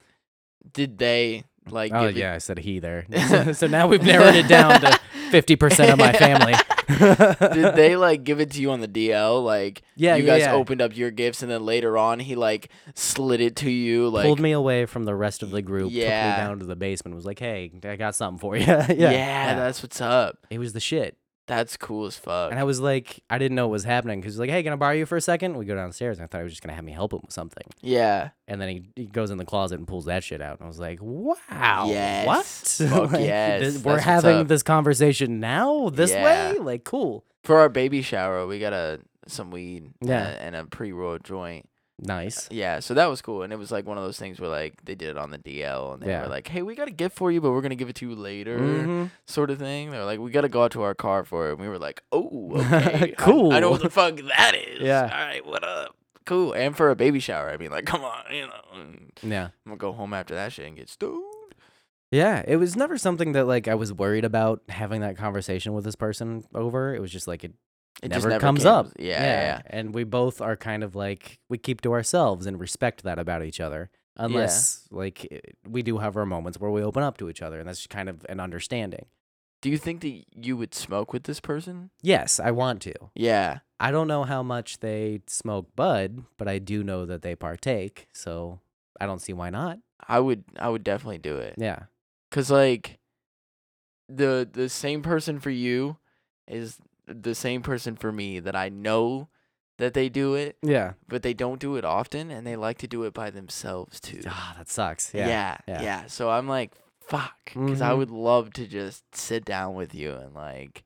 [SPEAKER 2] Did they? Like,
[SPEAKER 1] Oh
[SPEAKER 2] give it-
[SPEAKER 1] yeah, I said he there. so now we've narrowed it down to fifty percent of my family.
[SPEAKER 2] did they like give it to you on the DL? Like,
[SPEAKER 1] Yeah,
[SPEAKER 2] you
[SPEAKER 1] yeah,
[SPEAKER 2] guys
[SPEAKER 1] yeah.
[SPEAKER 2] opened up your gifts, and then later on, he like slid it to you. Like,
[SPEAKER 1] Pulled me away from the rest of the group. Took
[SPEAKER 2] yeah.
[SPEAKER 1] me down to the basement. Was like, hey, I got something for you. yeah,
[SPEAKER 2] yeah, that's what's up.
[SPEAKER 1] it was the shit.
[SPEAKER 2] That's cool as fuck.
[SPEAKER 1] And I was like, I didn't know what was happening because he's like, hey, can I borrow you for a second? We go downstairs, and I thought he was just gonna have me help him with something.
[SPEAKER 2] yeah,
[SPEAKER 1] And then he, he goes in the closet and pulls that shit out. And I was like, wow.
[SPEAKER 2] Yes.
[SPEAKER 1] What?
[SPEAKER 2] Fuck yes.
[SPEAKER 1] this-
[SPEAKER 2] That's
[SPEAKER 1] we're
[SPEAKER 2] what's
[SPEAKER 1] having
[SPEAKER 2] up.
[SPEAKER 1] this conversation now this
[SPEAKER 2] Yeah.
[SPEAKER 1] way? Like, cool.
[SPEAKER 2] for our baby shower, we got a some weed.
[SPEAKER 1] Yeah.
[SPEAKER 2] and a, and a pre-roll joint.
[SPEAKER 1] Nice.
[SPEAKER 2] Yeah, so that was cool, and it was like one of those things where like they did it on the DL, and they
[SPEAKER 1] Yeah.
[SPEAKER 2] were like, "Hey, we got a gift for you, but we're gonna give it to you later."
[SPEAKER 1] Mhm.
[SPEAKER 2] sort of thing. They're like, we got to go out to our car for it. And we were like, oh, okay. I-
[SPEAKER 1] Cool.
[SPEAKER 2] I, know what the fuck that is.
[SPEAKER 1] Yeah.
[SPEAKER 2] All right, what up? Cool. And for a baby shower, I mean, like, come on, you know. I'm
[SPEAKER 1] Yeah.
[SPEAKER 2] going to go home after that shit and get stoned.
[SPEAKER 1] Yeah, it was never something that like I was worried about having that conversation with this person over. It was just like it,
[SPEAKER 2] It
[SPEAKER 1] never,
[SPEAKER 2] just never
[SPEAKER 1] comes
[SPEAKER 2] came-
[SPEAKER 1] up.
[SPEAKER 2] Yeah, yeah, yeah.
[SPEAKER 1] And we both are kind of like we keep to ourselves and respect that about each other. Unless like it- we do have our moments where we open up to each other and that's just kind of an understanding.
[SPEAKER 2] Do you think that you would smoke with this person?
[SPEAKER 1] Yes, I want to.
[SPEAKER 2] Yeah.
[SPEAKER 1] I don't know how much they smoke bud, but I do know that they partake, so I don't see why not.
[SPEAKER 2] I would I would definitely do it.
[SPEAKER 1] Yeah.
[SPEAKER 2] Cause like the the same person for you is the same person for me that I know that they do it
[SPEAKER 1] Yeah.
[SPEAKER 2] but they don't do it often and they like to do it by themselves too.
[SPEAKER 1] Ah, that sucks.
[SPEAKER 2] Yeah.
[SPEAKER 1] Yeah.
[SPEAKER 2] Yeah. So I'm like, fuck. Because I
[SPEAKER 1] Mhm.
[SPEAKER 2] would love to just sit down with you and like,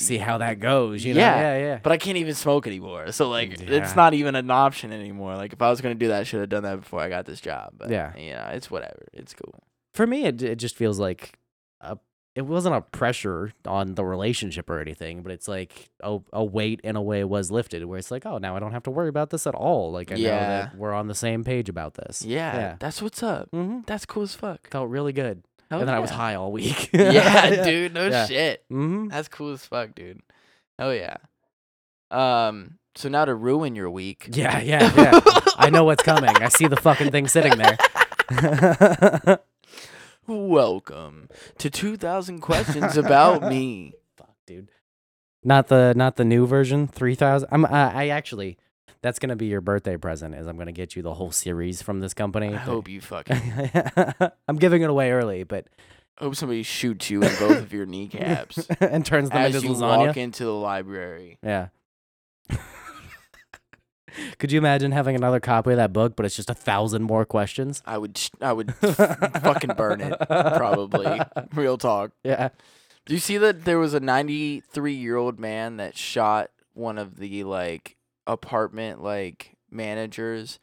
[SPEAKER 1] See how that goes, you know?
[SPEAKER 2] Yeah.
[SPEAKER 1] Yeah, yeah.
[SPEAKER 2] but I can't even smoke anymore. So like,
[SPEAKER 1] Mm, Yeah.
[SPEAKER 2] it's not even an option anymore. Like, if I was going to do that, I should have done that before I got this job. But
[SPEAKER 1] Yeah.
[SPEAKER 2] yeah. You know, it's whatever. It's cool.
[SPEAKER 1] for me it, it just feels like a, it wasn't a pressure on the relationship or anything but it's like a, a weight in a way was lifted where it's like oh now i don't have to worry about this at all like i know that
[SPEAKER 2] Yeah.
[SPEAKER 1] we're on the same page about this
[SPEAKER 2] Yeah. That's what's up.
[SPEAKER 1] hmm
[SPEAKER 2] That's cool as fuck.
[SPEAKER 1] felt really good
[SPEAKER 2] Hell
[SPEAKER 1] and then i was
[SPEAKER 2] yeah.
[SPEAKER 1] high all week
[SPEAKER 2] yeah, dude. No
[SPEAKER 1] Yeah.
[SPEAKER 2] shit.
[SPEAKER 1] hmm
[SPEAKER 2] That's cool as fuck, dude. Oh yeah. Um. So now to ruin your week.
[SPEAKER 1] yeah yeah yeah i know what's coming i see the fucking thing sitting there
[SPEAKER 2] Welcome to 2000 questions about me.
[SPEAKER 1] fuck dude not the not the new version 3000 i'm i, I actually that's gonna be your birthday present is i'm gonna get you the whole series from this company
[SPEAKER 2] I
[SPEAKER 1] They-
[SPEAKER 2] hope you fucking
[SPEAKER 1] I'm giving it away early, but
[SPEAKER 2] hope somebody shoots you in both of your kneecaps
[SPEAKER 1] and turns them
[SPEAKER 2] as
[SPEAKER 1] into
[SPEAKER 2] you
[SPEAKER 1] lasagna.
[SPEAKER 2] walk into the library.
[SPEAKER 1] Yeah. Could you imagine having another copy of that book, but it's just a thousand more questions?
[SPEAKER 2] I would sh- I would f- fucking burn it probably. Real talk.
[SPEAKER 1] Yeah.
[SPEAKER 2] Do you see that there was a 93-year-old man that shot one of the like apartment like managers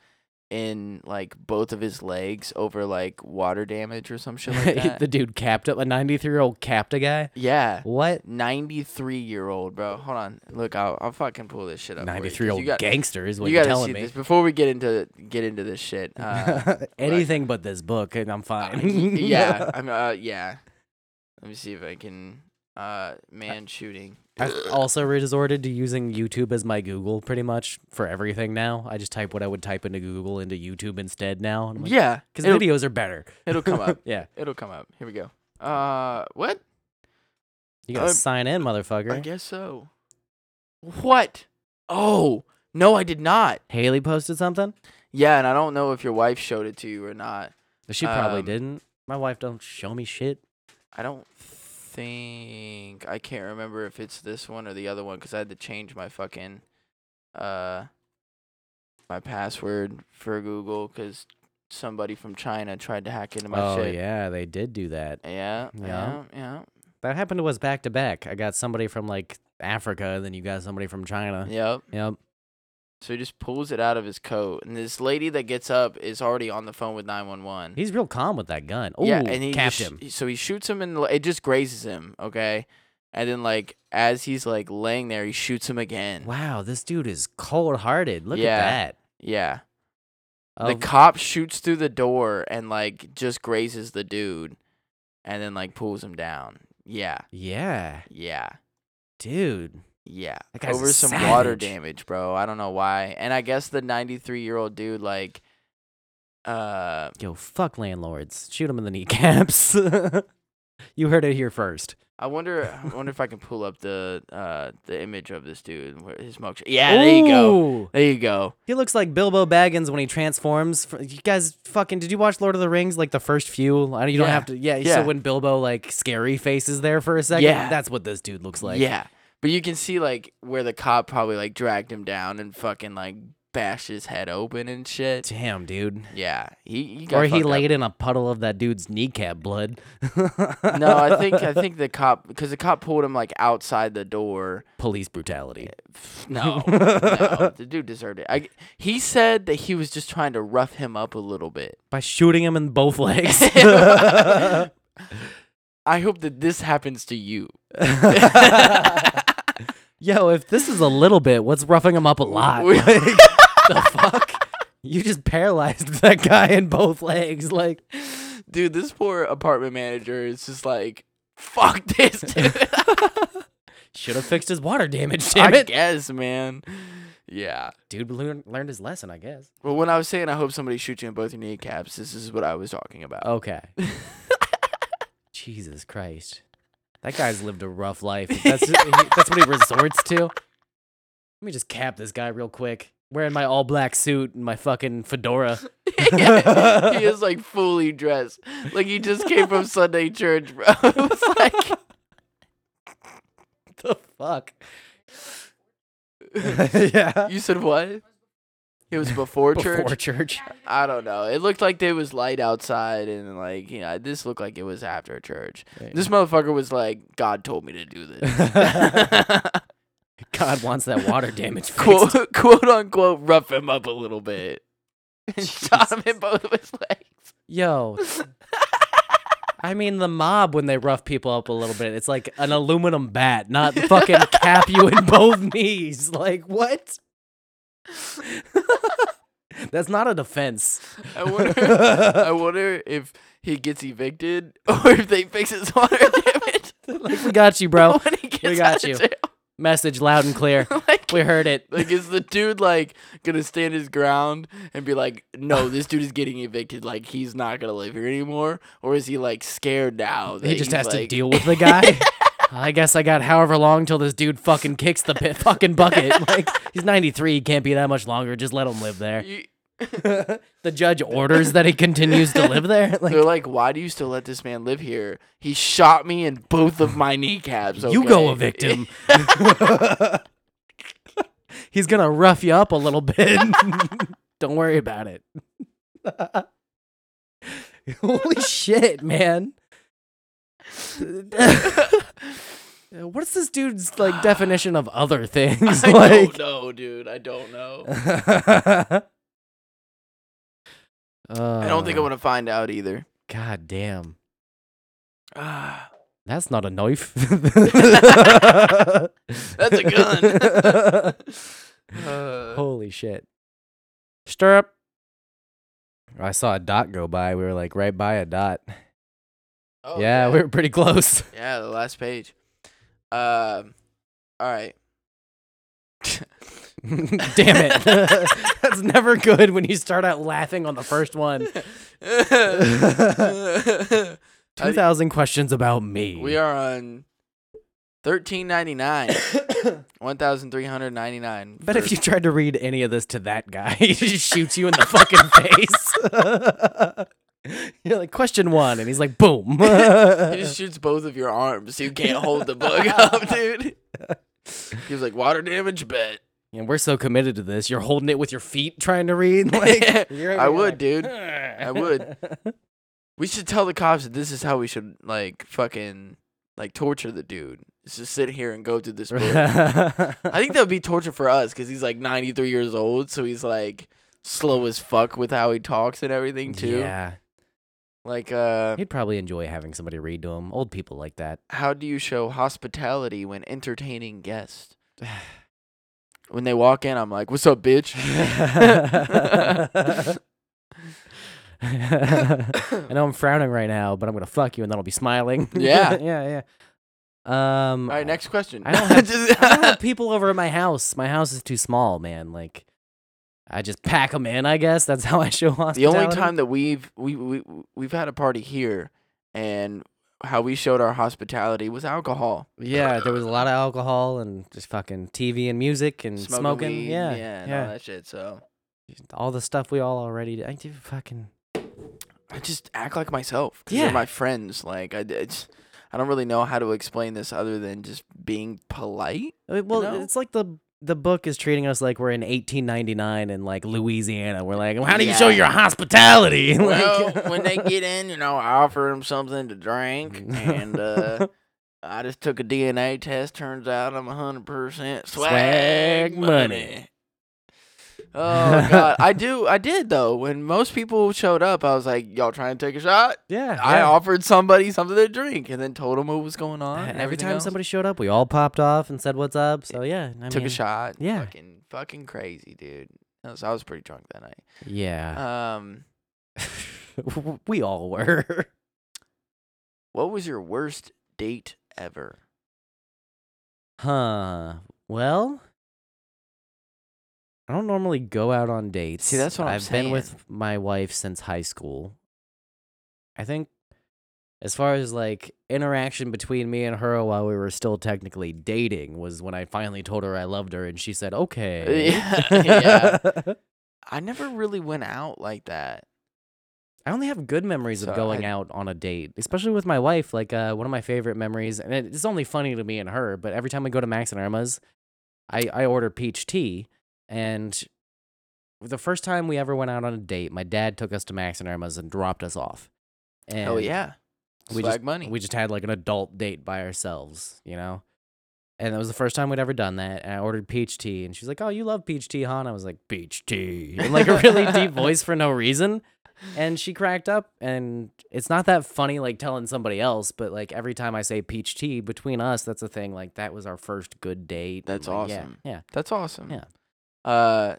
[SPEAKER 2] in like both of his legs over like water damage or some shit like that?
[SPEAKER 1] the dude capped up a 93 year old capped a guy.
[SPEAKER 2] yeah.
[SPEAKER 1] What?
[SPEAKER 2] 93 year old, bro. Hold on. Look, I'll, I'll fucking pull this shit up. for you, 'cause
[SPEAKER 1] 93 year
[SPEAKER 2] you
[SPEAKER 1] old
[SPEAKER 2] got-
[SPEAKER 1] gangster is what
[SPEAKER 2] you
[SPEAKER 1] you are
[SPEAKER 2] gotta
[SPEAKER 1] telling
[SPEAKER 2] see
[SPEAKER 1] me.
[SPEAKER 2] this before we get into get into this shit. Uh,
[SPEAKER 1] Anything but this book, and I'm
[SPEAKER 2] y-
[SPEAKER 1] fine.
[SPEAKER 2] yeah, I'm. Uh, yeah. Let me see if I can. Uh, man shooting.
[SPEAKER 1] I've also resorted to using YouTube as my Google pretty much for everything now. I just type what I would type into Google into YouTube instead now. and I'm like,
[SPEAKER 2] Yeah,
[SPEAKER 1] Because
[SPEAKER 2] it'll,
[SPEAKER 1] videos are better.
[SPEAKER 2] it'll come up.
[SPEAKER 1] Yeah.
[SPEAKER 2] It'll come up. Here we go. Uh, what?
[SPEAKER 1] You gotta
[SPEAKER 2] Uh,
[SPEAKER 1] sign in,
[SPEAKER 2] I
[SPEAKER 1] motherfucker.
[SPEAKER 2] guess so. What? Oh no, I did not.
[SPEAKER 1] Haley posted something?
[SPEAKER 2] Yeah, and I don't know if your wife showed it to you or not.
[SPEAKER 1] She probably
[SPEAKER 2] Um,
[SPEAKER 1] didn't. My wife don't show me shit.
[SPEAKER 2] I don't think I can't remember if it's this one or the other one because I had to change my fucking uh my password for Google because somebody from China tried to hack into my
[SPEAKER 1] oh
[SPEAKER 2] shit.
[SPEAKER 1] yeah, they did do that.
[SPEAKER 2] Yeah,
[SPEAKER 1] Yeah.
[SPEAKER 2] yeah, yeah, yeah,
[SPEAKER 1] That happened to us back to back. I got somebody from like Africa, and then you got somebody from China.
[SPEAKER 2] Yep.
[SPEAKER 1] Yep.
[SPEAKER 2] So he just pulls it out of his coat, and this lady that gets up is already on the phone with nine one one.
[SPEAKER 1] He's real calm with that gun. Ooh,
[SPEAKER 2] yeah, and he
[SPEAKER 1] capped
[SPEAKER 2] just-
[SPEAKER 1] him.
[SPEAKER 2] he- So he shoots him, and it just grazes him. Okay, and then like as he's like laying there, he shoots him again.
[SPEAKER 1] Wow, this dude is cold hearted. Look
[SPEAKER 2] Yeah.
[SPEAKER 1] at that.
[SPEAKER 2] Yeah.
[SPEAKER 1] Oh,
[SPEAKER 2] the cop shoots through the door and like just grazes the dude and then like pulls him down. Yeah.
[SPEAKER 1] yeah,
[SPEAKER 2] Yeah.
[SPEAKER 1] dude.
[SPEAKER 2] Yeah.
[SPEAKER 1] That guy's a
[SPEAKER 2] Over some water
[SPEAKER 1] savage.
[SPEAKER 2] damage, bro. I don't know why. And I guess the 93 year old dude, like, Uh,
[SPEAKER 1] Yo, fuck landlords. Shoot them in the kneecaps. you heard it here first.
[SPEAKER 2] I wonder. I wonder if I can pull up the uh the image of this dude and where his mugshot. Yeah, there you go.
[SPEAKER 1] Ooh.
[SPEAKER 2] There you go.
[SPEAKER 1] He looks like Bilbo Baggins when he transforms. Fr- You guys, fucking, did you watch Lord of the Rings? Like the first few, I don't- you don't
[SPEAKER 2] Yeah.
[SPEAKER 1] have to. Yeah,
[SPEAKER 2] Yeah.
[SPEAKER 1] So when Bilbo like scary faces there for a second,
[SPEAKER 2] Yeah.
[SPEAKER 1] that's what this dude looks like.
[SPEAKER 2] yeah, but you can see like where the cop probably like dragged him down and fucking like bashed his head open and shit.
[SPEAKER 1] Damn, dude.
[SPEAKER 2] Yeah, he, he got
[SPEAKER 1] Or he
[SPEAKER 2] fucked up.
[SPEAKER 1] laid in a puddle of that dude's kneecap blood.
[SPEAKER 2] No, I think I think the cop because the cop pulled him like outside the door.
[SPEAKER 1] Police brutality.
[SPEAKER 2] No, no, the dude deserved it. I, he said that he was just trying to rough him up a little bit.
[SPEAKER 1] By shooting him in both legs.
[SPEAKER 2] I hope that this happens to you.
[SPEAKER 1] Yo, if this is a little bit, what's roughing him up a lot?
[SPEAKER 2] We-
[SPEAKER 1] Like, the fuck? You just paralyzed that guy in both legs. Like,
[SPEAKER 2] Dude, this poor apartment manager is just like, fuck this, dude.
[SPEAKER 1] should have fixed his water damage, damn
[SPEAKER 2] I
[SPEAKER 1] it.
[SPEAKER 2] guess, man. Yeah.
[SPEAKER 1] Dude learn- learned his lesson, I guess.
[SPEAKER 2] Well, when I was saying I hope somebody shoots you in both your kneecaps, this is what I was talking about.
[SPEAKER 1] Okay. Jesus Christ. That guy's lived a rough life. If That's, he- that's what he resorts to. Let me just cap this guy real quick. Wearing my all black suit and my fucking fedora.
[SPEAKER 2] he is like fully dressed. Like he just came from Sunday church, bro. it's like
[SPEAKER 1] the fuck? yeah.
[SPEAKER 2] you said what? It was before,
[SPEAKER 1] Before
[SPEAKER 2] church.
[SPEAKER 1] church.
[SPEAKER 2] I don't know. It looked like there was light outside, and like you know, this looked like it was after church. This motherfucker was like, "God told me to do this."
[SPEAKER 1] God wants that water damage fixed.
[SPEAKER 2] quote, quote unquote, rough him up a little bit. And shot him in both of his legs.
[SPEAKER 1] Yo. I mean, the mob, when they rough people up a little bit, it's like an aluminum bat, not fucking cap you in both knees. Like, what? That's not a defense.
[SPEAKER 2] I wonder. I wonder if he gets evicted or if they fix his water damage
[SPEAKER 1] Like, we got you, bro.
[SPEAKER 2] when he gets
[SPEAKER 1] we got
[SPEAKER 2] out
[SPEAKER 1] you.
[SPEAKER 2] of jail.
[SPEAKER 1] Message loud and clear.
[SPEAKER 2] Like-
[SPEAKER 1] We heard it.
[SPEAKER 2] Like, is the dude like gonna stand his ground and be like, "No, this dude is getting evicted. Like, he's not gonna live here anymore," or is he like scared now? That
[SPEAKER 1] He just
[SPEAKER 2] he's,
[SPEAKER 1] has to
[SPEAKER 2] like-
[SPEAKER 1] deal with the guy. I guess I got however long till this dude fucking kicks the pit fucking bucket. Like he's 93, he can't be that much longer. Just let him live there.
[SPEAKER 2] You-
[SPEAKER 1] The judge orders that he continues to live there. Like
[SPEAKER 2] they're like, "Why do you still let this man live here? He shot me in both of my kneecaps."
[SPEAKER 1] you go
[SPEAKER 2] okay?"
[SPEAKER 1] evict him. he's gonna rough you up a little bit. Don't worry about it. Holy shit, man. What's this dude's like definition of other things?
[SPEAKER 2] I
[SPEAKER 1] like
[SPEAKER 2] don't know, dude. I don't know. I don't think I want to find out either.
[SPEAKER 1] to. Uh, God damn,
[SPEAKER 2] Ah,
[SPEAKER 1] that's not a knife.
[SPEAKER 2] that's a gun. Uh,
[SPEAKER 1] Holy shit! Stirrup. I saw a dot go by. We were like right by a dot.
[SPEAKER 2] oh,
[SPEAKER 1] yeah, we were pretty close.
[SPEAKER 2] Yeah, the last page. Um, all right.
[SPEAKER 1] Damn it! That's never good when you start out laughing on the first one. Two thousand questions about me.
[SPEAKER 2] we are on thirteen ninety nine, one thousand three hundred ninety nine.
[SPEAKER 1] But if you tried to read any of this to that guy, he just shoots you in the fucking face. You're like, question one. And he's like, boom.
[SPEAKER 2] he just shoots both of your arms, so you can't hold the book up, dude. He was like water damage bet.
[SPEAKER 1] and we're so committed to this. You're holding it with your feet trying to read. Like, you're
[SPEAKER 2] I
[SPEAKER 1] over here
[SPEAKER 2] would,
[SPEAKER 1] like,
[SPEAKER 2] dude. I would. We should tell the cops that this is how we should like fucking like torture the dude. Is just sit here and go through this book. I think that would be torture for us because he's like 93 years old, so he's like slow as fuck with how he talks and everything too.
[SPEAKER 1] Yeah.
[SPEAKER 2] Like, uh,
[SPEAKER 1] He'd probably enjoy having somebody read to him. Old people like that.
[SPEAKER 2] how do you show hospitality when entertaining guests? when they walk in, I'm like, "What's up, bitch?"
[SPEAKER 1] I know I'm frowning right now, but I'm gonna fuck you, and then I'll be smiling.
[SPEAKER 2] Yeah.
[SPEAKER 1] yeah, yeah. Um.
[SPEAKER 2] All right, next question.
[SPEAKER 1] I don't have-
[SPEAKER 2] Just-
[SPEAKER 1] I don't have people over at my house. My house is too small, man. Like, I just pack them in. I guess that's how I show
[SPEAKER 2] The
[SPEAKER 1] hospitality.
[SPEAKER 2] only time that we've we, we we've had a party here and how we showed our hospitality was alcohol.
[SPEAKER 1] Yeah, there was a lot of alcohol and just fucking TV and music and smoking.
[SPEAKER 2] weed,
[SPEAKER 1] yeah,
[SPEAKER 2] yeah, and all that shit. So
[SPEAKER 1] All the stuff we all already did. I do fucking.
[SPEAKER 2] I just act like myself. Yeah,
[SPEAKER 1] Yeah.
[SPEAKER 2] they're my friends. Like I, it's, I don't really know how to explain this other than just being polite.
[SPEAKER 1] I mean, Well,
[SPEAKER 2] know?
[SPEAKER 1] it's like the the book is treating us like we're in 1899 in like Louisiana. We're like, well, how do you show
[SPEAKER 2] Yeah.
[SPEAKER 1] your hospitality? Like-
[SPEAKER 2] Well, when they get in, you know, I offer them something to drink, and uh, I just took a DNA test. Turns out I'm 100% swag,
[SPEAKER 1] Swag money.
[SPEAKER 2] money. Oh God, I do. I did though. When most people showed up, I was like, "Y'all trying to take a shot?"
[SPEAKER 1] yeah,
[SPEAKER 2] I
[SPEAKER 1] yeah.
[SPEAKER 2] offered somebody something to drink, and then told them what was going on.
[SPEAKER 1] Uh,
[SPEAKER 2] and
[SPEAKER 1] Every
[SPEAKER 2] everything
[SPEAKER 1] time
[SPEAKER 2] else.
[SPEAKER 1] somebody showed up, we all popped off and said what's up. So yeah, I
[SPEAKER 2] took
[SPEAKER 1] mean,
[SPEAKER 2] a shot,
[SPEAKER 1] yeah.
[SPEAKER 2] fucking, fucking crazy, dude. I was, I was pretty drunk that night.
[SPEAKER 1] Yeah,
[SPEAKER 2] Um,
[SPEAKER 1] we all were.
[SPEAKER 2] what was your worst date ever?
[SPEAKER 1] Huh. Well, I don't normally go out on dates.
[SPEAKER 2] that's what I'm
[SPEAKER 1] I've been with my wife since high school. I think as far as like interaction between me and her while we were still technically dating was when I finally told her I loved her and she said, "Okay."
[SPEAKER 2] Uh, Yeah, yeah. I never really went out like that.
[SPEAKER 1] I only have good memories
[SPEAKER 2] So
[SPEAKER 1] of going
[SPEAKER 2] I-
[SPEAKER 1] out on a date, especially with my wife. Like uh, one of my favorite memories, and it- it's only funny to me and her. But every time we go to Max and Irma's, I I order peach tea, and the first time we ever went out on a date, my dad took us to Max and Irma's and dropped us off. And
[SPEAKER 2] oh yeah,
[SPEAKER 1] we
[SPEAKER 2] swag
[SPEAKER 1] just,
[SPEAKER 2] money.
[SPEAKER 1] We just had like an adult date by ourselves, you know? And that was the first time we'd ever done that. And I ordered peach tea. And she's like, Oh, you love peach tea, huh? And I was like, Peach tea. In like a really deep voice for no reason. And she cracked up. And it's not that funny like telling somebody else, but like every time I say peach tea between us, that's a thing. Like that was our first good date. and,
[SPEAKER 2] That's
[SPEAKER 1] like, yeah,
[SPEAKER 2] awesome. Hmm.
[SPEAKER 1] Yeah.
[SPEAKER 2] That's awesome.
[SPEAKER 1] Yeah.
[SPEAKER 2] Uh,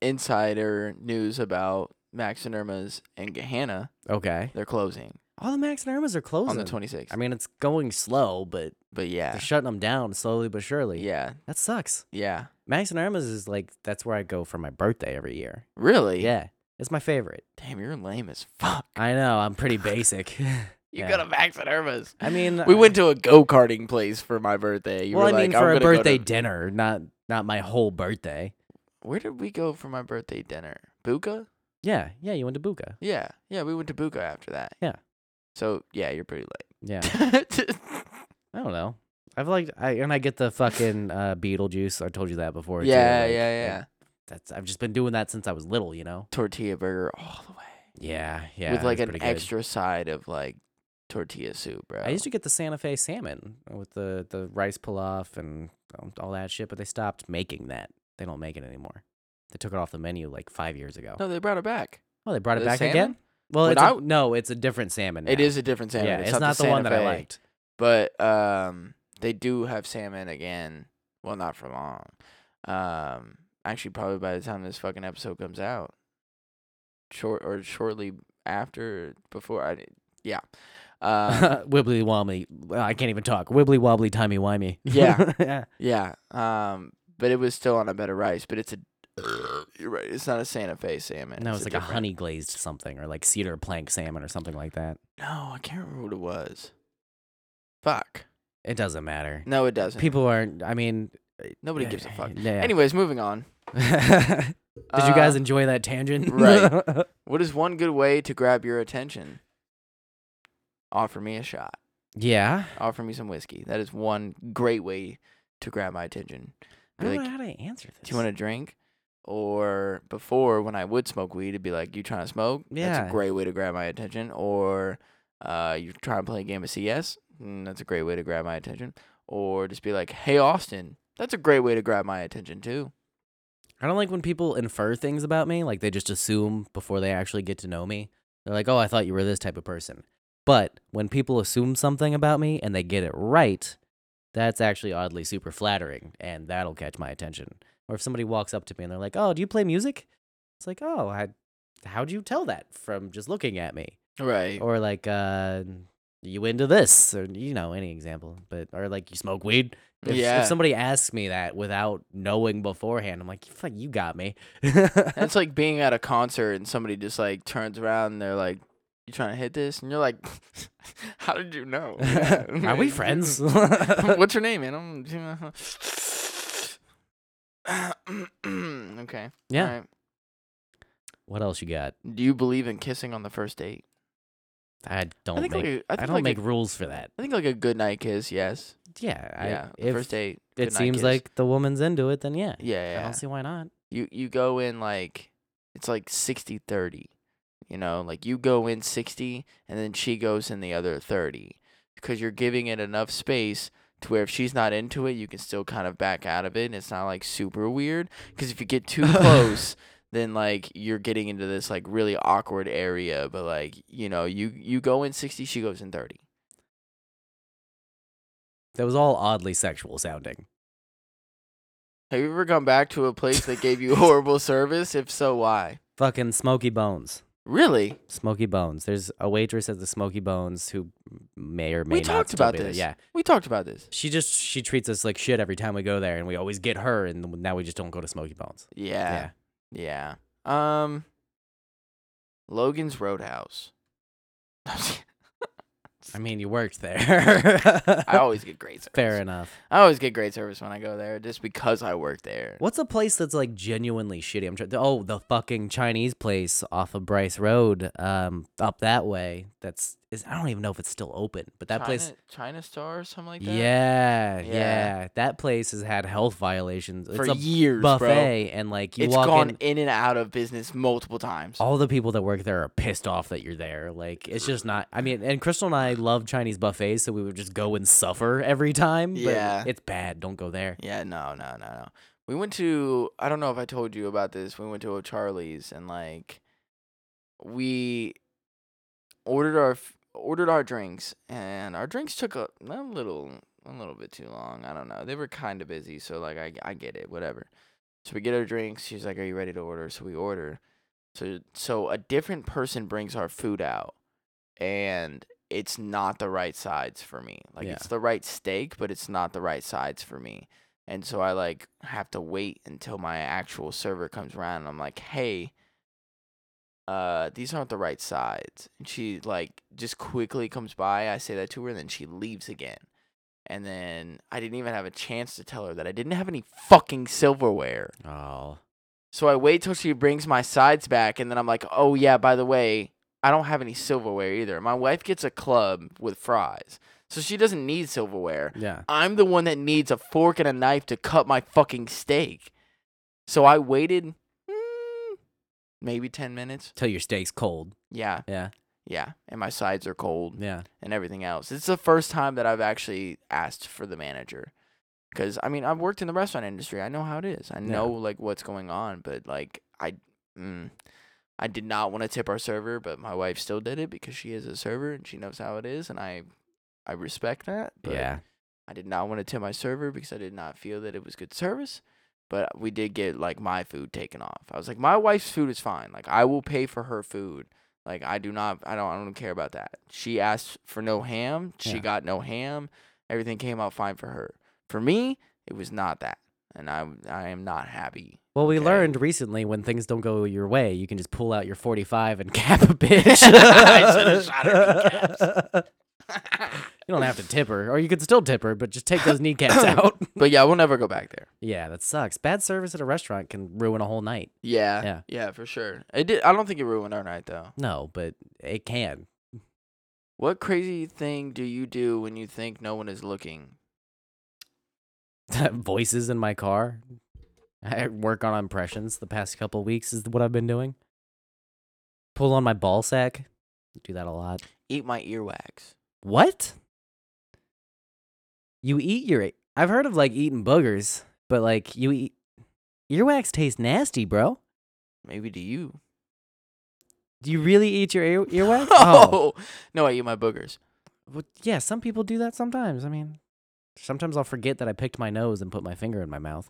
[SPEAKER 2] insider news about Max and Irma's and Gehanna.
[SPEAKER 1] Okay.
[SPEAKER 2] They're closing,
[SPEAKER 1] All the Max and Irma's are closing.
[SPEAKER 2] on the 26th.
[SPEAKER 1] I mean, it's going slow, but
[SPEAKER 2] but yeah,
[SPEAKER 1] they're shutting them down slowly but surely.
[SPEAKER 2] Ah. yeah,
[SPEAKER 1] That sucks.
[SPEAKER 2] yeah.
[SPEAKER 1] Max and Irma's is like that's where I go for my birthday every year.
[SPEAKER 2] Really?
[SPEAKER 1] Yeah, it's my favorite.
[SPEAKER 2] Damn, you're lame as fuck.
[SPEAKER 1] I know I'm pretty basic.
[SPEAKER 2] You
[SPEAKER 1] Yeah.
[SPEAKER 2] got a Max and Irma's.
[SPEAKER 1] I mean, uh,
[SPEAKER 2] We went to a go karting place for my birthday. You
[SPEAKER 1] well, I
[SPEAKER 2] were
[SPEAKER 1] mean,
[SPEAKER 2] like, I'm
[SPEAKER 1] for a
[SPEAKER 2] gonna go to-
[SPEAKER 1] birthday dinner, not not my whole birthday.
[SPEAKER 2] Where did we go for my birthday dinner? Buka?
[SPEAKER 1] Yeah, yeah, you went to Buka.
[SPEAKER 2] Yeah, yeah, we went to Buka after that.
[SPEAKER 1] Yeah.
[SPEAKER 2] So yeah, you're pretty
[SPEAKER 1] Yeah,
[SPEAKER 2] late.
[SPEAKER 1] I don't know. I've like, I and I get the fucking uh, Beetlejuice. I told you that before. too,
[SPEAKER 2] yeah, yeah,
[SPEAKER 1] like,
[SPEAKER 2] yeah.
[SPEAKER 1] like, that's I've just been doing that since I was little. You know.
[SPEAKER 2] Tortilla burger all the way
[SPEAKER 1] Yeah, yeah.
[SPEAKER 2] with like
[SPEAKER 1] that's
[SPEAKER 2] an
[SPEAKER 1] pretty good.
[SPEAKER 2] extra side of like tortilla soup, bro.
[SPEAKER 1] I used to get the Santa Fe salmon with the the rice pilaf and um, all that shit, but they stopped making that. They don't make it anymore. They took it off the menu like five years ago.
[SPEAKER 2] No, they brought it back.
[SPEAKER 1] oh, they brought it
[SPEAKER 2] the
[SPEAKER 1] back
[SPEAKER 2] salmon?
[SPEAKER 1] again. Well,
[SPEAKER 2] When
[SPEAKER 1] it's a-
[SPEAKER 2] I-
[SPEAKER 1] no, it's a different salmon.
[SPEAKER 2] It
[SPEAKER 1] now.
[SPEAKER 2] is a different salmon.
[SPEAKER 1] Yeah, it's, not the, one that
[SPEAKER 2] Santa
[SPEAKER 1] I
[SPEAKER 2] Fe,
[SPEAKER 1] liked.
[SPEAKER 2] But um, they do have salmon again. Well, not for long. Um, actually, probably by the time this fucking episode comes out, short or shortly after, before I, yeah. Um,
[SPEAKER 1] Wibbly wobbly. well, I can't even talk. Wibbly wobbly, timey wimey.
[SPEAKER 2] Yeah.
[SPEAKER 1] yeah.
[SPEAKER 2] Yeah. Um, but it was still on a better rice, but it's a you're right. It's not a Santa Fe salmon.
[SPEAKER 1] No, it's like a
[SPEAKER 2] different-
[SPEAKER 1] honey glazed something or like cedar plank salmon or something like that.
[SPEAKER 2] No, I can't remember what it was. Fuck.
[SPEAKER 1] It doesn't matter.
[SPEAKER 2] No, it doesn't.
[SPEAKER 1] People aren't. I mean,
[SPEAKER 2] Nobody gives a fuck.
[SPEAKER 1] Yeah.
[SPEAKER 2] Anyways, moving on.
[SPEAKER 1] Did you guys
[SPEAKER 2] Uh,
[SPEAKER 1] enjoy that tangent?
[SPEAKER 2] right. what is one good way to grab your attention? Offer me a shot.
[SPEAKER 1] yeah.
[SPEAKER 2] Offer me some whiskey. That is one great way to grab my attention.
[SPEAKER 1] I
[SPEAKER 2] Be
[SPEAKER 1] don't
[SPEAKER 2] like,
[SPEAKER 1] know how to answer this.
[SPEAKER 2] Do you want a drink? Or before, when I would smoke weed, it'd be like, "You trying to smoke?" that's
[SPEAKER 1] Yeah.
[SPEAKER 2] a great way to grab my attention. Or, uh, you trying to play a game of CS? Mm, that's a great way to grab my attention. Or just be like, "Hey, Austin," that's a great way to grab my attention too.
[SPEAKER 1] I don't like when people infer things about me. Like they just assume before they actually get to know me. They're like, "Oh, I thought you were this type of person." But when people assume something about me and they get it right, that's actually oddly super flattering, and that'll catch my attention. Or if somebody walks up to me and they're like, "Oh, do you play music?" It's like, "Oh, I, how'd you tell that from just looking at me?"
[SPEAKER 2] Right.
[SPEAKER 1] or like uh you into this or you know any example but or like you smoke weed If,
[SPEAKER 2] Yeah.
[SPEAKER 1] if somebody asks me that without knowing beforehand, I'm like, fuck, you got me.
[SPEAKER 2] That's like being at a concert and somebody just like turns around and they're like, "You trying to hit this?" And you're like, "How did you know? Yeah.
[SPEAKER 1] Are we friends?
[SPEAKER 2] What's your name, man? I'm okay.
[SPEAKER 1] Yeah.
[SPEAKER 2] alright.
[SPEAKER 1] what else you got?
[SPEAKER 2] Do you believe in kissing on the first date?
[SPEAKER 1] I don't
[SPEAKER 2] I think
[SPEAKER 1] make.
[SPEAKER 2] like a, I
[SPEAKER 1] I,
[SPEAKER 2] think
[SPEAKER 1] don't
[SPEAKER 2] like
[SPEAKER 1] make
[SPEAKER 2] A,
[SPEAKER 1] rules for that.
[SPEAKER 2] I think like a good night kiss. Yes.
[SPEAKER 1] Yeah. I,
[SPEAKER 2] yeah.
[SPEAKER 1] if
[SPEAKER 2] first date.
[SPEAKER 1] it
[SPEAKER 2] goodnight
[SPEAKER 1] seems
[SPEAKER 2] kiss.
[SPEAKER 1] like the woman's into it, then yeah.
[SPEAKER 2] Yeah.
[SPEAKER 1] I
[SPEAKER 2] yeah, yeah.
[SPEAKER 1] don't see why not.
[SPEAKER 2] you you go in like it's like 60 30 you know like you go in 60 and then she goes in the other 30 because you're giving it enough space to where if she's not into it you can still kind of back out of it and it's not like super weird because if you get too close then like you're getting into this like really awkward area but like you know you you go in 60 she goes in 30
[SPEAKER 1] That was all oddly sexual sounding.
[SPEAKER 2] have you ever gone back to a place that gave you horrible service if so why
[SPEAKER 1] Fucking Smoky Bones.
[SPEAKER 2] really
[SPEAKER 1] Smoky Bones. There's a waitress at the Smoky Bones who may or may
[SPEAKER 2] we
[SPEAKER 1] not
[SPEAKER 2] talked
[SPEAKER 1] still
[SPEAKER 2] about
[SPEAKER 1] be there.
[SPEAKER 2] this
[SPEAKER 1] Yeah.
[SPEAKER 2] we talked about this
[SPEAKER 1] She just she treats us like shit every time we go there, and we always get her, and now we just don't go to Smoky Bones.
[SPEAKER 2] Yeah. Yeah. Um Logan's Roadhouse. I
[SPEAKER 1] I mean, you worked there.
[SPEAKER 2] always get great service.
[SPEAKER 1] Fair enough.
[SPEAKER 2] I always get great service when I go there just because I work there.
[SPEAKER 1] What's a place that's like genuinely shitty? I'm trying. Oh, the fucking Chinese place off of Bryce Road, um, up that way. That's is I don't even know if it's still open, but that
[SPEAKER 2] China,
[SPEAKER 1] place
[SPEAKER 2] China Star or something like that?
[SPEAKER 1] Yeah,
[SPEAKER 2] Yeah.
[SPEAKER 1] yeah, That place has had health violations
[SPEAKER 2] For
[SPEAKER 1] it's a
[SPEAKER 2] years, bro.
[SPEAKER 1] buffet, and like you
[SPEAKER 2] it's
[SPEAKER 1] walk
[SPEAKER 2] gone
[SPEAKER 1] in,
[SPEAKER 2] in and out of business multiple times.
[SPEAKER 1] all the people that work there are pissed off that you're there. Like it's just not. I mean, and Crystal and I love Chinese buffets, so we would just go and suffer every time. But
[SPEAKER 2] Yeah.
[SPEAKER 1] it's bad. Don't go there.
[SPEAKER 2] Yeah, no, no, no, no. We went to I don't know if I told you about this. We went to O'Charlie's and like we ordered our f- ordered our drinks and our drinks took a, a little a little bit too long. I don't know. They were kind of busy, so like I I get it, whatever. So we get our drinks. She's like, "Are you ready to order?" So we order. So so a different person brings our food out and it's not the right sides for me. Like
[SPEAKER 1] Yeah.
[SPEAKER 2] it's the right steak, but it's not the right sides for me. And so I like have to wait until my actual server comes around and I'm like, "Hey, uh, these aren't the right sides. And she like just quickly comes by. I say that to her, and then she leaves again. And then I didn't even have a chance to tell her that I didn't have any fucking silverware.
[SPEAKER 1] Oh,
[SPEAKER 2] So I wait till she brings my sides back, and then I'm like, oh yeah, by the way, I don't have any silverware either. My wife gets a club with fries, so she doesn't need silverware.
[SPEAKER 1] yeah.
[SPEAKER 2] I'm the one that needs a fork and a knife to cut my fucking steak. So I waited mm, maybe 10 minutes.
[SPEAKER 1] Till your steak's cold.
[SPEAKER 2] Yeah,
[SPEAKER 1] Yeah,
[SPEAKER 2] yeah. And my sides are cold
[SPEAKER 1] yeah.
[SPEAKER 2] and everything else. It's the first time that I've actually asked for the manager. Cuz I mean, I've worked in the restaurant industry. I know how it is. I know like what's going on, but like I mm, I did not want to tip our server, but my wife still did it because she is a server and she knows how it is and I I respect that. But
[SPEAKER 1] yeah.
[SPEAKER 2] I did not want to tip my server because I did not feel that it was good service. But we did get like my food taken off. I was like, my wife's food is fine. Like I will pay for her food. Like I do not, I don't, I don't care about that. She asked for no ham. She
[SPEAKER 1] Yeah.
[SPEAKER 2] got no ham. Everything came out fine for her. For me, it was not that, and I, I am not happy.
[SPEAKER 1] Well, we
[SPEAKER 2] okay?
[SPEAKER 1] learned recently when things don't go your way, you can just pull out your 45 and cap a bitch.
[SPEAKER 2] I should've shot her
[SPEAKER 1] you don't have to tip her, or you could still tip her, but just take those kneecaps out.
[SPEAKER 2] But yeah, we'll never go back there.
[SPEAKER 1] Yeah, that sucks. Bad service at a restaurant can ruin a whole night.
[SPEAKER 2] Yeah, yeah,
[SPEAKER 1] Yeah.
[SPEAKER 2] yeah, for sure. It did. I don't think it ruined our night though.
[SPEAKER 1] No, but it can.
[SPEAKER 2] What crazy thing do you do when you think no one is looking?
[SPEAKER 1] Voices in my car. I work on impressions the past couple weeks is what I've been doing. Pull on my ball sack. Do that a lot.
[SPEAKER 2] Eat my earwax.
[SPEAKER 1] What? You eat your. e, I've heard of like eating boogers, but like you eat. Earwax tastes nasty, bro.
[SPEAKER 2] Maybe to you.
[SPEAKER 1] Do you really eat your ear, earwax? oh.
[SPEAKER 2] no, I eat my boogers.
[SPEAKER 1] Well, yeah, some people do that sometimes. I mean, sometimes I'll forget that I picked my nose and put my finger in my mouth.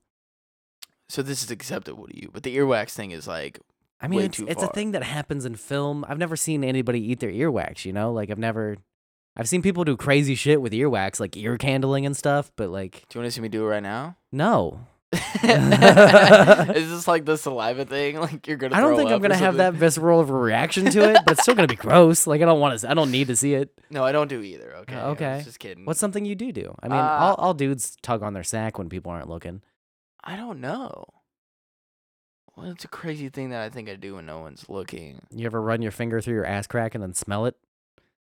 [SPEAKER 2] So this is acceptable to you, but the earwax thing is like,
[SPEAKER 1] I
[SPEAKER 2] Way
[SPEAKER 1] mean, it's,
[SPEAKER 2] too
[SPEAKER 1] it's a
[SPEAKER 2] far.
[SPEAKER 1] thing that happens in film. I've never seen anybody eat their earwax, you know? Like, I've never. I've seen people do crazy shit with earwax, like ear candling and stuff, but like,
[SPEAKER 2] Do you want to see me do it right now?
[SPEAKER 1] no.
[SPEAKER 2] Is this like the saliva thing? Like you're gonna?
[SPEAKER 1] I don't
[SPEAKER 2] throw
[SPEAKER 1] think I'm
[SPEAKER 2] up or
[SPEAKER 1] gonna have that
[SPEAKER 2] something?
[SPEAKER 1] visceral reaction to it, but it's still gonna be gross. Like I don't want to. I don't need to see it.
[SPEAKER 2] No, I don't do either. Okay. I was
[SPEAKER 1] Oh, okay.
[SPEAKER 2] just kidding.
[SPEAKER 1] What's something you do do? I mean,
[SPEAKER 2] Uh,
[SPEAKER 1] all, all dudes tug on their sack when people aren't looking.
[SPEAKER 2] I don't know. Well, it's a crazy thing that I think I do when no one's looking.
[SPEAKER 1] You ever run your finger through your ass crack and then smell it?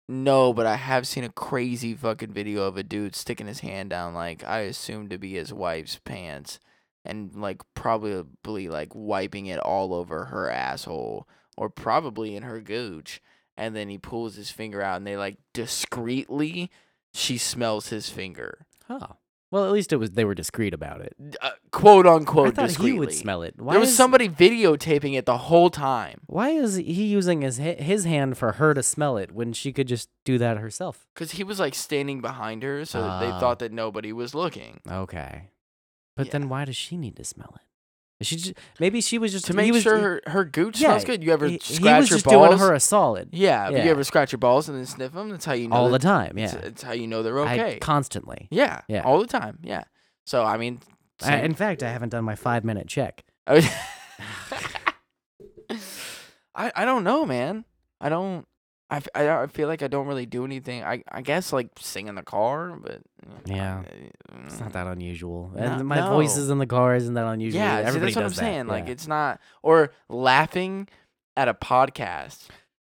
[SPEAKER 2] No, but I have seen a crazy fucking video of a dude sticking his hand down, like I assume to be his wife's pants, and like probably like wiping it all over her asshole or probably in her gooch. And then he pulls his finger out, and they like discreetly, she smells his finger,
[SPEAKER 1] Oh. Well, at least it was they were discreet about it.
[SPEAKER 2] D- uh, quote
[SPEAKER 1] I
[SPEAKER 2] unquote.
[SPEAKER 1] thought
[SPEAKER 2] discreetly.
[SPEAKER 1] he would smell it. Why
[SPEAKER 2] there was
[SPEAKER 1] is,
[SPEAKER 2] somebody videotaping it the whole time
[SPEAKER 1] Why is he using his ha- his hand for her to smell it when she could just do that herself?
[SPEAKER 2] because he was like standing behind her, so that they
[SPEAKER 1] Ah.
[SPEAKER 2] thought that nobody was looking.
[SPEAKER 1] Okay. But
[SPEAKER 2] Yeah.
[SPEAKER 1] then why does she need to smell it? Is She just, maybe she was just
[SPEAKER 2] to
[SPEAKER 1] he
[SPEAKER 2] make
[SPEAKER 1] was-
[SPEAKER 2] sure
[SPEAKER 1] he-
[SPEAKER 2] her, her gooch
[SPEAKER 1] yeah,
[SPEAKER 2] smells good. You ever
[SPEAKER 1] he, he
[SPEAKER 2] scratch
[SPEAKER 1] was
[SPEAKER 2] your
[SPEAKER 1] just
[SPEAKER 2] balls?
[SPEAKER 1] doing her a solid
[SPEAKER 2] yeah, if
[SPEAKER 1] Yeah.
[SPEAKER 2] you ever scratch your balls and then sniff them, that's how you know
[SPEAKER 1] all the
[SPEAKER 2] that-
[SPEAKER 1] time.
[SPEAKER 2] It's,
[SPEAKER 1] Yeah,
[SPEAKER 2] it's how you know they're
[SPEAKER 1] I-
[SPEAKER 2] okay.
[SPEAKER 1] constantly.
[SPEAKER 2] yeah,
[SPEAKER 1] Yeah.
[SPEAKER 2] all the time. Yeah. So I mean,
[SPEAKER 1] I-
[SPEAKER 2] same-
[SPEAKER 1] in fact, I haven't done my five minute check.
[SPEAKER 2] I, I I don't know, man. I don't. I, f- I don't- I feel like I don't really do anything. I I guess like sing in the car, but you know,
[SPEAKER 1] Yeah.
[SPEAKER 2] I- mm,
[SPEAKER 1] It's not that unusual,
[SPEAKER 2] No-
[SPEAKER 1] and my voice is in the car isn't that unusual.
[SPEAKER 2] Yeah, see,
[SPEAKER 1] everybody
[SPEAKER 2] that's what I'm
[SPEAKER 1] does that,
[SPEAKER 2] saying. Like
[SPEAKER 1] yeah.
[SPEAKER 2] it's not or laughing at a podcast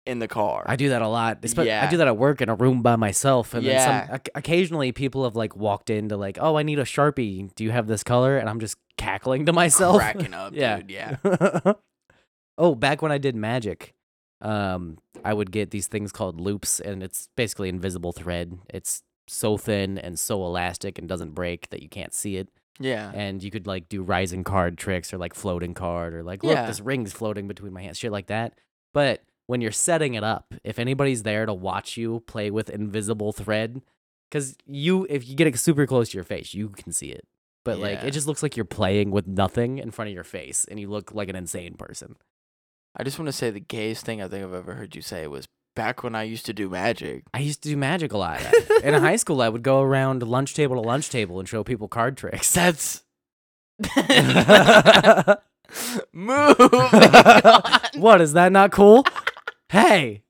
[SPEAKER 2] in the car.
[SPEAKER 1] I do that a lot. espe- I
[SPEAKER 2] Yeah.
[SPEAKER 1] do that at work in a room by myself, and then
[SPEAKER 2] Yeah.
[SPEAKER 1] some. Oc occasionally, people have like walked into like, "Oh, I need a sharpie. Do you have this color?" And I'm just cackling to myself,
[SPEAKER 2] cracking up,
[SPEAKER 1] Yeah.
[SPEAKER 2] dude. Yeah.
[SPEAKER 1] oh, back when I did magic, um, I would get these things called loops, and it's basically invisible thread. It's so thin and so elastic and doesn't break that you can't see it.
[SPEAKER 2] Yeah.
[SPEAKER 1] And you could like do rising card tricks or like floating card or like, look,
[SPEAKER 2] Yeah.
[SPEAKER 1] this ring's floating between my hands, shit like that. But when you're setting it up, if anybody's there to watch you play with invisible thread, because you, if you get it super close to your face, you can see it. But like,
[SPEAKER 2] Yeah.
[SPEAKER 1] it just looks like you're playing with nothing in front of your face and you look like an insane person.
[SPEAKER 2] I just want to say the gayest thing I think I've ever heard you say was back when I used to do magic.
[SPEAKER 1] I used to do magic a lot. in high school, I would go around lunch table to lunch table and show people card tricks.
[SPEAKER 2] That's
[SPEAKER 1] what
[SPEAKER 2] move.
[SPEAKER 1] is that not cool? Hey,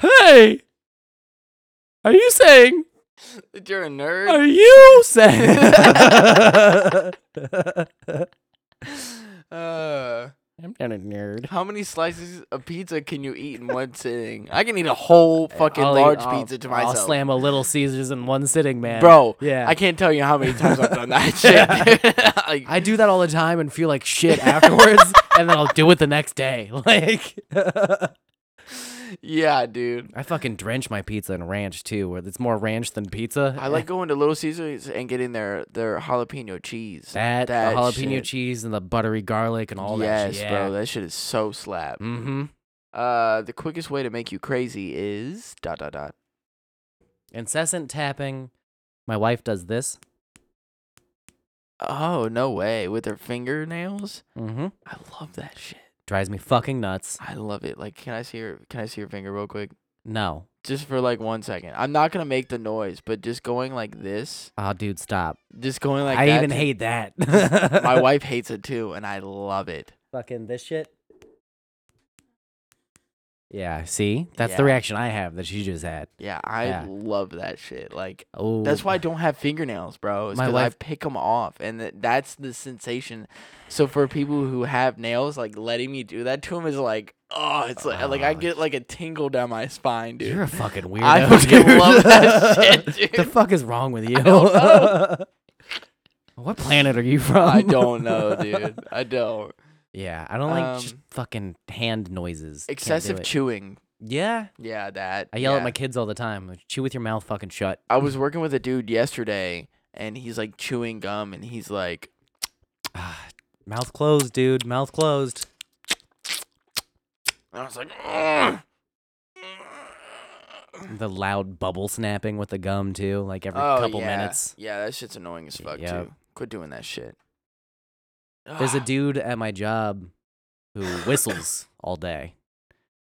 [SPEAKER 1] hey, are you saying?
[SPEAKER 2] You're a nerd.
[SPEAKER 1] Are you saying?
[SPEAKER 2] Uh,
[SPEAKER 1] I'm not a nerd.
[SPEAKER 2] how many slices of pizza can you eat in one sitting? I can eat a whole fucking
[SPEAKER 1] I'll eat-
[SPEAKER 2] large
[SPEAKER 1] I'll-
[SPEAKER 2] pizza to myself.
[SPEAKER 1] I'll slam a little Caesars in one sitting, man.
[SPEAKER 2] Bro,
[SPEAKER 1] yeah,
[SPEAKER 2] I can't tell you how many times I've done that shit. dude. like,
[SPEAKER 1] I do that all the time and feel like shit afterwards, and then I'll do it the next day. Like,
[SPEAKER 2] yeah, dude.
[SPEAKER 1] I fucking drench my pizza in ranch too, where it's more ranch than pizza.
[SPEAKER 2] I like going to Little Caesars and getting their their jalapeno cheese.
[SPEAKER 1] that,
[SPEAKER 2] That
[SPEAKER 1] the jalapeno
[SPEAKER 2] shit.
[SPEAKER 1] cheese and the buttery garlic and all
[SPEAKER 2] yes,
[SPEAKER 1] that. shit.
[SPEAKER 2] bro, that shit is so slap.
[SPEAKER 1] Mm-hmm.
[SPEAKER 2] Uh, the quickest way to make you crazy is dot dot dot.
[SPEAKER 1] Incessant tapping. My wife does this.
[SPEAKER 2] Oh no way! With her fingernails,
[SPEAKER 1] Mm-hmm.
[SPEAKER 2] I love that shit.
[SPEAKER 1] Drives me fucking nuts.
[SPEAKER 2] I love it. Like, can I see her? Can I see her finger real quick?
[SPEAKER 1] No.
[SPEAKER 2] Just for like one second. I'm not gonna make the noise, but just going like this,
[SPEAKER 1] Oh, dude, stop.
[SPEAKER 2] just going like
[SPEAKER 1] I
[SPEAKER 2] that
[SPEAKER 1] even
[SPEAKER 2] to-
[SPEAKER 1] hate that.
[SPEAKER 2] My wife hates it too, and I love it.
[SPEAKER 1] fucking this shit. Yeah, see? That's the
[SPEAKER 2] Yeah.
[SPEAKER 1] reaction I have that she just had.
[SPEAKER 2] Yeah, I
[SPEAKER 1] Yeah.
[SPEAKER 2] love that shit. Like,
[SPEAKER 1] Oh.
[SPEAKER 2] That's why I don't have fingernails, bro. It's
[SPEAKER 1] My
[SPEAKER 2] 'cause
[SPEAKER 1] wife-
[SPEAKER 2] I pick them off, and th- that's the sensation. So for people who have nails, like letting me do that to them is like, oh, it's like, like I
[SPEAKER 1] Oh,
[SPEAKER 2] get like a tingle down my spine, dude.
[SPEAKER 1] You're a fucking weirdo.
[SPEAKER 2] I fucking
[SPEAKER 1] dude.
[SPEAKER 2] love that shit,
[SPEAKER 1] the
[SPEAKER 2] dude.
[SPEAKER 1] fuck is wrong with you?
[SPEAKER 2] know.
[SPEAKER 1] what planet are you from?
[SPEAKER 2] I don't know, dude. I don't.
[SPEAKER 1] yeah, I don't like just
[SPEAKER 2] Um,
[SPEAKER 1] fucking hand noises. Can't do
[SPEAKER 2] Excessive
[SPEAKER 1] it.
[SPEAKER 2] chewing.
[SPEAKER 1] Yeah,
[SPEAKER 2] Yeah, that.
[SPEAKER 1] I yell
[SPEAKER 2] yeah.
[SPEAKER 1] at my kids all the time. like, Chew with your mouth fucking shut.
[SPEAKER 2] I was working with a dude yesterday, and he's like chewing gum, and he's like,
[SPEAKER 1] Mouth closed, dude. Mouth closed.
[SPEAKER 2] and I was like, "Ugh."
[SPEAKER 1] The loud bubble snapping with the gum too, like every
[SPEAKER 2] Oh,
[SPEAKER 1] couple
[SPEAKER 2] yeah.
[SPEAKER 1] minutes.
[SPEAKER 2] Yeah, that shit's annoying as fuck
[SPEAKER 1] Yep.
[SPEAKER 2] too. Quit doing that shit.
[SPEAKER 1] There's a
[SPEAKER 2] Ah.
[SPEAKER 1] dude at my job who whistles all day.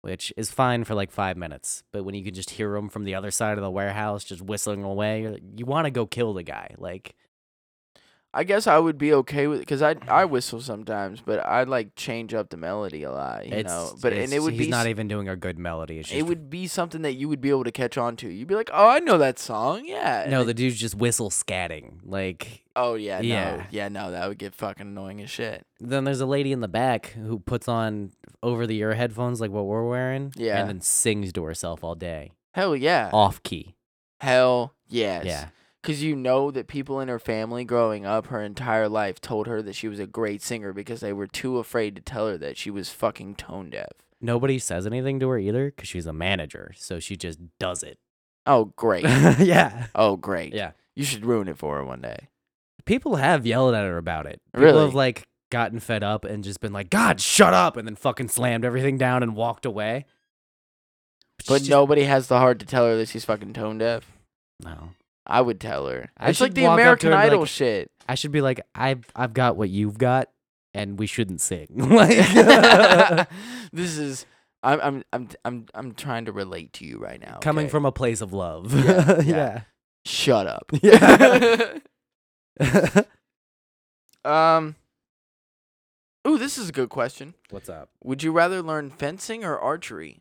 [SPEAKER 1] which is fine for like five minutes. But when you can just hear him from the other side of the warehouse just whistling away, you're like, you want to go kill the guy. Like,
[SPEAKER 2] I guess I would be okay with because I I whistle sometimes, but I like change up the melody a lot, you
[SPEAKER 1] it's,
[SPEAKER 2] know. But and
[SPEAKER 1] it's-
[SPEAKER 2] it would
[SPEAKER 1] he's
[SPEAKER 2] be
[SPEAKER 1] not
[SPEAKER 2] s-
[SPEAKER 1] even doing a good melody. It's just,
[SPEAKER 2] it would be something that you would be able to catch on to. You'd be like, oh, I know that song, yeah. and
[SPEAKER 1] no,
[SPEAKER 2] it-
[SPEAKER 1] the dude's just whistle scatting. Like,
[SPEAKER 2] oh yeah,
[SPEAKER 1] Yeah.
[SPEAKER 2] no, yeah, no, that would get fucking annoying as shit.
[SPEAKER 1] then there's a lady in the back who puts on over the ear headphones like what we're wearing,
[SPEAKER 2] Yeah.
[SPEAKER 1] and then sings to herself all day,
[SPEAKER 2] Hell yeah,
[SPEAKER 1] off key.
[SPEAKER 2] hell yes,
[SPEAKER 1] Yeah,
[SPEAKER 2] Because you know that people in her family growing up her entire life told her that she was a great singer because they were too afraid to tell her that she was fucking tone deaf.
[SPEAKER 1] nobody says anything to her either because she's a manager, so she just does it.
[SPEAKER 2] Oh, great.
[SPEAKER 1] yeah,
[SPEAKER 2] oh, great.
[SPEAKER 1] yeah.
[SPEAKER 2] You should ruin it for her one day.
[SPEAKER 1] People have yelled at her about it. People
[SPEAKER 2] Really?
[SPEAKER 1] have like gotten fed up and just been like, "God, shut up!" and then fucking slammed everything down and walked away. she's
[SPEAKER 2] But
[SPEAKER 1] just-
[SPEAKER 2] nobody has the heart to tell her that she's fucking tone deaf.
[SPEAKER 1] no.
[SPEAKER 2] I would tell her.
[SPEAKER 1] I
[SPEAKER 2] it's like
[SPEAKER 1] should
[SPEAKER 2] the
[SPEAKER 1] walk up to
[SPEAKER 2] American
[SPEAKER 1] her and be
[SPEAKER 2] Idol
[SPEAKER 1] like-
[SPEAKER 2] shit.
[SPEAKER 1] I should be like, "I've I've got what you've got, and we shouldn't sing." like.
[SPEAKER 2] this is I'm I'm I'm I'm I'm trying to relate to you right now.
[SPEAKER 1] coming
[SPEAKER 2] okay?
[SPEAKER 1] from a place of love.
[SPEAKER 2] Yeah,
[SPEAKER 1] yeah.
[SPEAKER 2] yeah. shut up.
[SPEAKER 1] Yeah.
[SPEAKER 2] um Ooh, this is a good question.
[SPEAKER 1] What's up?
[SPEAKER 2] Would you rather learn fencing or archery?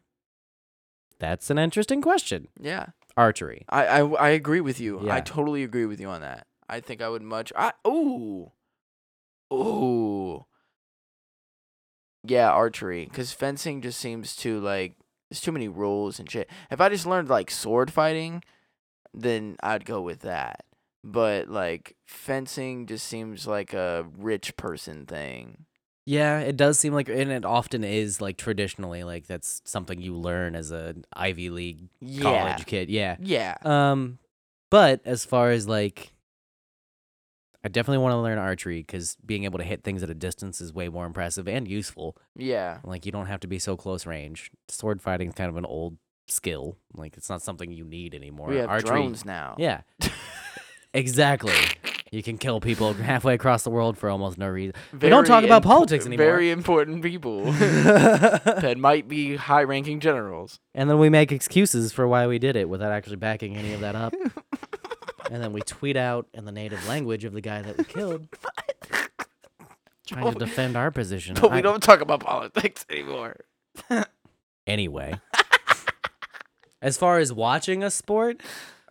[SPEAKER 1] That's an interesting question.
[SPEAKER 2] Yeah.
[SPEAKER 1] Archery.
[SPEAKER 2] I I, I agree with you.
[SPEAKER 1] Yeah.
[SPEAKER 2] I totally agree with you on that. I think I would much I ooh. Ooh. Yeah, archery cuz fencing just seems too like there's too many rules and shit. If I just learned like sword fighting, then I'd go with that. But like fencing just seems like a rich person thing.
[SPEAKER 1] Yeah, it does seem like, and it often is like traditionally, like that's something you learn as a Ivy League
[SPEAKER 2] Yeah.
[SPEAKER 1] college kid. Yeah.
[SPEAKER 2] Yeah.
[SPEAKER 1] Um, but as far as like, I definitely want to learn archery because being able to hit things at a distance is way more impressive and useful.
[SPEAKER 2] Yeah.
[SPEAKER 1] Like you don't have to be so close range. Sword fighting is kind of an old skill. Like it's not something you need anymore.
[SPEAKER 2] We have
[SPEAKER 1] archery,
[SPEAKER 2] drones now.
[SPEAKER 1] Yeah. exactly. You can kill people halfway across the world for almost no reason. We don't talk
[SPEAKER 2] Very
[SPEAKER 1] about
[SPEAKER 2] imp-
[SPEAKER 1] politics anymore.
[SPEAKER 2] Very important people that might be high ranking generals.
[SPEAKER 1] and then we make excuses for why we did it without actually backing any of that up. and then we tweet out in the native language of the guy that we killed. Trying to defend our position.
[SPEAKER 2] But
[SPEAKER 1] I-
[SPEAKER 2] we don't talk about politics anymore.
[SPEAKER 1] anyway. as far as watching a sport,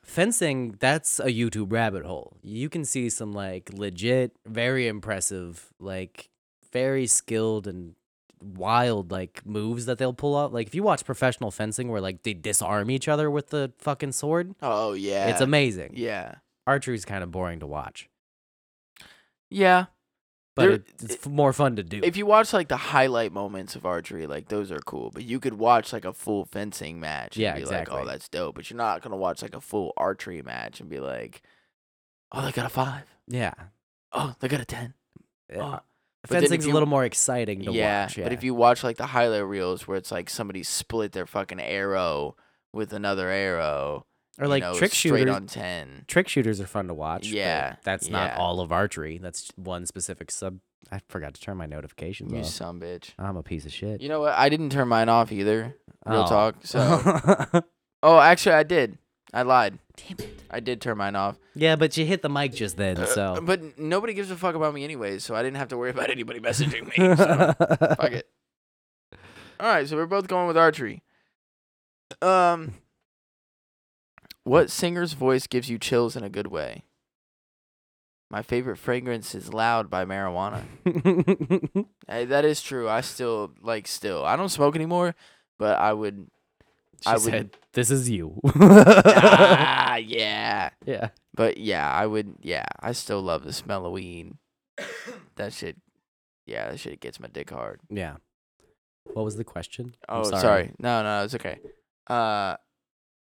[SPEAKER 1] fencing, that's a YouTube rabbit hole. You can see some like legit, very impressive, like very skilled and wild like moves that they'll pull out. Like if you watch professional fencing where like they disarm each other with the fucking sword,
[SPEAKER 2] Oh yeah.
[SPEAKER 1] it's amazing.
[SPEAKER 2] Yeah.
[SPEAKER 1] Archery's kind of boring to watch,
[SPEAKER 2] Yeah.
[SPEAKER 1] but
[SPEAKER 2] There-
[SPEAKER 1] it- it's f more fun to do.
[SPEAKER 2] If you watch like the highlight moments of archery, like those are cool. But you could watch like a full fencing match and
[SPEAKER 1] Yeah,
[SPEAKER 2] be
[SPEAKER 1] exactly.
[SPEAKER 2] like, Oh, that's dope. But you're not gonna watch like a full archery match and be like, Oh, they got a five.
[SPEAKER 1] yeah.
[SPEAKER 2] Oh, they got a ten. Oh. But then if
[SPEAKER 1] Fencing's a
[SPEAKER 2] you-
[SPEAKER 1] little more exciting to
[SPEAKER 2] yeah,
[SPEAKER 1] watch. Yeah,
[SPEAKER 2] but if you watch like the highlight reels where it's like somebody split their fucking arrow with another arrow,
[SPEAKER 1] or
[SPEAKER 2] you
[SPEAKER 1] like
[SPEAKER 2] know,
[SPEAKER 1] trick
[SPEAKER 2] straight
[SPEAKER 1] shooters,
[SPEAKER 2] on ten.
[SPEAKER 1] trick shooters are fun to watch. but
[SPEAKER 2] Yeah,
[SPEAKER 1] that's not
[SPEAKER 2] yeah.
[SPEAKER 1] all of archery. That's one specific sub. I forgot to turn my notifications
[SPEAKER 2] You
[SPEAKER 1] off.
[SPEAKER 2] some bitch.
[SPEAKER 1] I'm a piece of shit.
[SPEAKER 2] You know what? I didn't turn mine off either. Real
[SPEAKER 1] Oh.
[SPEAKER 2] talk. So, oh, actually, I did. I lied. Damn it. I did turn mine off.
[SPEAKER 1] yeah, but you hit the mic just then, so
[SPEAKER 2] Uh, But n- nobody gives a fuck about me anyways, so I didn't have to worry about anybody messaging me. So fuck it. All right, so we're both going with archery. Um, what singer's voice gives you chills in a good way? My favorite fragrance is "Loud" by Marijuana. Hey, that is true. I still like still. I don't smoke anymore, but I would.
[SPEAKER 1] She
[SPEAKER 2] I would.
[SPEAKER 1] said, "This is you."
[SPEAKER 2] ah, yeah.
[SPEAKER 1] yeah.
[SPEAKER 2] But yeah, I would. Yeah, I still love the smell of weed. that shit. Yeah, that shit gets my dick hard.
[SPEAKER 1] Yeah. What was the question? I'm
[SPEAKER 2] Oh, sorry. No, no, it's okay. Uh,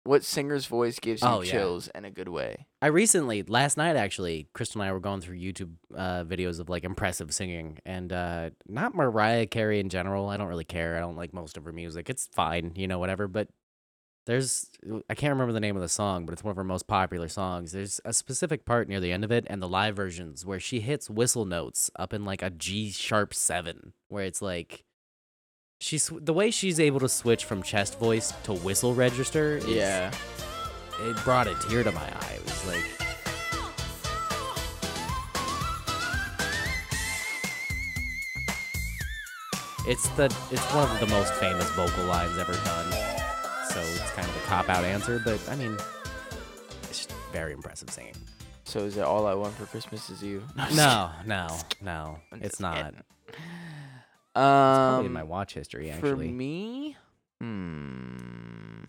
[SPEAKER 2] what singer's voice gives you
[SPEAKER 1] Oh, yeah.
[SPEAKER 2] chills in a good way?
[SPEAKER 1] I recently, last night actually, Crystal and I were going through YouTube uh, videos of like impressive singing and uh, not Mariah Carey in general. I don't really care. I don't like most of her music. It's fine, you know, whatever. But there's, I can't remember the name of the song, but it's one of her most popular songs. There's a specific part near the end of it and the live versions where she hits whistle notes up in like a G sharp seven, where it's like, She sw- the way she's able to switch from chest voice to whistle register. Is,
[SPEAKER 2] Yeah.
[SPEAKER 1] it brought a tear to my eye. It was like. It's the it's one of the most famous vocal lines ever done, so it's kind of a cop out answer, but I mean, it's just very impressive singing.
[SPEAKER 2] So is it all I want for Christmas is you? Um, No.
[SPEAKER 1] No, no, no, it's not. Probably in
[SPEAKER 2] Um,
[SPEAKER 1] my watch history,
[SPEAKER 2] for
[SPEAKER 1] actually.
[SPEAKER 2] me, hmm,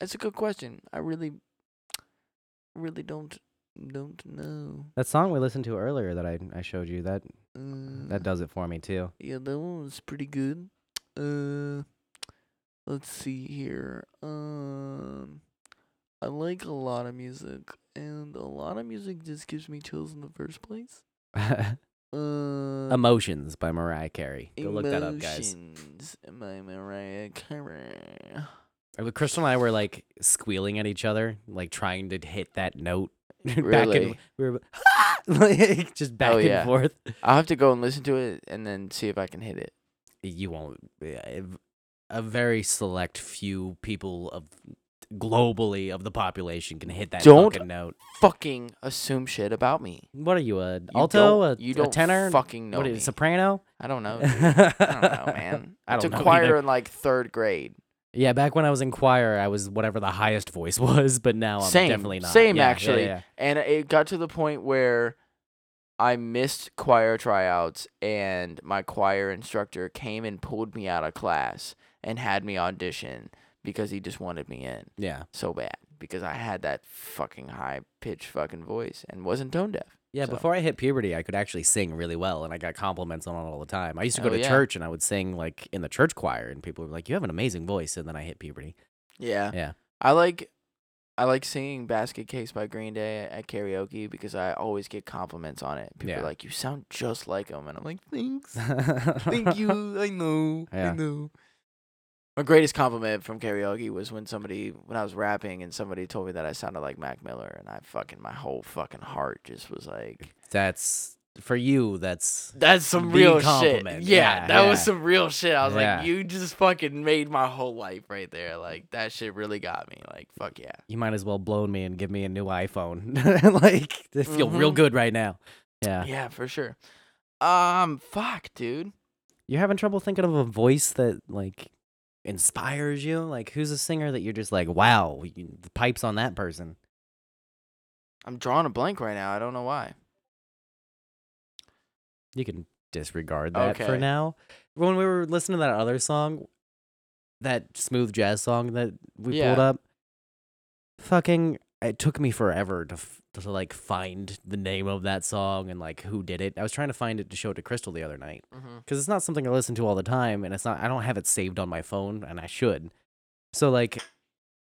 [SPEAKER 2] that's a good question. I really, really don't don't know.
[SPEAKER 1] That song we listened to earlier that I, I showed you that
[SPEAKER 2] Uh,
[SPEAKER 1] that does it for me too.
[SPEAKER 2] Yeah, that one was pretty good. Uh, let's see here. Um, I like a lot of music, and a lot of music just gives me chills in the first place. Uh,
[SPEAKER 1] Emotions by Mariah Carey. Go look that up, guys.
[SPEAKER 2] Emotions by Mariah Carey.
[SPEAKER 1] Uh, but Crystal and I were like squealing at each other, like trying to hit that note. back and
[SPEAKER 2] Really?
[SPEAKER 1] we were like just back
[SPEAKER 2] Oh,
[SPEAKER 1] and
[SPEAKER 2] yeah.
[SPEAKER 1] forth.
[SPEAKER 2] I'll have to go and listen to it and then see if I can hit it.
[SPEAKER 1] You won't. yeah, A very select few people of globally of the population can hit that
[SPEAKER 2] Don't-
[SPEAKER 1] fucking note.
[SPEAKER 2] Fucking assume shit about me.
[SPEAKER 1] What are you, a
[SPEAKER 2] You
[SPEAKER 1] alto, a,
[SPEAKER 2] don't- you
[SPEAKER 1] a
[SPEAKER 2] don't
[SPEAKER 1] tenor?
[SPEAKER 2] fucking know
[SPEAKER 1] what are you,
[SPEAKER 2] me.
[SPEAKER 1] soprano?
[SPEAKER 2] I don't know. dude.
[SPEAKER 1] I
[SPEAKER 2] I don't know, man.
[SPEAKER 1] I don't
[SPEAKER 2] took
[SPEAKER 1] know
[SPEAKER 2] choir
[SPEAKER 1] either.
[SPEAKER 2] in like third grade.
[SPEAKER 1] Yeah, back when I was in choir, I was whatever the highest voice was, but now Oh, I'm
[SPEAKER 2] same,
[SPEAKER 1] definitely not.
[SPEAKER 2] same
[SPEAKER 1] Yeah, yeah,
[SPEAKER 2] actually.
[SPEAKER 1] yeah.
[SPEAKER 2] And it got to the point where I missed choir tryouts, and my choir instructor came and pulled me out of class and had me audition because he just wanted me in
[SPEAKER 1] Yeah.
[SPEAKER 2] so bad because I had that fucking high pitched fucking voice and wasn't tone deaf.
[SPEAKER 1] Yeah,
[SPEAKER 2] So-
[SPEAKER 1] before I hit puberty, I could actually sing really well, and I got compliments on it all the time. I used to go
[SPEAKER 2] Oh,
[SPEAKER 1] to
[SPEAKER 2] yeah.
[SPEAKER 1] church, and I would sing like in the church choir, and people were like, "You have an amazing voice." And then I hit puberty.
[SPEAKER 2] Yeah.
[SPEAKER 1] Yeah.
[SPEAKER 2] I like I like singing Basket Case by Green Day at, at karaoke because I always get compliments on it. People
[SPEAKER 1] Yeah.
[SPEAKER 2] are like, "You sound just like him," and I'm like, "Thanks, thank you. I know,
[SPEAKER 1] Yeah.
[SPEAKER 2] I know." My greatest compliment from karaoke was when somebody, when I was rapping, and somebody told me that I sounded like Mac Miller, and I fucking my whole fucking heart just was like,
[SPEAKER 1] That's for you. That's
[SPEAKER 2] "That's some
[SPEAKER 1] The
[SPEAKER 2] real
[SPEAKER 1] compliment.
[SPEAKER 2] shit." Yeah,
[SPEAKER 1] Yeah,
[SPEAKER 2] that
[SPEAKER 1] yeah.
[SPEAKER 2] was some real shit. I was
[SPEAKER 1] Yeah.
[SPEAKER 2] like, "You just fucking made my whole life right there." Like that shit really got me. Like fuck yeah.
[SPEAKER 1] you might as well blow me and give me a new iPhone. like I feel real
[SPEAKER 2] Mhm.
[SPEAKER 1] good right now. Yeah.
[SPEAKER 2] Yeah, for sure. Um, fuck, dude.
[SPEAKER 1] You're having trouble thinking of a voice that like inspires you. Like who's a singer that you're just like, wow, you- the pipes on that person.
[SPEAKER 2] I'm drawing a blank right now. I don't know why.
[SPEAKER 1] You can disregard that for
[SPEAKER 2] Okay.
[SPEAKER 1] now. When we were listening to that other song, that smooth jazz song that we pulled
[SPEAKER 2] Yeah.
[SPEAKER 1] up, fucking, it took me forever to, f- to like find the name of that song and like who did it. I was trying to find it to show it to Crystal the other night because it's not something I listen to all the time, and it's not I don't have it saved on my phone, and I should. So like,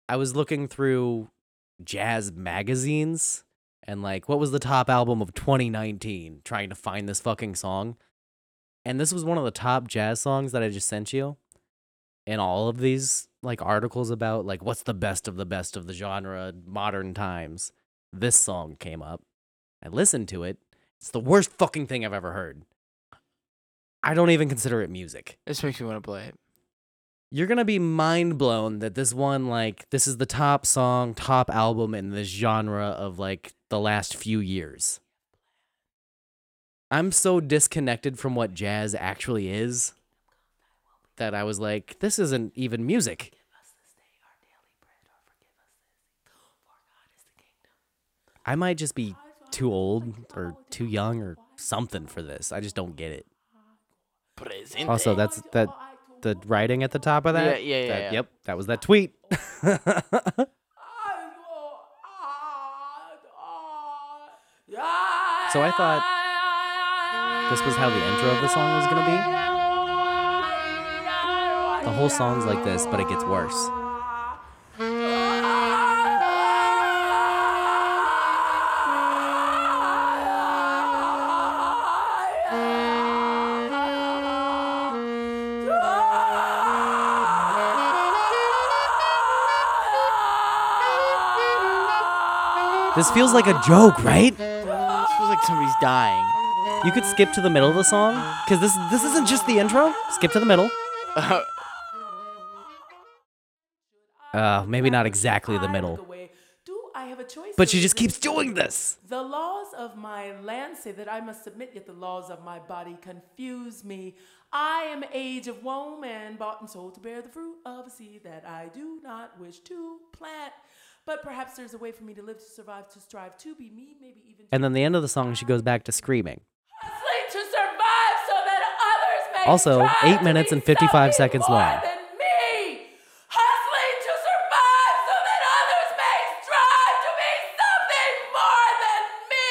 [SPEAKER 1] I was looking through jazz magazines and like what was the top album of 2019, trying to find this fucking song, and this was one of the top jazz songs that I just sent you, and all of these like articles about like what's the best of the best of the genre modern times. This song came up. I listened to it. It's the worst fucking thing I've ever heard. I don't even consider it music.
[SPEAKER 2] This makes me want to play it.
[SPEAKER 1] You're gonna be mind blown that this one, like, this is the top song, top album in this genre of like the last few years. I'm so disconnected from what jazz actually is that I was like, this isn't even music. I might just be too old or too young or something for this. I just don't get it.
[SPEAKER 2] Presente.
[SPEAKER 1] Also, that's that the writing at the top of that.
[SPEAKER 2] Yeah, yeah, yeah,
[SPEAKER 1] That-
[SPEAKER 2] yeah.
[SPEAKER 1] Yep, that was that tweet. so I thought this was how the intro of the song was gonna be. The whole song's like this, but it gets worse. This feels like a joke, right?
[SPEAKER 2] This feels like somebody's dying.
[SPEAKER 1] You could skip to the middle of the song because this this isn't just the intro. Skip to the middle. Uh, maybe not exactly the
[SPEAKER 9] I look
[SPEAKER 1] middle.
[SPEAKER 9] away. Do I have a choice?
[SPEAKER 1] But
[SPEAKER 9] to
[SPEAKER 1] she just keeps
[SPEAKER 9] resist
[SPEAKER 1] doing this.
[SPEAKER 9] The laws of my land say that I must submit, yet the laws of my body confuse me. I am age of womb and bought and sold to bear the fruit of a seed that I do not wish to plant. But perhaps there's a way for me to live, to survive, to strive, to be me, maybe even to
[SPEAKER 1] And then the end of the song, she goes back to screaming.
[SPEAKER 9] sleep, to survive, so that others may
[SPEAKER 1] Also,
[SPEAKER 9] strive
[SPEAKER 1] eight
[SPEAKER 9] to
[SPEAKER 1] minutes
[SPEAKER 9] be
[SPEAKER 1] and 55
[SPEAKER 9] something
[SPEAKER 1] seconds
[SPEAKER 9] more
[SPEAKER 1] long.
[SPEAKER 9] Than me. Hustling to survive, so that others may strive to be something more than me.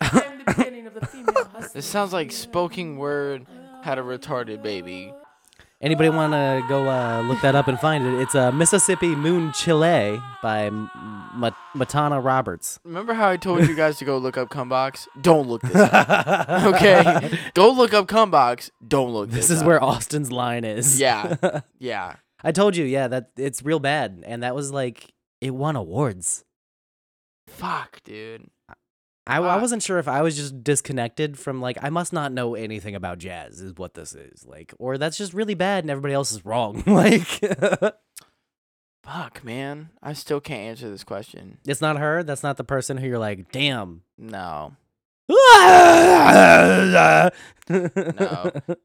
[SPEAKER 9] I am the beginning of the female hustling.
[SPEAKER 2] This sounds like spoken word had a retarded baby.
[SPEAKER 1] Anybody want to go uh, look that up and find it? It's uh, Mississippi Moon Chile by M- M- Matana Roberts.
[SPEAKER 2] Remember how I told you guys to go look up Cumbox? Don't look this up. Okay? go look up Cumbox. Don't look this
[SPEAKER 1] This is
[SPEAKER 2] up.
[SPEAKER 1] where Austin's line is.
[SPEAKER 2] Yeah. Yeah.
[SPEAKER 1] I told you, yeah, that it's real bad, and that was like it won awards.
[SPEAKER 2] Fuck, dude.
[SPEAKER 1] I, I
[SPEAKER 2] Fuck.
[SPEAKER 1] wasn't sure if I was just disconnected from like I must not know anything about jazz is what this is like, or that's just really bad and everybody else is wrong. like
[SPEAKER 2] Fuck, man. I still can't answer this question.
[SPEAKER 1] it's not her. That's not the person who you're like, damn.
[SPEAKER 2] No.
[SPEAKER 1] no.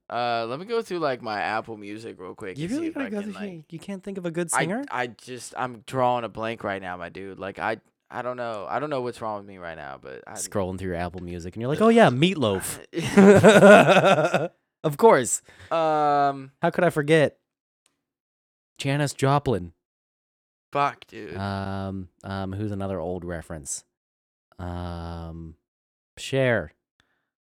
[SPEAKER 2] Uh, let me go through like my Apple Music real quick.
[SPEAKER 1] You
[SPEAKER 2] and see
[SPEAKER 1] really
[SPEAKER 2] if I
[SPEAKER 1] gotta go.
[SPEAKER 2] can,
[SPEAKER 1] through-
[SPEAKER 2] like-
[SPEAKER 1] you can't think of a good
[SPEAKER 2] I-
[SPEAKER 1] singer.
[SPEAKER 2] I, just I'm drawing a blank right now, my dude. Like I I don't know. I don't know what's wrong with me right now, but I
[SPEAKER 1] Scrolling through your Apple Music, and you're like, oh yeah, Meatloaf. of course.
[SPEAKER 2] um
[SPEAKER 1] How could I forget? Janis Joplin.
[SPEAKER 2] fuck, dude.
[SPEAKER 1] Um, um, who's another old reference? Um, Cher,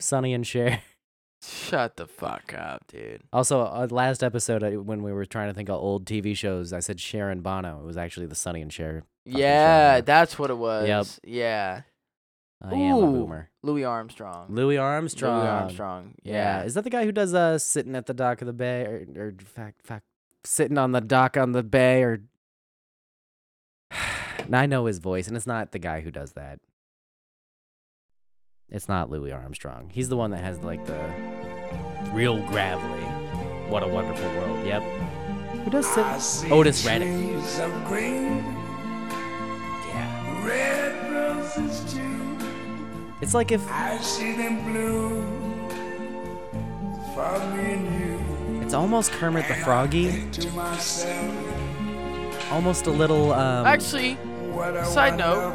[SPEAKER 1] Sonny and Cher.
[SPEAKER 2] Shut the fuck up, dude.
[SPEAKER 1] Also, uh, last episode I, when we were trying to think of old TV shows, I said Cher and Bono. It was actually the Sonny and Cher. fucking show,
[SPEAKER 2] Yeah,
[SPEAKER 1] right?
[SPEAKER 2] that's what it was. Yeah.
[SPEAKER 1] I am a
[SPEAKER 2] Ooh,
[SPEAKER 1] boomer.
[SPEAKER 2] Louis Armstrong.
[SPEAKER 1] Louis Armstrong.
[SPEAKER 2] Louis Armstrong.
[SPEAKER 1] Yeah.
[SPEAKER 2] Yeah.
[SPEAKER 1] is that the guy who does uh sitting at the dock of the bay or or fact fact sitting on the dock on the bay or? and I know his voice, and it's not the guy who does that. It's not Louis Armstrong. He's the one that has like the real gravelly. What a wonderful world. Yep. Who does sit? Otis Redding. Yeah. It's like if it's almost Kermit the Froggy. Almost a little. Um,
[SPEAKER 2] Actually, side note,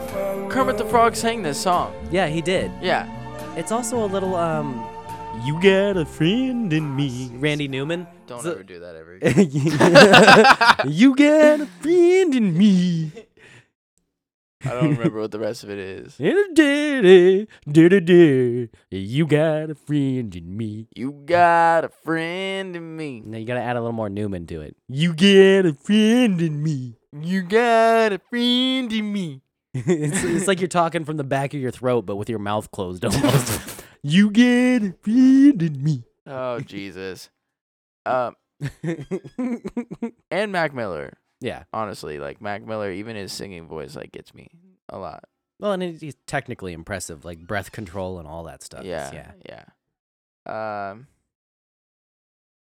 [SPEAKER 2] Kermit the Frog sang this song.
[SPEAKER 1] yeah, he did.
[SPEAKER 2] Yeah.
[SPEAKER 1] It's also a little um You got a friend in me. Randy Newman.
[SPEAKER 2] Don't
[SPEAKER 1] So-
[SPEAKER 2] ever do that ever.
[SPEAKER 1] you got a friend in me.
[SPEAKER 2] I don't remember what the rest of it is.
[SPEAKER 1] And a daddy, daddy, daddy. You got a friend in me.
[SPEAKER 2] You got a friend in me.
[SPEAKER 1] Now you gotta add a little more Newman to it. You got a friend in me.
[SPEAKER 2] You got a friend in me.
[SPEAKER 1] it's, it's like you're talking from the back of your throat, but with your mouth closed almost. you get a friend in me.
[SPEAKER 2] Oh Jesus. Um, and Mac Miller.
[SPEAKER 1] yeah.
[SPEAKER 2] Honestly, like Mac Miller, even his singing voice like gets me a lot.
[SPEAKER 1] Well, and it- it's technically impressive, like breath control and all that stuff.
[SPEAKER 2] yeah,
[SPEAKER 1] Yeah.
[SPEAKER 2] yeah. Um,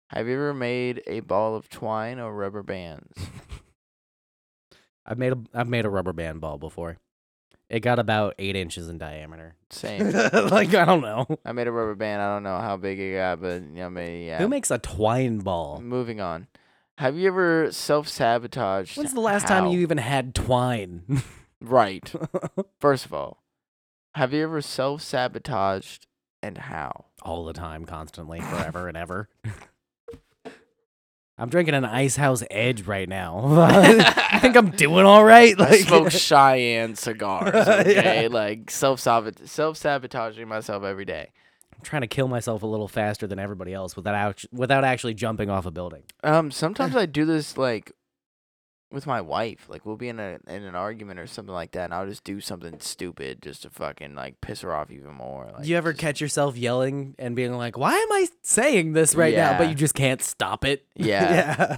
[SPEAKER 2] have you ever made a ball of twine or rubber bands?
[SPEAKER 1] I've made a I've made a rubber band ball before. It got about eight inches in diameter.
[SPEAKER 2] Same.
[SPEAKER 1] like I don't know.
[SPEAKER 2] I made a rubber band. I don't know how big it got, but you know, I mean, yeah. Mm,
[SPEAKER 1] Who makes a twine ball?
[SPEAKER 2] Moving on. Have you ever self sabotaged?
[SPEAKER 1] When's the last time
[SPEAKER 2] How?
[SPEAKER 1] you even had twine?
[SPEAKER 2] Right. First of all, have you ever self sabotaged and how?
[SPEAKER 1] All the time, constantly, forever and ever. I'm drinking an ice house edge right now. I think I'm doing all right.
[SPEAKER 2] I
[SPEAKER 1] Like
[SPEAKER 2] smoke Cheyenne cigars.
[SPEAKER 1] Yeah.
[SPEAKER 2] Okay, like self self sabotaging myself every day.
[SPEAKER 1] I'm trying to kill myself a little faster than everybody else without act- without actually jumping off a building.
[SPEAKER 2] Um, sometimes I do this like with my wife. Like we'll be in a in an argument or something like that, and I'll just do something stupid just to fucking like piss her off even more. Like
[SPEAKER 1] you ever
[SPEAKER 2] just-
[SPEAKER 1] catch yourself yelling and being like, "Why am I saying this right now?" But
[SPEAKER 2] Yeah.
[SPEAKER 1] you just can't stop it.
[SPEAKER 2] Yeah.
[SPEAKER 1] yeah.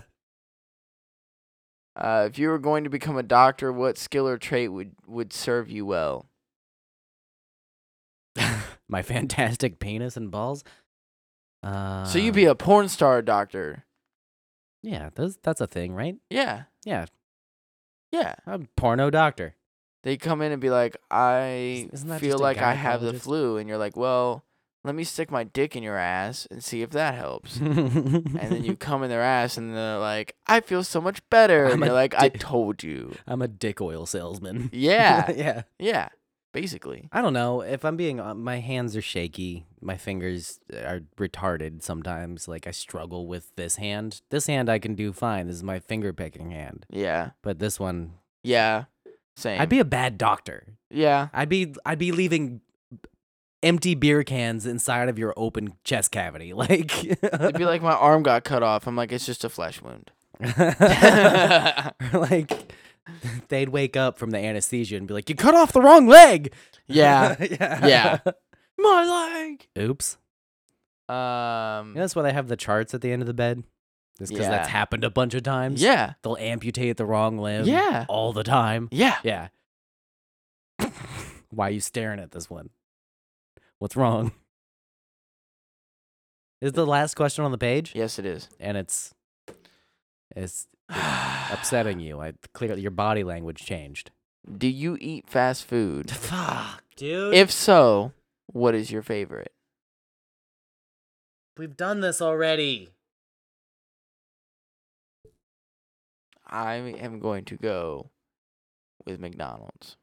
[SPEAKER 2] Uh, if you were going to become a doctor, what skill or trait would would serve you well?
[SPEAKER 1] my fantastic penis and balls. Uh,
[SPEAKER 2] so you'd be a porn star doctor.
[SPEAKER 1] yeah. Those, that's a thing, right?
[SPEAKER 2] Yeah.
[SPEAKER 1] Yeah,
[SPEAKER 2] Yeah.
[SPEAKER 1] I'm porno doctor.
[SPEAKER 2] They come in and be like, I
[SPEAKER 1] Isn't that
[SPEAKER 2] feel
[SPEAKER 1] just a
[SPEAKER 2] like I have the
[SPEAKER 1] gynecologist?
[SPEAKER 2] flu. And you're like, well, let me stick my dick in your ass and see if that helps. and
[SPEAKER 1] and
[SPEAKER 2] then you come in their ass and they're like, I feel so much better.
[SPEAKER 1] I'm
[SPEAKER 2] and
[SPEAKER 1] a
[SPEAKER 2] you're like, I
[SPEAKER 1] di-
[SPEAKER 2] told you.
[SPEAKER 1] I'm a dick oil salesman.
[SPEAKER 2] Yeah.
[SPEAKER 1] yeah.
[SPEAKER 2] yeah. Basically.
[SPEAKER 1] I don't know. If I'm being, hon- my hands are shaky. My fingers are retarded sometimes. Like I struggle with this hand. This hand I can do fine. This is my finger picking hand.
[SPEAKER 2] Yeah.
[SPEAKER 1] But this one,
[SPEAKER 2] Yeah. Same.
[SPEAKER 1] I'd be a bad doctor.
[SPEAKER 2] yeah.
[SPEAKER 1] I'd be, I'd be leaving empty beer cans inside of your open chest cavity. Like,
[SPEAKER 2] It'd be like my arm got cut off. I'm like, it's just a flesh wound.
[SPEAKER 1] Or, like they'd wake up from the anesthesia and be like, "You cut off the wrong leg."
[SPEAKER 2] yeah.
[SPEAKER 1] yeah,
[SPEAKER 2] My
[SPEAKER 1] Oops.
[SPEAKER 2] leg. Um.
[SPEAKER 1] You know, that's why they have the charts at the end of the bed. Just because that's
[SPEAKER 2] Yeah.
[SPEAKER 1] happened a bunch of times.
[SPEAKER 2] Yeah.
[SPEAKER 1] They'll amputate the wrong limb.
[SPEAKER 2] Yeah.
[SPEAKER 1] All the time.
[SPEAKER 2] Yeah.
[SPEAKER 1] Yeah. why are you staring at this one? What's wrong? Is the last question on the page?
[SPEAKER 2] Yes, it is.
[SPEAKER 1] And it's it's upsetting you. I clearly your body language changed.
[SPEAKER 2] Do you eat fast food?
[SPEAKER 1] Fuck, dude.
[SPEAKER 2] If so, what is your favorite?
[SPEAKER 1] We've done this already.
[SPEAKER 2] I am going to go with McDonald's.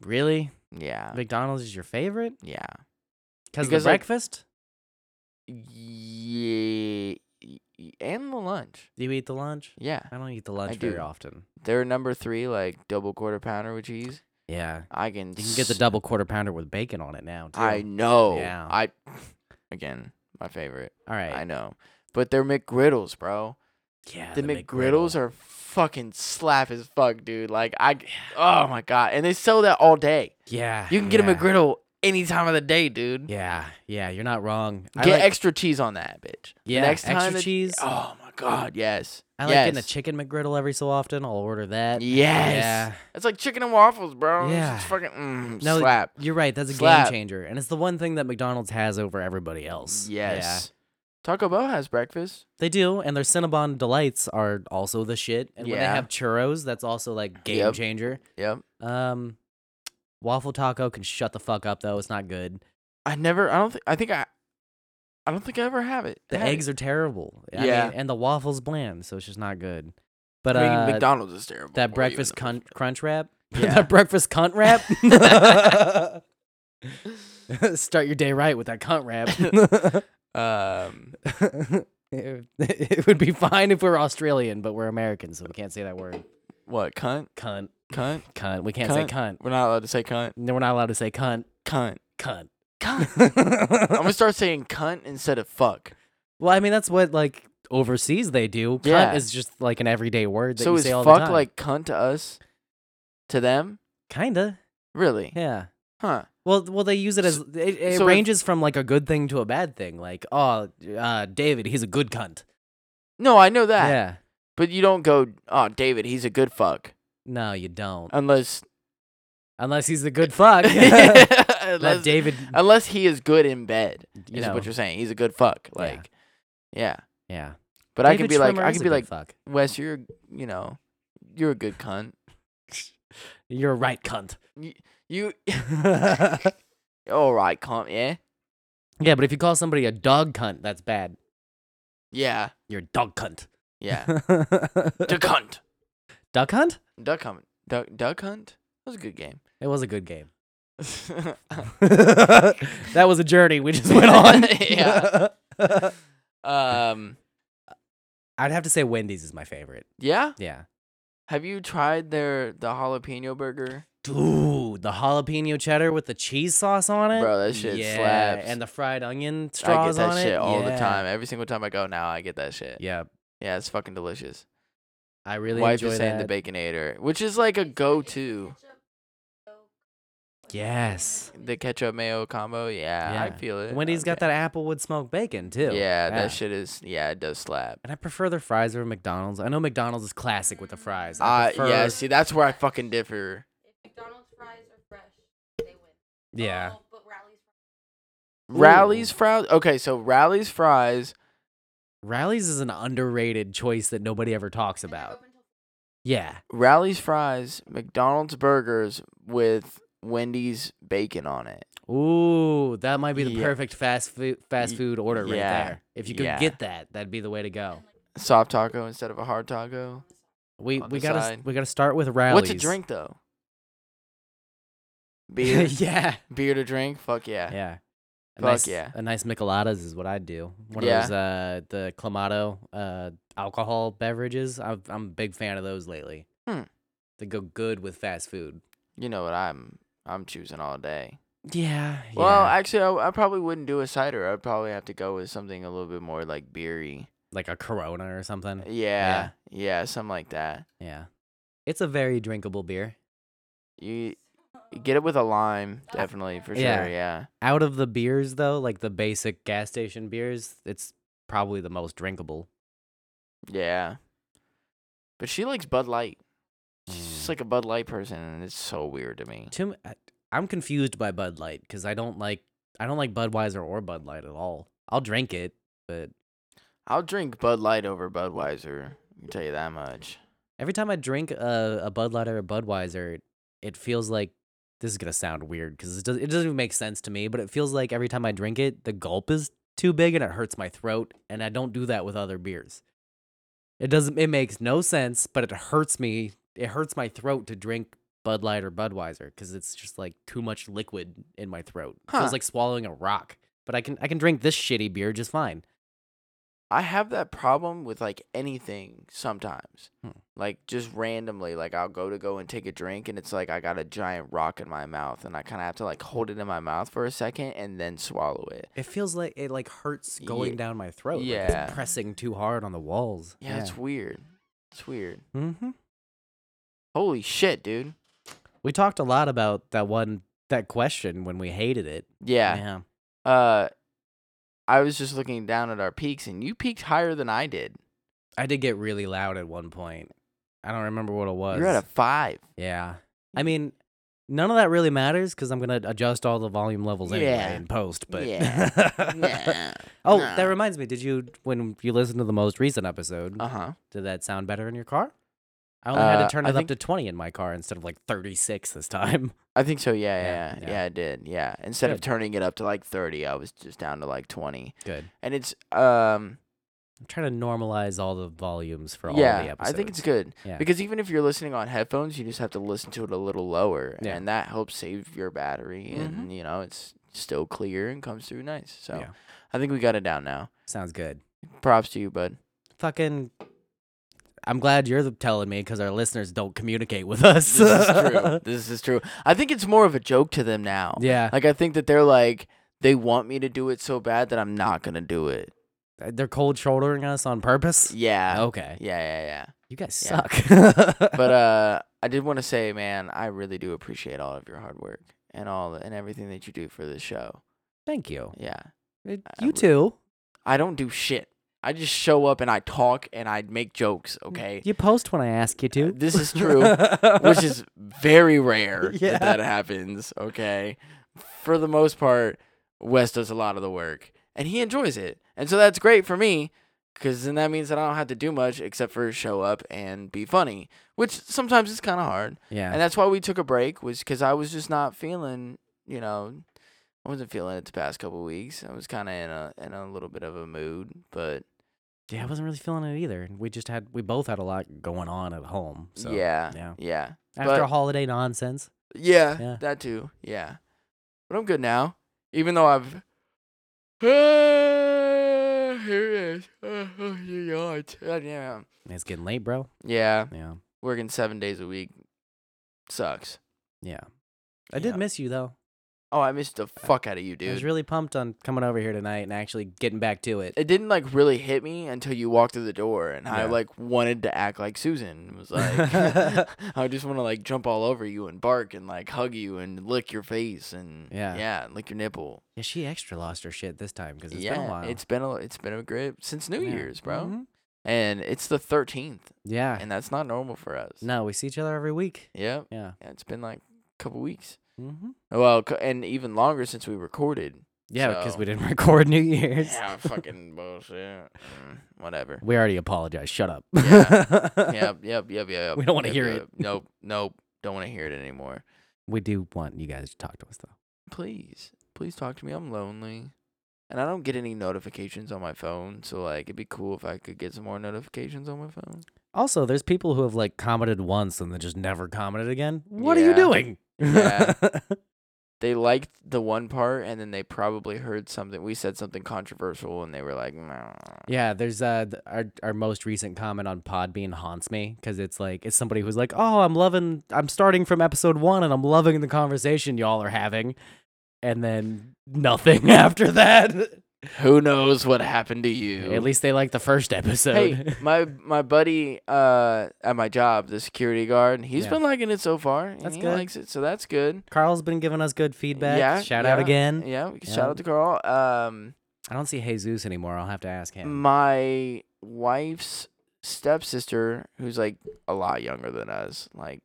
[SPEAKER 1] Really?
[SPEAKER 2] Yeah.
[SPEAKER 1] McDonald's is your favorite?
[SPEAKER 2] Yeah.
[SPEAKER 1] Because the
[SPEAKER 2] Uh, Because, like-
[SPEAKER 1] breakfast?
[SPEAKER 2] Yeah. And the lunch.
[SPEAKER 1] Do you eat the lunch?
[SPEAKER 2] Yeah.
[SPEAKER 1] I don't eat the lunch
[SPEAKER 2] I
[SPEAKER 1] very
[SPEAKER 2] do.
[SPEAKER 1] often.
[SPEAKER 2] Their number three, like double quarter pounder with cheese.
[SPEAKER 1] Yeah.
[SPEAKER 2] I can.
[SPEAKER 1] You can get the
[SPEAKER 2] s-
[SPEAKER 1] double quarter pounder with bacon on it now, too.
[SPEAKER 2] I know.
[SPEAKER 1] Yeah.
[SPEAKER 2] I. Again, my favorite.
[SPEAKER 1] All right.
[SPEAKER 2] I know. But they're McGriddles, bro.
[SPEAKER 1] yeah.
[SPEAKER 2] the, McGriddles are fucking slap as fuck, dude. Like I, oh my god, and they sell that all day.
[SPEAKER 1] Yeah.
[SPEAKER 2] You can get
[SPEAKER 1] yeah.
[SPEAKER 2] a McGriddle any time of the day, dude.
[SPEAKER 1] Yeah. Yeah. You're not wrong. I
[SPEAKER 2] Get
[SPEAKER 1] like,
[SPEAKER 2] extra cheese on that, bitch. The
[SPEAKER 1] Yeah,
[SPEAKER 2] next time
[SPEAKER 1] extra
[SPEAKER 2] that-
[SPEAKER 1] cheese.
[SPEAKER 2] Oh my god, yes.
[SPEAKER 1] I like getting a
[SPEAKER 2] yes.
[SPEAKER 1] chicken McGriddle every so often. I'll order that.
[SPEAKER 2] Yes.
[SPEAKER 1] Yeah.
[SPEAKER 2] It's like chicken and waffles, bro.
[SPEAKER 1] Yeah.
[SPEAKER 2] Yeah. It's fucking mm,
[SPEAKER 1] No,
[SPEAKER 2] slap.
[SPEAKER 1] you're right. That's a
[SPEAKER 2] Slap.
[SPEAKER 1] game changer. And it's the one thing that McDonald's has over everybody else. Yeah.
[SPEAKER 2] Yes. Taco Bell has breakfast.
[SPEAKER 1] They do, and their Cinnabon delights are also the shit. And when they
[SPEAKER 2] Yeah.
[SPEAKER 1] have churros, that's also like game
[SPEAKER 2] Yep.
[SPEAKER 1] changer.
[SPEAKER 2] Yep.
[SPEAKER 1] Um, waffle taco can shut the fuck up though. It's not good.
[SPEAKER 2] I never. I don't think. I think I. I don't think I ever have it.
[SPEAKER 1] The eggs are terrible. I
[SPEAKER 2] Yeah.
[SPEAKER 1] mean, and the waffles bland, so it's just not good. But
[SPEAKER 2] I mean,
[SPEAKER 1] uh,
[SPEAKER 2] McDonald's is terrible.
[SPEAKER 1] that
[SPEAKER 2] for you in
[SPEAKER 1] breakfast
[SPEAKER 2] the
[SPEAKER 1] cunt, crunch wrap,
[SPEAKER 2] Yeah.
[SPEAKER 1] that breakfast cunt wrap. Start your day right with that cunt wrap.
[SPEAKER 2] Um,
[SPEAKER 1] it, it would be fine if we were Australian, but we're American, so we can't say that word.
[SPEAKER 2] what cunt?
[SPEAKER 1] Cunt.
[SPEAKER 2] Cunt?
[SPEAKER 1] Cunt. We can't say cunt.
[SPEAKER 2] We're not allowed to say cunt.
[SPEAKER 1] No, we're not allowed to say cunt.
[SPEAKER 2] Cunt.
[SPEAKER 1] Cunt.
[SPEAKER 2] I'm
[SPEAKER 1] Cunt.
[SPEAKER 2] gonna start saying cunt instead of fuck.
[SPEAKER 1] well, I mean, that's what like overseas they do. Cunt
[SPEAKER 2] Yeah.
[SPEAKER 1] is just like an everyday word that
[SPEAKER 2] So
[SPEAKER 1] you
[SPEAKER 2] is
[SPEAKER 1] say all the
[SPEAKER 2] fuck
[SPEAKER 1] time.
[SPEAKER 2] like cunt to us? To them?
[SPEAKER 1] kinda.
[SPEAKER 2] Really?
[SPEAKER 1] Yeah.
[SPEAKER 2] Huh?
[SPEAKER 1] Well, well, they use it as it, it
[SPEAKER 2] so if-
[SPEAKER 1] ranges from like a good thing to a bad thing. Like, oh, uh, David, he's a good cunt.
[SPEAKER 2] No, I know that.
[SPEAKER 1] Yeah.
[SPEAKER 2] But you don't go. Oh, David, he's a good fuck.
[SPEAKER 1] No, you don't.
[SPEAKER 2] Unless.
[SPEAKER 1] Unless he's a good fuck. Let
[SPEAKER 2] unless,
[SPEAKER 1] David.
[SPEAKER 2] unless he Uh, is good in bed.
[SPEAKER 1] You
[SPEAKER 2] is
[SPEAKER 1] know.
[SPEAKER 2] what you're saying. He's a good fuck.
[SPEAKER 1] Yeah.
[SPEAKER 2] Like, yeah.
[SPEAKER 1] Yeah.
[SPEAKER 2] But I
[SPEAKER 1] David
[SPEAKER 2] could be like,
[SPEAKER 1] Schwimmer
[SPEAKER 2] I
[SPEAKER 1] is
[SPEAKER 2] could
[SPEAKER 1] a
[SPEAKER 2] be
[SPEAKER 1] good
[SPEAKER 2] like,
[SPEAKER 1] fuck.
[SPEAKER 2] Wes, you're, you know, you're a good cunt.
[SPEAKER 1] You're a right cunt.
[SPEAKER 2] You, you
[SPEAKER 1] yeah,
[SPEAKER 2] all right, cunt? Yeah,
[SPEAKER 1] but if you call somebody a dog cunt, that's bad.
[SPEAKER 2] yeah,
[SPEAKER 1] You're a dog cunt.
[SPEAKER 2] yeah.
[SPEAKER 1] duck.
[SPEAKER 2] duck hunt,
[SPEAKER 1] hunt?
[SPEAKER 2] duck hunt, duck duck hunt. That was a good game.
[SPEAKER 1] It was a good game.
[SPEAKER 2] uh,
[SPEAKER 1] that was a journey we just went on.
[SPEAKER 2] Yeah. um,
[SPEAKER 1] I'd have to say Wendy's is my favorite.
[SPEAKER 2] yeah.
[SPEAKER 1] Yeah.
[SPEAKER 2] Have you tried their the jalapeno burger?
[SPEAKER 1] Dude, the jalapeno cheddar with the cheese sauce on it.
[SPEAKER 2] Bro, that shit
[SPEAKER 1] yeah.
[SPEAKER 2] slaps.
[SPEAKER 1] And the fried onion
[SPEAKER 2] I
[SPEAKER 1] straws
[SPEAKER 2] get that
[SPEAKER 1] on
[SPEAKER 2] shit
[SPEAKER 1] it.
[SPEAKER 2] all the
[SPEAKER 1] Yeah.
[SPEAKER 2] time. Every single time I go now, I get that shit. Yeah,
[SPEAKER 1] Yeah.
[SPEAKER 2] it's fucking delicious.
[SPEAKER 1] I really
[SPEAKER 2] Wife
[SPEAKER 1] enjoy
[SPEAKER 2] is saying
[SPEAKER 1] that.
[SPEAKER 2] the baconator, which is like a go-to.
[SPEAKER 1] yes.
[SPEAKER 2] The ketchup mayo combo, yeah, I
[SPEAKER 1] Yeah.
[SPEAKER 2] feel it.
[SPEAKER 1] Wendy's got
[SPEAKER 2] Okay.
[SPEAKER 1] that applewood smoked bacon too.
[SPEAKER 2] Yeah, that shit is. Yeah, it does slap.
[SPEAKER 1] And I prefer their fries over McDonald's. I know McDonald's is classic with the fries. I
[SPEAKER 2] Uh,
[SPEAKER 1] prefer,
[SPEAKER 2] yeah, see, that's where I fucking differ.
[SPEAKER 1] Yeah.
[SPEAKER 2] Rally's fries. Okay, so Rally's fries.
[SPEAKER 1] Rallies is an underrated choice that nobody ever talks about. Yeah.
[SPEAKER 2] Rally's fries, McDonald's burgers with Wendy's bacon on it.
[SPEAKER 1] Ooh, that might be the
[SPEAKER 2] Yeah.
[SPEAKER 1] perfect fast food fast
[SPEAKER 2] Y-
[SPEAKER 1] food order
[SPEAKER 2] yeah,
[SPEAKER 1] right there. If you could
[SPEAKER 2] yeah.
[SPEAKER 1] get that, that'd be the way to go.
[SPEAKER 2] Soft taco instead of a hard taco.
[SPEAKER 1] We
[SPEAKER 2] On
[SPEAKER 1] we
[SPEAKER 2] the
[SPEAKER 1] gotta s-
[SPEAKER 2] side.
[SPEAKER 1] we gotta start with rallies.
[SPEAKER 2] What's a drink though? Beer.
[SPEAKER 1] yeah.
[SPEAKER 2] Beer to drink? Fuck yeah.
[SPEAKER 1] Yeah. A
[SPEAKER 2] Fuck
[SPEAKER 1] nice,
[SPEAKER 2] yeah.
[SPEAKER 1] A nice micheladas is what I do. One
[SPEAKER 2] Yeah.
[SPEAKER 1] of those uh the clamato uh alcohol beverages. I've, I'm a big fan of those lately.
[SPEAKER 2] Hmm.
[SPEAKER 1] They go good with fast food.
[SPEAKER 2] You know what I'm I'm choosing all day.
[SPEAKER 1] Yeah.
[SPEAKER 2] Well, actually I, I probably wouldn't do a cider. I'd probably have to go with something a little bit more like beery.
[SPEAKER 1] like a Corona or
[SPEAKER 2] Uh,
[SPEAKER 1] something.
[SPEAKER 2] Yeah. Yeah, something like that.
[SPEAKER 1] Yeah. It's a very drinkable beer.
[SPEAKER 2] You you get it with a lime, definitely for sure.
[SPEAKER 1] Yeah.
[SPEAKER 2] Yeah.
[SPEAKER 1] Out of the beers though, like the basic gas station beers, it's probably the most drinkable.
[SPEAKER 2] Yeah. But she likes Bud Light. She's
[SPEAKER 1] Mm.
[SPEAKER 2] just like a Bud Light person, and it's so weird to me.
[SPEAKER 1] Too, m- I- I'm confused by Bud Light because I don't like I don't like Budweiser or Bud Light at all. I'll drink it, but
[SPEAKER 2] I'll drink Bud Light over Budweiser. I can tell you that much.
[SPEAKER 1] every time I drink a, a Bud Light or a Budweiser, it feels like this is gonna sound weird because it, does, it doesn't even make sense to me. But it feels like every time I drink it, the gulp is too big and it hurts my throat, and I don't do that with other beers. It doesn't. It makes no sense, but it hurts me. It hurts my throat to drink Bud Light or Budweiser because it's just like too much liquid in my throat. It
[SPEAKER 2] Huh.
[SPEAKER 1] feels like swallowing a rock. But I can I can drink this shitty beer just fine.
[SPEAKER 2] I have that problem with like anything sometimes.
[SPEAKER 1] Hmm.
[SPEAKER 2] Like just randomly, like I'll go to go and take a drink, and it's like I got a giant rock in my mouth, and I kind of have to like hold it in my mouth for a second and then swallow it.
[SPEAKER 1] It feels like it like hurts
[SPEAKER 2] Ye-
[SPEAKER 1] going down my throat. like
[SPEAKER 2] yeah.
[SPEAKER 1] it's pressing too hard on the walls.
[SPEAKER 2] Yeah, it's weird. It's weird.
[SPEAKER 1] Mm-hmm.
[SPEAKER 2] Holy shit, dude.
[SPEAKER 1] We talked a lot about that one that question when we hated it.
[SPEAKER 2] yeah. Uh, I was just looking down at our peaks, and you peaked higher than I did.
[SPEAKER 1] I did get really loud at one point. I don't remember what it was.
[SPEAKER 2] You're at a five.
[SPEAKER 1] yeah. I mean, none of that really matters because I'm gonna adjust all the volume levels
[SPEAKER 2] Yeah.
[SPEAKER 1] anyway in post. But
[SPEAKER 2] Yeah. Nah.
[SPEAKER 1] oh, that reminds me. Did you when you listened to the most recent episode?
[SPEAKER 2] Uh huh.
[SPEAKER 1] did that sound better in your car? I only had
[SPEAKER 2] Uh,
[SPEAKER 1] to turn
[SPEAKER 2] I
[SPEAKER 1] it
[SPEAKER 2] think-
[SPEAKER 1] up to twenty in my car instead of like thirty six this time.
[SPEAKER 2] I think so. Yeah, yeah,
[SPEAKER 1] Yeah,
[SPEAKER 2] yeah.
[SPEAKER 1] yeah.
[SPEAKER 2] I did. Yeah. Instead of
[SPEAKER 1] Good.
[SPEAKER 2] turning it up to like 30, I was just down to like 20.
[SPEAKER 1] Good.
[SPEAKER 2] And it's um
[SPEAKER 1] I'm trying to normalize all the volumes for all the
[SPEAKER 2] yeah,
[SPEAKER 1] episodes.
[SPEAKER 2] I think it's good
[SPEAKER 1] Yeah.
[SPEAKER 2] because even if you're listening on headphones, you just have to listen to it a little lower,
[SPEAKER 1] Yeah. Mm-hmm.
[SPEAKER 2] and that helps save your battery, and you know it's still clear and comes through nice. So
[SPEAKER 1] Yeah.
[SPEAKER 2] I think we got it down now.
[SPEAKER 1] Sounds good.
[SPEAKER 2] Props to you, bud.
[SPEAKER 1] fucking I'm glad you're the- telling me because our listeners don't communicate with us.
[SPEAKER 2] This is true. This is true. I think it's more of a joke to them now.
[SPEAKER 1] yeah.
[SPEAKER 2] Like I think that they're like they want me to do it so bad that I'm not gonna do it.
[SPEAKER 1] They're cold shouldering us on purpose.
[SPEAKER 2] Yeah.
[SPEAKER 1] Okay.
[SPEAKER 2] Yeah, yeah, yeah.
[SPEAKER 1] You guys
[SPEAKER 2] Yeah.
[SPEAKER 1] suck.
[SPEAKER 2] but uh, I did want to say, man, I really do appreciate all of your hard work and all and everything that you do for this show.
[SPEAKER 1] Thank you.
[SPEAKER 2] Yeah,
[SPEAKER 1] It-
[SPEAKER 2] I
[SPEAKER 1] You
[SPEAKER 2] re-
[SPEAKER 1] too.
[SPEAKER 2] I don't do shit. I just show up and I talk and I make jokes. Okay,
[SPEAKER 1] You post when I ask you to.
[SPEAKER 2] Uh, this is true, which is very rare
[SPEAKER 1] Yeah.
[SPEAKER 2] that that happens. Okay, for the most part, Wes does a lot of the work and he enjoys it, and so that's great for me. Because then that means that I don't have to do much except for show up and be funny, which sometimes is kind of hard.
[SPEAKER 1] yeah.
[SPEAKER 2] and that's why we took a break was because i was just not feeling you know i wasn't feeling it the past couple weeks i was kind of in a in a little bit of a mood but
[SPEAKER 1] yeah, I wasn't really feeling it either. We just had we both had a lot going on at home. So
[SPEAKER 2] yeah
[SPEAKER 1] yeah.
[SPEAKER 2] yeah
[SPEAKER 1] After
[SPEAKER 2] but-
[SPEAKER 1] holiday nonsense.
[SPEAKER 2] yeah
[SPEAKER 1] Yeah.
[SPEAKER 2] that too yeah but i'm good now even though i've here it is Uh, oh, you yawned. God damn.
[SPEAKER 1] It's getting late, bro.
[SPEAKER 2] yeah
[SPEAKER 1] Yeah.
[SPEAKER 2] working seven days a week sucks
[SPEAKER 1] Yeah. I did
[SPEAKER 2] Yeah.
[SPEAKER 1] miss you though.
[SPEAKER 2] oh i missed the fuck out of you
[SPEAKER 1] I
[SPEAKER 2] dude
[SPEAKER 1] was really pumped on coming over here tonight and actually getting back to it.
[SPEAKER 2] it didn't like really hit me until you walked through the door and I
[SPEAKER 1] Yeah.
[SPEAKER 2] like wanted to act like Susan. It was like I just want to like jump all over you and bark and like hug you and lick your face and
[SPEAKER 1] Yeah.
[SPEAKER 2] yeah lick your nipple.
[SPEAKER 1] Yeah, she extra lost her shit this time because it's
[SPEAKER 2] yeah,
[SPEAKER 1] been a while.
[SPEAKER 2] it's been a it's been a great since New
[SPEAKER 1] Yeah.
[SPEAKER 2] Year's, bro.
[SPEAKER 1] Mhm.
[SPEAKER 2] And it's the 13th
[SPEAKER 1] Yeah.
[SPEAKER 2] and that's not normal for us.
[SPEAKER 1] Ah. no, we see each other every week.
[SPEAKER 2] Yep.
[SPEAKER 1] Yeah.
[SPEAKER 2] Yeah, it's been like a couple weeks.
[SPEAKER 1] Mm-hmm.
[SPEAKER 2] Well, c- and even longer since we recorded.
[SPEAKER 1] Yeah, because
[SPEAKER 2] So-
[SPEAKER 1] we didn't record New Year's.
[SPEAKER 2] Yeah, fucking bullshit. Mm, Whatever.
[SPEAKER 1] We already apologized. Shut up.
[SPEAKER 2] Yeah. Yep, yep, yep, yep.
[SPEAKER 1] We don't wanna
[SPEAKER 2] yep,
[SPEAKER 1] hear
[SPEAKER 2] yep.
[SPEAKER 1] it.
[SPEAKER 2] Nope, nope. Don't want to hear it anymore.
[SPEAKER 1] we do want you guys to talk to us though.
[SPEAKER 2] Please, please talk to me. I'm lonely. And I don't get any notifications on my phone. So, like, it'd be cool if I could get some more notifications on my phone.
[SPEAKER 1] Also, there's people who have like commented once and then just never commented again. What are you
[SPEAKER 2] Yeah.
[SPEAKER 1] doing?
[SPEAKER 2] Yeah. They liked the one part and then they probably heard something. We said something controversial and they were like, nah.
[SPEAKER 1] Yeah, there's uh th- our our most recent comment on Podbean haunts me because it's like it's somebody who's like, oh, I'm loving, I'm starting from episode one and I'm loving the conversation y'all are having, and then nothing after that.
[SPEAKER 2] Who knows what happened to you?
[SPEAKER 1] At least they like the first episode.
[SPEAKER 2] Hey, my my buddy uh, at my job, the security guard, and he's
[SPEAKER 1] Yeah.
[SPEAKER 2] been liking it so far. and
[SPEAKER 1] That's
[SPEAKER 2] he
[SPEAKER 1] good.
[SPEAKER 2] likes it, so that's good.
[SPEAKER 1] Carl's been giving us good feedback.
[SPEAKER 2] Yeah,
[SPEAKER 1] Shout out
[SPEAKER 2] yeah,
[SPEAKER 1] again.
[SPEAKER 2] Yeah, we can
[SPEAKER 1] Yeah.
[SPEAKER 2] shout out to Carl. Um,
[SPEAKER 1] I don't see Jesus anymore. I'll have to ask him.
[SPEAKER 2] my wife's stepsister, who's like a lot younger than us, like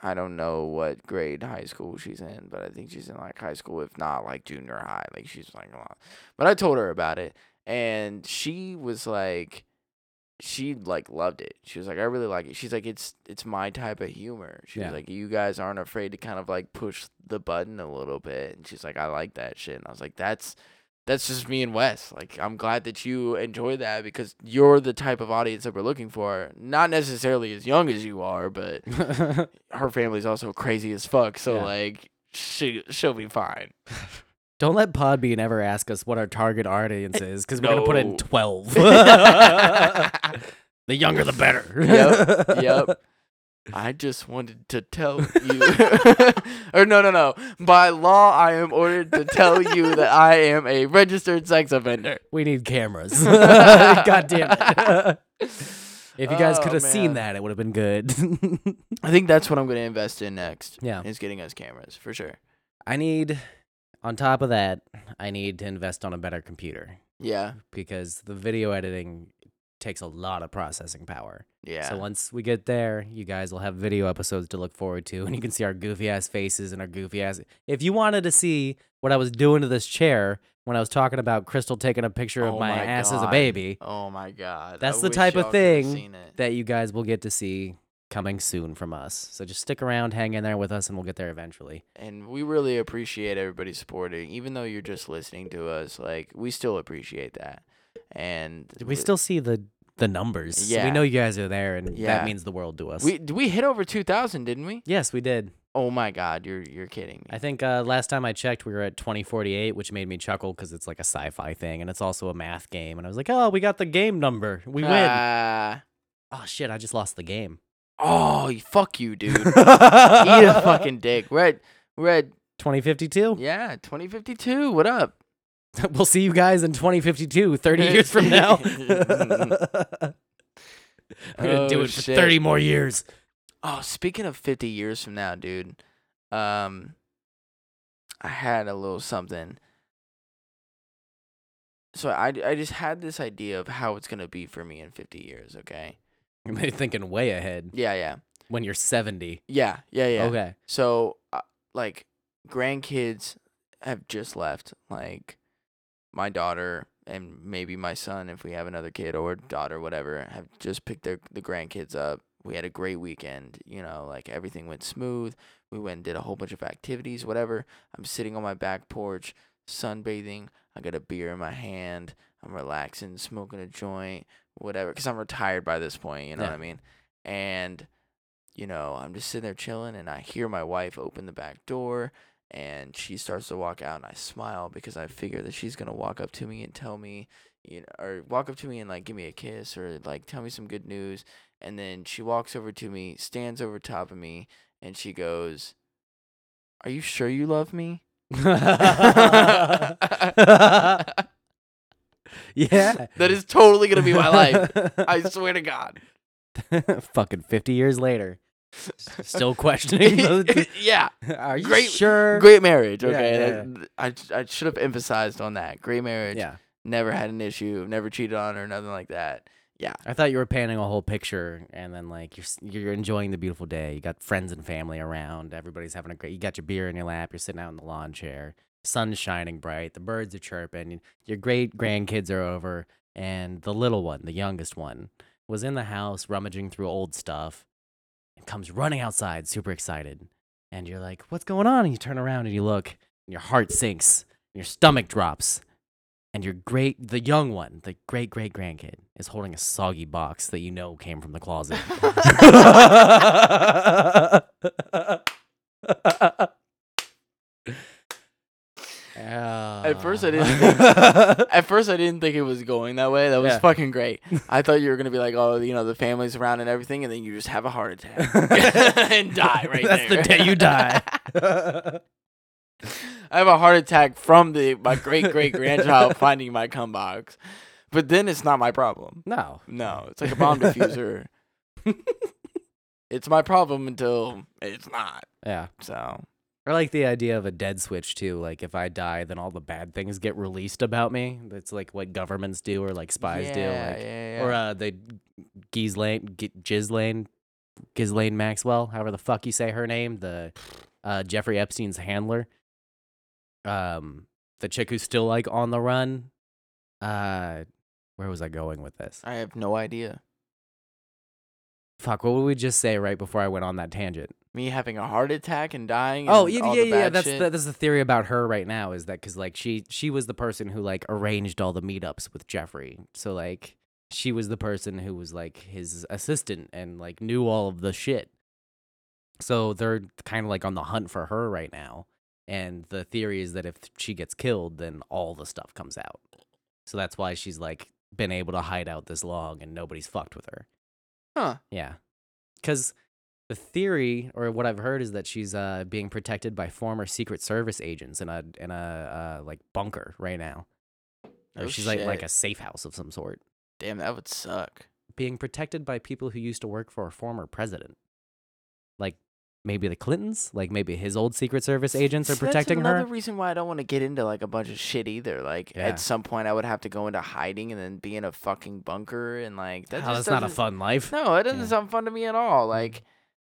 [SPEAKER 2] I don't know what grade high school she's in, but I think she's in like high school, if not like junior high. Like she's like a lot. But I told her about it, and she was like, she like loved it. She was like, I really like it. She's like, it's it's my type of humor. She
[SPEAKER 1] Yeah.
[SPEAKER 2] was like, you guys aren't afraid to kind of like push the button a little bit. And she's like, I like that shit. And I was like, that's that's just me and Wes. Like, I'm glad that you enjoy that because you're the type of audience that we're looking for. Not necessarily as young as you are, but her family's also crazy as fuck. So
[SPEAKER 1] Yeah.
[SPEAKER 2] like, she she'll be fine.
[SPEAKER 1] Don't let Podbean ever ask us what our target audience is because we're gonna put in
[SPEAKER 2] No.
[SPEAKER 1] twelve. the
[SPEAKER 2] yep,
[SPEAKER 1] younger, the better.
[SPEAKER 2] yep. I just wanted to tell you, or no, no, no. By law, I am ordered to tell you that I am a registered sex offender.
[SPEAKER 1] We need cameras. God damn it. If you guys
[SPEAKER 2] Oh,
[SPEAKER 1] could have seen
[SPEAKER 2] man.
[SPEAKER 1] that, it would have been good.
[SPEAKER 2] I think that's what I'm going to invest in next.
[SPEAKER 1] Yeah.
[SPEAKER 2] is getting us cameras for sure.
[SPEAKER 1] I need, on top of that, I need to invest on a better computer
[SPEAKER 2] Yeah,
[SPEAKER 1] because the video editing takes a lot of processing power.
[SPEAKER 2] yeah.
[SPEAKER 1] So once we get there, you guys will have video episodes to look forward to, and you can see our goofy ass faces and our goofy ass. If you wanted to see what I was doing to this chair when I was talking about Crystal taking a picture of
[SPEAKER 2] Oh
[SPEAKER 1] my, ass as a
[SPEAKER 2] God.
[SPEAKER 1] baby,
[SPEAKER 2] Oh my god. I
[SPEAKER 1] That's the
[SPEAKER 2] wish
[SPEAKER 1] type of
[SPEAKER 2] y'all could've
[SPEAKER 1] thing
[SPEAKER 2] seen it.
[SPEAKER 1] that you guys will get to see coming soon from us. So just stick around, hang in there with us, and we'll get there eventually.
[SPEAKER 2] and we really appreciate everybody supporting, even though you're just listening to us. Like we still appreciate that, and
[SPEAKER 1] We still see the the numbers.
[SPEAKER 2] Yeah.
[SPEAKER 1] we know you guys are there, and that
[SPEAKER 2] Yeah.
[SPEAKER 1] means the world to us.
[SPEAKER 2] we did we hit over two thousand, didn't we?
[SPEAKER 1] yes, we did.
[SPEAKER 2] Oh my god, you're you're kidding
[SPEAKER 1] I
[SPEAKER 2] me.
[SPEAKER 1] think uh, last time I checked, we were at 2048, which made me chuckle because it's like a sci-fi thing, and it's also a math game. And I was like, oh, we got the game number. We win.
[SPEAKER 2] Ah.
[SPEAKER 1] oh shit, I just lost the game.
[SPEAKER 2] oh, you- fuck you, dude.
[SPEAKER 1] Eat
[SPEAKER 2] Eat a fucking dick. We're at we're at
[SPEAKER 1] 2052.
[SPEAKER 2] yeah, 2052. What up?
[SPEAKER 1] we'll see you guys in 2052, 30 years from now. We're gonna do
[SPEAKER 2] Oh,
[SPEAKER 1] it for
[SPEAKER 2] shit.
[SPEAKER 1] 30 more years.
[SPEAKER 2] Oh, speaking of 50 years from now, dude, um, I had a little something. So I, I just had this idea of how it's going to be for me in 50 years, okay?
[SPEAKER 1] You're thinking way ahead
[SPEAKER 2] Yeah, yeah.
[SPEAKER 1] when you're 70.
[SPEAKER 2] Yeah, yeah, yeah.
[SPEAKER 1] Okay.
[SPEAKER 2] So, uh, like, grandkids have just left. Like, my daughter and maybe my son, if we have another kid or daughter, whatever, have just picked their the grandkids up. We had a great weekend. You know, like everything went smooth. We went and did a whole bunch of activities, whatever. I'm sitting on my back porch, sunbathing. I got a beer in my hand. I'm relaxing, smoking a joint, whatever. Because I'm retired by this point. You know
[SPEAKER 1] Yeah.
[SPEAKER 2] what I mean? And you know, I'm just sitting there chilling and I hear my wife open the back door and she starts to walk out and I smile because I figure that she's going to walk up to me and tell me, you know, or walk up to me and like give me a kiss or like tell me some good news. And then she walks over to me, stands over top of me, and she goes, Are you sure you love me? that
[SPEAKER 1] yeah.
[SPEAKER 2] is totally going to be my life. I swear to God.
[SPEAKER 1] Fucking 50 years later. Still questioning. those-
[SPEAKER 2] yeah.
[SPEAKER 1] Are you
[SPEAKER 2] Great-
[SPEAKER 1] sure?
[SPEAKER 2] Great marriage.
[SPEAKER 1] Yeah,
[SPEAKER 2] Okay.
[SPEAKER 1] yeah,
[SPEAKER 2] That- I, I should have emphasized on that. Great marriage.
[SPEAKER 1] Yeah.
[SPEAKER 2] never had an issue, never cheated on her, nothing like that.
[SPEAKER 1] I thought you were painting a whole picture and then like you're s- you're enjoying the beautiful day. You got friends and family around. Everybody's having a great. You got your beer in your lap. You're sitting out in the lawn chair. sun's shining bright, the birds are chirping, your great grandkids are over, and the little one, the youngest one, was in the house rummaging through old stuff and comes running outside, super excited. And you're like, what's going on? And you turn around and you look, and your heart sinks, and your stomach drops. And your great, the young one, the great great grandkid, is holding a soggy box that you know came from the closet. At
[SPEAKER 2] first I didn't
[SPEAKER 1] Ah.
[SPEAKER 2] At first, I didn't think it was going that way. That was
[SPEAKER 1] Yeah.
[SPEAKER 2] fucking great. I thought you were gonna be like, oh, you know, the family's around and everything, and then you just have a heart attack and die right
[SPEAKER 1] That's
[SPEAKER 2] there.
[SPEAKER 1] the day you die.
[SPEAKER 2] I have a heart attack from the my great great grandchild finding my cum box, but then it's not my problem.
[SPEAKER 1] no.
[SPEAKER 2] No, it's like a bomb diffuser. it's my problem until it's not.
[SPEAKER 1] Yeah.
[SPEAKER 2] So
[SPEAKER 1] I like the idea of a dead switch too. Like if I die, then all the bad things get released about me. That's like what governments do, or like spies do,
[SPEAKER 2] Yeah,
[SPEAKER 1] like,
[SPEAKER 2] yeah,
[SPEAKER 1] or
[SPEAKER 2] yeah.
[SPEAKER 1] uh, the Ghislaine, G- Ghislaine, Ghislaine Maxwell, however the fuck you say her name, the uh, Jeffrey Epstein's handler, um, the chick who's still like on the run. Uh, where was I going with this?
[SPEAKER 2] I have no idea.
[SPEAKER 1] Fuck, what would we just say right before I went on that tangent?
[SPEAKER 2] Me having a heart attack and dying.
[SPEAKER 1] Oh
[SPEAKER 2] and
[SPEAKER 1] yeah,
[SPEAKER 2] all
[SPEAKER 1] yeah,
[SPEAKER 2] the
[SPEAKER 1] yeah. yeah,
[SPEAKER 2] bad
[SPEAKER 1] That's
[SPEAKER 2] shit.
[SPEAKER 1] the, that's the theory about her right now is that because like she she was the person who like arranged all the meetups with Jeffrey. So like she was the person who was like his assistant and like knew all of the shit. So they're kind of like on the hunt for her right now. And the theory is that if she gets killed, then all the stuff comes out. So that's why she's like been able to hide out this long and nobody's fucked with her.
[SPEAKER 2] Huh.
[SPEAKER 1] Yeah. Because the theory, or what I've heard, is that she's uh, being protected by former Secret Service agents in a in a uh, like bunker right now. Or
[SPEAKER 2] Oh,
[SPEAKER 1] she's like like
[SPEAKER 2] shit.
[SPEAKER 1] a safe house of some sort,
[SPEAKER 2] Damn, that would suck.
[SPEAKER 1] being protected by people who used to work for a former president, like maybe the Clintons, like maybe his old Secret Service agents are
[SPEAKER 2] So
[SPEAKER 1] protecting
[SPEAKER 2] that's another
[SPEAKER 1] her.
[SPEAKER 2] reason why I don't want to get into like a bunch of shit either. Like
[SPEAKER 1] Yeah.
[SPEAKER 2] at some point, I would have to go into hiding and then be in a fucking bunker and like that.
[SPEAKER 1] Hell,
[SPEAKER 2] just
[SPEAKER 1] Oh, that's not a
[SPEAKER 2] doesn't-
[SPEAKER 1] fun life.
[SPEAKER 2] No, it doesn't
[SPEAKER 1] Yeah. Mm.
[SPEAKER 2] sound fun to me at all. Like,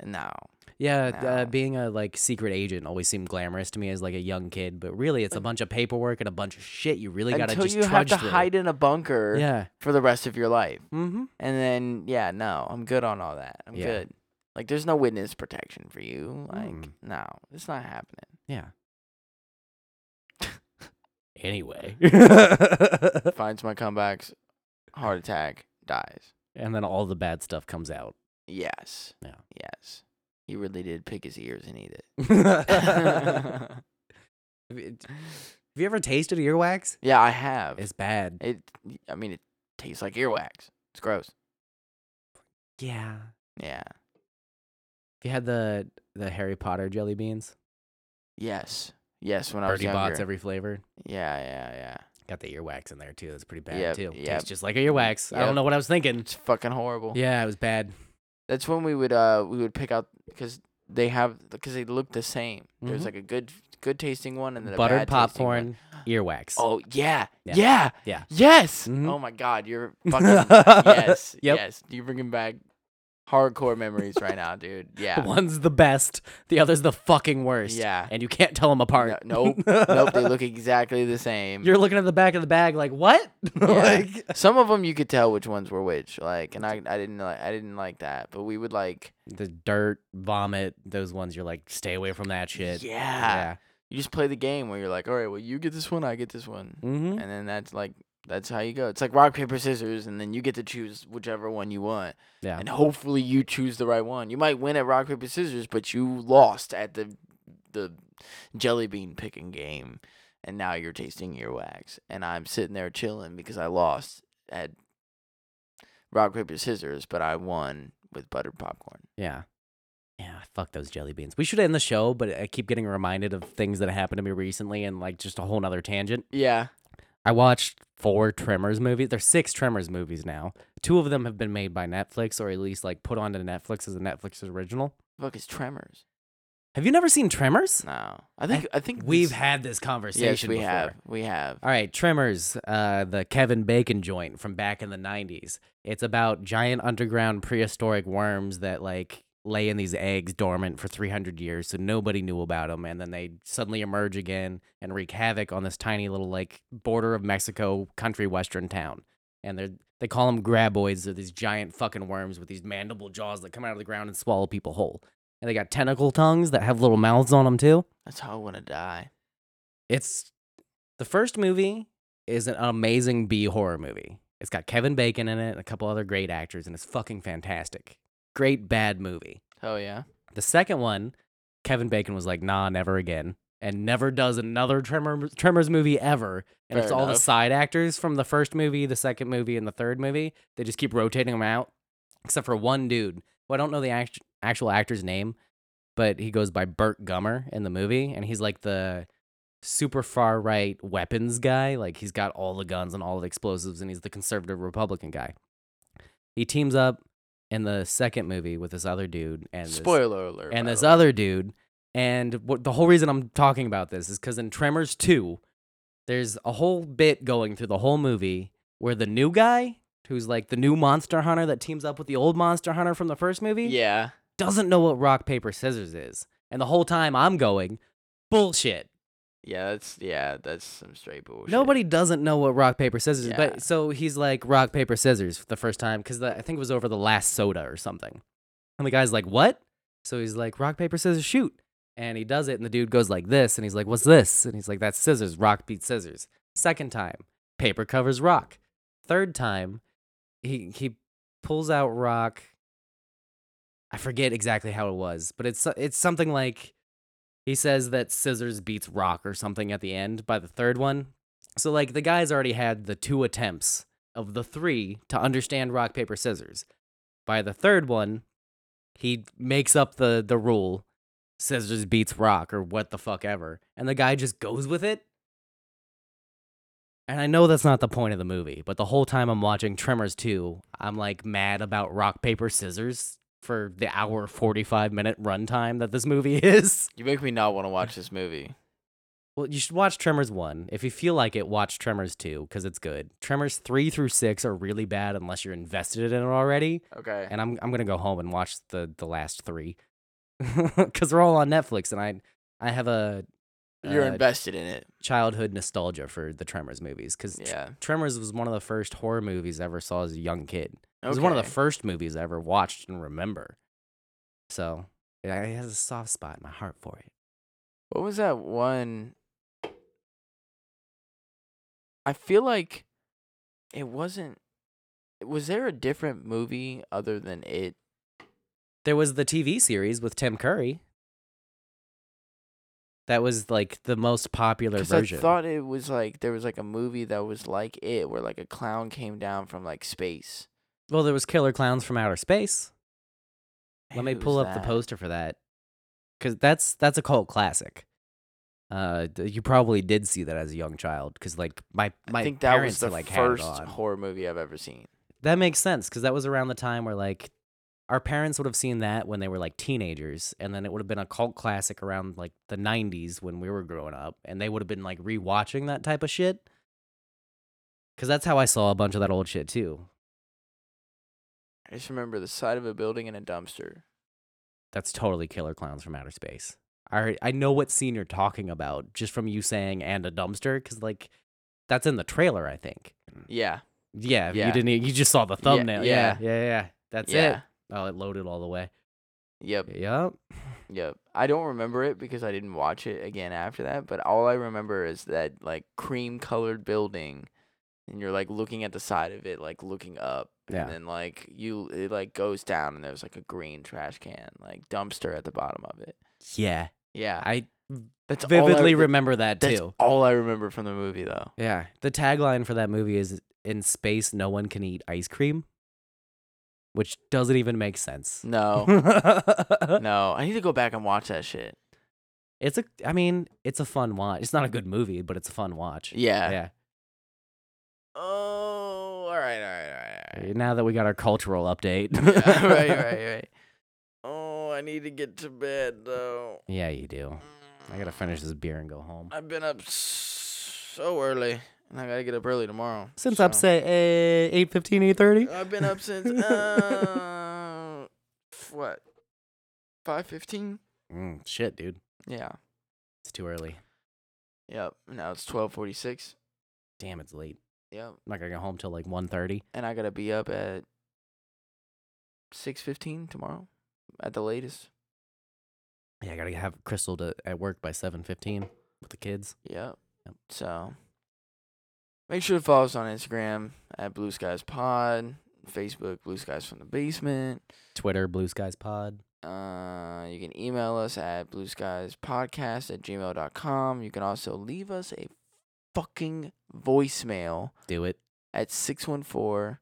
[SPEAKER 2] no.
[SPEAKER 1] Yeah,
[SPEAKER 2] No.
[SPEAKER 1] uh, being a like secret agent always seemed glamorous to me as like a young kid, but really it's a bunch of paperwork and a bunch of shit you really got to
[SPEAKER 2] Until
[SPEAKER 1] just
[SPEAKER 2] you
[SPEAKER 1] trudge
[SPEAKER 2] have to
[SPEAKER 1] through.
[SPEAKER 2] hide in a bunker
[SPEAKER 1] yeah.
[SPEAKER 2] for the rest of your life,
[SPEAKER 1] Mm-hmm.
[SPEAKER 2] and then yeah, no, I'm good on all that. I'm
[SPEAKER 1] Yeah.
[SPEAKER 2] good. Like, there's no witness protection for you. Like,
[SPEAKER 1] Mm.
[SPEAKER 2] no, it's not happening.
[SPEAKER 1] Yeah. anyway.
[SPEAKER 2] Finds my comebacks, heart attack, dies.
[SPEAKER 1] and then all the bad stuff comes out.
[SPEAKER 2] Yes.
[SPEAKER 1] Yeah.
[SPEAKER 2] Yes. He really did pick his ears and eat it.
[SPEAKER 1] have you have you ever tasted earwax?
[SPEAKER 2] yeah, I have.
[SPEAKER 1] It's bad.
[SPEAKER 2] it. I mean, it tastes like earwax. It's gross.
[SPEAKER 1] Yeah.
[SPEAKER 2] Yeah.
[SPEAKER 1] You had the the Harry Potter jelly beans.
[SPEAKER 2] Yes. Yes. When I was
[SPEAKER 1] Birdie
[SPEAKER 2] younger.
[SPEAKER 1] Bots every Mm. flavor.
[SPEAKER 2] yeah. Yeah. Yeah.
[SPEAKER 1] Got the earwax in there too. That's pretty bad
[SPEAKER 2] Yep,
[SPEAKER 1] too.
[SPEAKER 2] yep.
[SPEAKER 1] Tastes just like earwax. I
[SPEAKER 2] Yep.
[SPEAKER 1] don't know what I was thinking.
[SPEAKER 2] It's fucking horrible.
[SPEAKER 1] Yeah, it was bad.
[SPEAKER 2] That's when we would uh we would pick out because they have because they look the same. There's
[SPEAKER 1] Mhm.
[SPEAKER 2] like a good good tasting one and then a
[SPEAKER 1] Buttered
[SPEAKER 2] bad tasting one.
[SPEAKER 1] popcorn, earwax.
[SPEAKER 2] Oh yeah,
[SPEAKER 1] Yeah.
[SPEAKER 2] yeah,
[SPEAKER 1] Yeah.
[SPEAKER 2] yes.
[SPEAKER 1] Mhm.
[SPEAKER 2] Oh my God, you're fucking yes,
[SPEAKER 1] Yep.
[SPEAKER 2] yes. You're bringing back hardcore memories right now, dude. Yeah,
[SPEAKER 1] One's the best, the other's the fucking worst.
[SPEAKER 2] Yeah.
[SPEAKER 1] And you can't tell them
[SPEAKER 2] no,
[SPEAKER 1] apart.
[SPEAKER 2] nope, nope. They look exactly the same.
[SPEAKER 1] You're looking at the back of the bag like, what?
[SPEAKER 2] Yeah.
[SPEAKER 1] like,
[SPEAKER 2] Some of them you could tell which ones were which, like, and I, I didn't like, I didn't like that. But we would like,
[SPEAKER 1] the dirt, vomit, those ones you're like, stay away from that shit.
[SPEAKER 2] yeah. You just play the game where you're like, all right, well, you get this one, I get this one,
[SPEAKER 1] Mm-hmm.
[SPEAKER 2] and then that's like, that's how you go. It's like rock paper scissors, and then you get to choose whichever one you want.
[SPEAKER 1] Yeah.
[SPEAKER 2] and hopefully you choose the right one. You might win at rock paper scissors, but you lost at the the jelly bean picking game, and now you're tasting earwax. And I'm sitting there chilling because I lost at rock paper scissors, but I won with buttered popcorn.
[SPEAKER 1] Yeah. Yeah, fuck those jelly beans. We should end the show, but I keep getting reminded of things that happened to me recently and like just a whole nother tangent.
[SPEAKER 2] Yeah,
[SPEAKER 1] I watched four Tremors movies. There's six Tremors movies now. Two of them have been made by Netflix or at least like put onto Netflix as a Netflix original.
[SPEAKER 2] fuck is Tremors.
[SPEAKER 1] Have you never seen Tremors?
[SPEAKER 2] No, I think I, think
[SPEAKER 1] We've
[SPEAKER 2] this-
[SPEAKER 1] had this conversation
[SPEAKER 2] yes we
[SPEAKER 1] before.
[SPEAKER 2] have we have
[SPEAKER 1] All right, Tremors, uh, the Kevin Bacon joint from back in the 90s. It's about giant underground prehistoric worms that like laying these eggs dormant for 300 years, so nobody knew about them, and then they suddenly emerge again and wreak havoc on this tiny little like border of Mexico country western town. And they they call them graboids, they're these giant fucking worms with these mandible jaws that come out of the ground and swallow people whole. And they got tentacle tongues that have little mouths on them too.
[SPEAKER 2] That's how I want to die.
[SPEAKER 1] It's the first movie is an amazing B horror movie. It's got Kevin Bacon in it and a couple other great actors, and it's fucking fantastic. Great bad movie.
[SPEAKER 2] Oh yeah.
[SPEAKER 1] The second one, Kevin Bacon was like, "Nah, never again," and never does another Tremor, Tremors movie ever. And
[SPEAKER 2] Fair
[SPEAKER 1] it's all the
[SPEAKER 2] enough.
[SPEAKER 1] side actors from the first movie, the second movie, and the third movie. They just keep rotating them out, except for one dude. Well, I don't know the act- actual actor's name, but he goes by Burt Gummer in the movie, and he's like the super far right weapons guy. Like he's got all the guns and all the explosives, and he's the conservative Republican guy. He teams up in the second movie with this other dude and this,
[SPEAKER 2] Spoiler alert.
[SPEAKER 1] and
[SPEAKER 2] by
[SPEAKER 1] this
[SPEAKER 2] the way.
[SPEAKER 1] other dude. And what the whole reason I'm talking about this is because in Tremors 2, there's a whole bit going through the whole movie where the new guy, who's like the new monster hunter that teams up with the old monster hunter from the first movie,
[SPEAKER 2] Yeah.
[SPEAKER 1] doesn't know what rock, paper, scissors is. And the whole time I'm going, bullshit.
[SPEAKER 2] Yeah. That's yeah. That's some straight bullshit.
[SPEAKER 1] Nobody doesn't know what rock paper scissors is,
[SPEAKER 2] Yeah.
[SPEAKER 1] but so he's like rock paper scissors for the first time because I think it was over the last soda or something, and the guy's like what? So he's like rock paper scissors shoot, and he does it, and the dude goes like this, and he's like what's this? And he's like that's scissors. Rock beats scissors. Second time, paper covers rock. Third time, he he pulls out rock. I forget exactly how it was, but it's it's something like he says that scissors beats rock or something at the end by the third one. So like the guy's already had the two attempts of the three to understand rock paper scissors. By the third one, he makes up the the rule scissors beats rock or what the fuck ever, and the guy just goes with it. And I know that's not the point of the movie, but the whole time I'm watching Tremors 2, I'm like mad about rock paper scissors for the hour 45 minute runtime that this movie is.
[SPEAKER 2] You make me not want to watch this movie.
[SPEAKER 1] Well, you should watch Tremors 1. If you feel like it, watch Tremors 2 because it's good. Tremors 3 through 6 are really bad unless you're invested in it already.
[SPEAKER 2] Okay.
[SPEAKER 1] And I'm, I'm going to go home and watch the, the last three because they're all on Netflix. And I, I have a
[SPEAKER 2] You're
[SPEAKER 1] uh,
[SPEAKER 2] invested in it.
[SPEAKER 1] childhood nostalgia for the Tremors movies because
[SPEAKER 2] Yeah.
[SPEAKER 1] Tremors was one of the first horror movies I ever saw as a young kid. It was one of the
[SPEAKER 2] Okay.
[SPEAKER 1] first movies I ever watched and remember. So yeah, it has a soft spot in my heart for it.
[SPEAKER 2] What was that one? I feel like it wasn't. Was there a different movie other than it?
[SPEAKER 1] There was the TV series with Tim Curry. That was like the most popular
[SPEAKER 2] Because I
[SPEAKER 1] version.
[SPEAKER 2] thought it was like there was like a movie that was like it, where like a clown came down from like space.
[SPEAKER 1] well, there was Killer Clowns from Outer Space. Let
[SPEAKER 2] Maybe
[SPEAKER 1] me
[SPEAKER 2] it was
[SPEAKER 1] pull up the
[SPEAKER 2] that.
[SPEAKER 1] poster for that. Cuz that's that's a cult classic. Uh, d- you probably did see that as a young child, because like my
[SPEAKER 2] I
[SPEAKER 1] my
[SPEAKER 2] think that
[SPEAKER 1] parents
[SPEAKER 2] was the
[SPEAKER 1] had, like had it
[SPEAKER 2] first
[SPEAKER 1] on.
[SPEAKER 2] horror movie I've ever seen.
[SPEAKER 1] That makes sense because that was around the time where like our parents would have seen that when they were like teenagers, and then it would have been a cult classic around like the '90s when we were growing up, and they would have been like rewatching that type of shit. Because that's how I saw a bunch of that old shit too.
[SPEAKER 2] I just remember the side of a building and a dumpster.
[SPEAKER 1] That's totally Killer Clowns from Outer Space. I alre- I know what scene you're talking about just from you saying and a dumpster because like that's in the trailer, I think.
[SPEAKER 2] Yeah,
[SPEAKER 1] Yeah,
[SPEAKER 2] Yeah.
[SPEAKER 1] you didn't. e, You just saw the thumbnail. Yeah,
[SPEAKER 2] yeah.
[SPEAKER 1] yeah, yeah. That's
[SPEAKER 2] yeah,
[SPEAKER 1] it. Oh, it loaded all the way.
[SPEAKER 2] yep.
[SPEAKER 1] Yep.
[SPEAKER 2] Yep. I don't remember it because I didn't watch it again after that, but all I remember is that like cream colored building and you're like looking at the side of it, like looking up.
[SPEAKER 1] Yeah.
[SPEAKER 2] And then like you it like goes down and there's like a green trash can, like dumpster at the bottom of it.
[SPEAKER 1] Yeah.
[SPEAKER 2] Yeah.
[SPEAKER 1] I
[SPEAKER 2] That's all I-
[SPEAKER 1] vividly
[SPEAKER 2] that-
[SPEAKER 1] remember that
[SPEAKER 2] that's
[SPEAKER 1] too.
[SPEAKER 2] all I remember from the movie though.
[SPEAKER 1] Yeah. The tagline for that movie is "In space, no one can eat ice cream," which doesn't even make sense.
[SPEAKER 2] No. no. I need to go back and watch that shit.
[SPEAKER 1] it's a. I mean, it's a fun watch. It's not a good movie, but it's a fun watch.
[SPEAKER 2] Yeah.
[SPEAKER 1] Yeah.
[SPEAKER 2] Oh, all right, all right, all right. All right.
[SPEAKER 1] Now that we got our cultural update.
[SPEAKER 2] Yeah, right, right, right. Oh, I need to get to bed though.
[SPEAKER 1] Yeah, you do. I gotta finish this beer and go home.
[SPEAKER 2] I've been up so early, and I gotta get up early tomorrow.
[SPEAKER 1] Since eh,
[SPEAKER 2] so.
[SPEAKER 1] up say uh, 8.15, 8.30.
[SPEAKER 2] I've been up since uh, what Five fifteen.
[SPEAKER 1] Mm, shit, dude.
[SPEAKER 2] Yeah.
[SPEAKER 1] It's too early.
[SPEAKER 2] Yep. Now it's twelve forty six.
[SPEAKER 1] Damn, it's late.
[SPEAKER 2] Yep.
[SPEAKER 1] I'm not gonna get home till like 1.30.
[SPEAKER 2] And I gotta be up at six fifteen tomorrow, at the latest.
[SPEAKER 1] Yeah, I gotta have Crystal to at work by seven fifteen with the kids.
[SPEAKER 2] Yep.
[SPEAKER 1] Yep.
[SPEAKER 2] So make sure to follow us on Instagram at Blue Skies Pod, Facebook Blue Skies from the Basement.
[SPEAKER 1] Twitter, Blue Skies Pod.
[SPEAKER 2] Uh, you can email us at blue skies podcast at gmail.com. You can also leave us a fucking voicemail
[SPEAKER 1] Do it.
[SPEAKER 2] at 614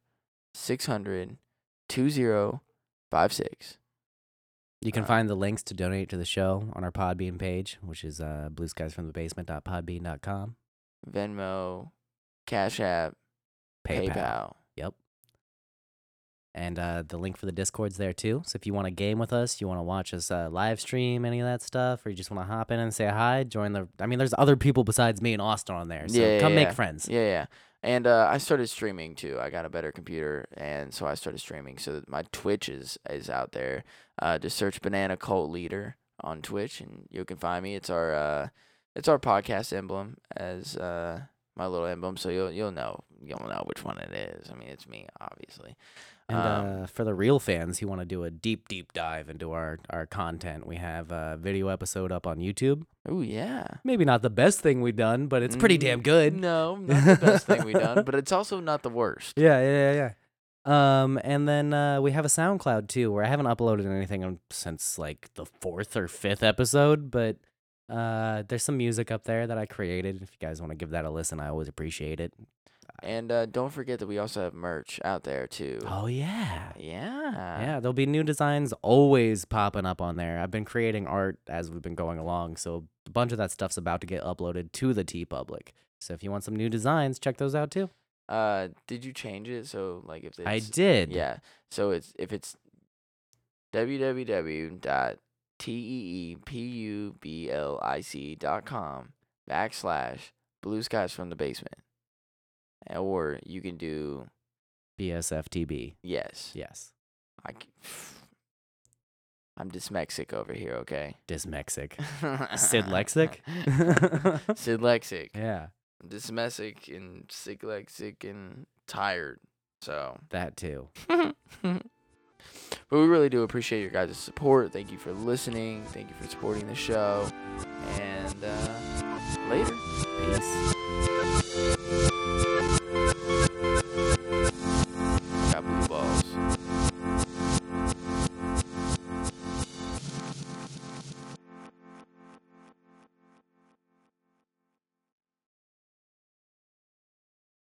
[SPEAKER 2] 600 2056.
[SPEAKER 1] You can
[SPEAKER 2] Uh,
[SPEAKER 1] find the links to donate to the show on our Podbean page, which is uh, blueskiesfromthebasement.podbean.com.
[SPEAKER 2] Venmo, Cash App, PayPal.
[SPEAKER 1] Yep. And uh, the link for the Discord's there too. So if you want to game with us, you want to watch us uh, live stream any of that stuff, or you just want to hop in and say hi, join the. I mean, there's other people besides me and Austin on there. So
[SPEAKER 2] Yeah,
[SPEAKER 1] come
[SPEAKER 2] yeah.
[SPEAKER 1] make friends.
[SPEAKER 2] Yeah, yeah. And uh, I started streaming too. I got a better computer, and so I started streaming. So that my Twitch is is out there. Uh, just search Banana Cult Leader on Twitch, and you can find me. It's our uh, it's our podcast emblem as uh, my little emblem. So you'll you'll know you'll know which one it is. I mean, it's me, obviously.
[SPEAKER 1] And
[SPEAKER 2] Um,
[SPEAKER 1] uh, for the real fans who want to do a deep, deep dive into our, our content, we have a video episode up on YouTube.
[SPEAKER 2] Oh yeah.
[SPEAKER 1] Maybe not the best thing we've done, but it's pretty
[SPEAKER 2] Mm,
[SPEAKER 1] damn good.
[SPEAKER 2] No, not the best thing we've done, but it's also not the worst.
[SPEAKER 1] Yeah, yeah, yeah, yeah. Um, and then uh, we have a SoundCloud too, where I haven't uploaded anything on- since like the fourth or fifth episode, but uh, there's some music up there that I created. If you guys want to give that a listen, I always appreciate it.
[SPEAKER 2] And uh, don't forget that we also have merch out there too.
[SPEAKER 1] Oh yeah.
[SPEAKER 2] Yeah.
[SPEAKER 1] Yeah, there'll be new designs always popping up on there. I've been creating art as we've been going along, so a bunch of that stuff's about to get uploaded to the T Public. So if you want some new designs, check those out too.
[SPEAKER 2] Uh, did you change it? So like if it's,
[SPEAKER 1] I did.
[SPEAKER 2] Yeah. So it's if it's www.teepublic.com backslash blue skies from the basement, or you can do
[SPEAKER 1] BSFTB.
[SPEAKER 2] yes.
[SPEAKER 1] Yes.
[SPEAKER 2] I c- I'm dyslexic over here. Okay.
[SPEAKER 1] Dysmexic. Sid
[SPEAKER 2] Sid
[SPEAKER 1] Lexic?
[SPEAKER 2] Sid Lexic.
[SPEAKER 1] yeah,
[SPEAKER 2] Dyslexic and sick lexic and tired. So.
[SPEAKER 1] that too.
[SPEAKER 2] But we really do appreciate your guys' support. Thank you for listening. Thank you for supporting the show. And uh, later.
[SPEAKER 1] Peace.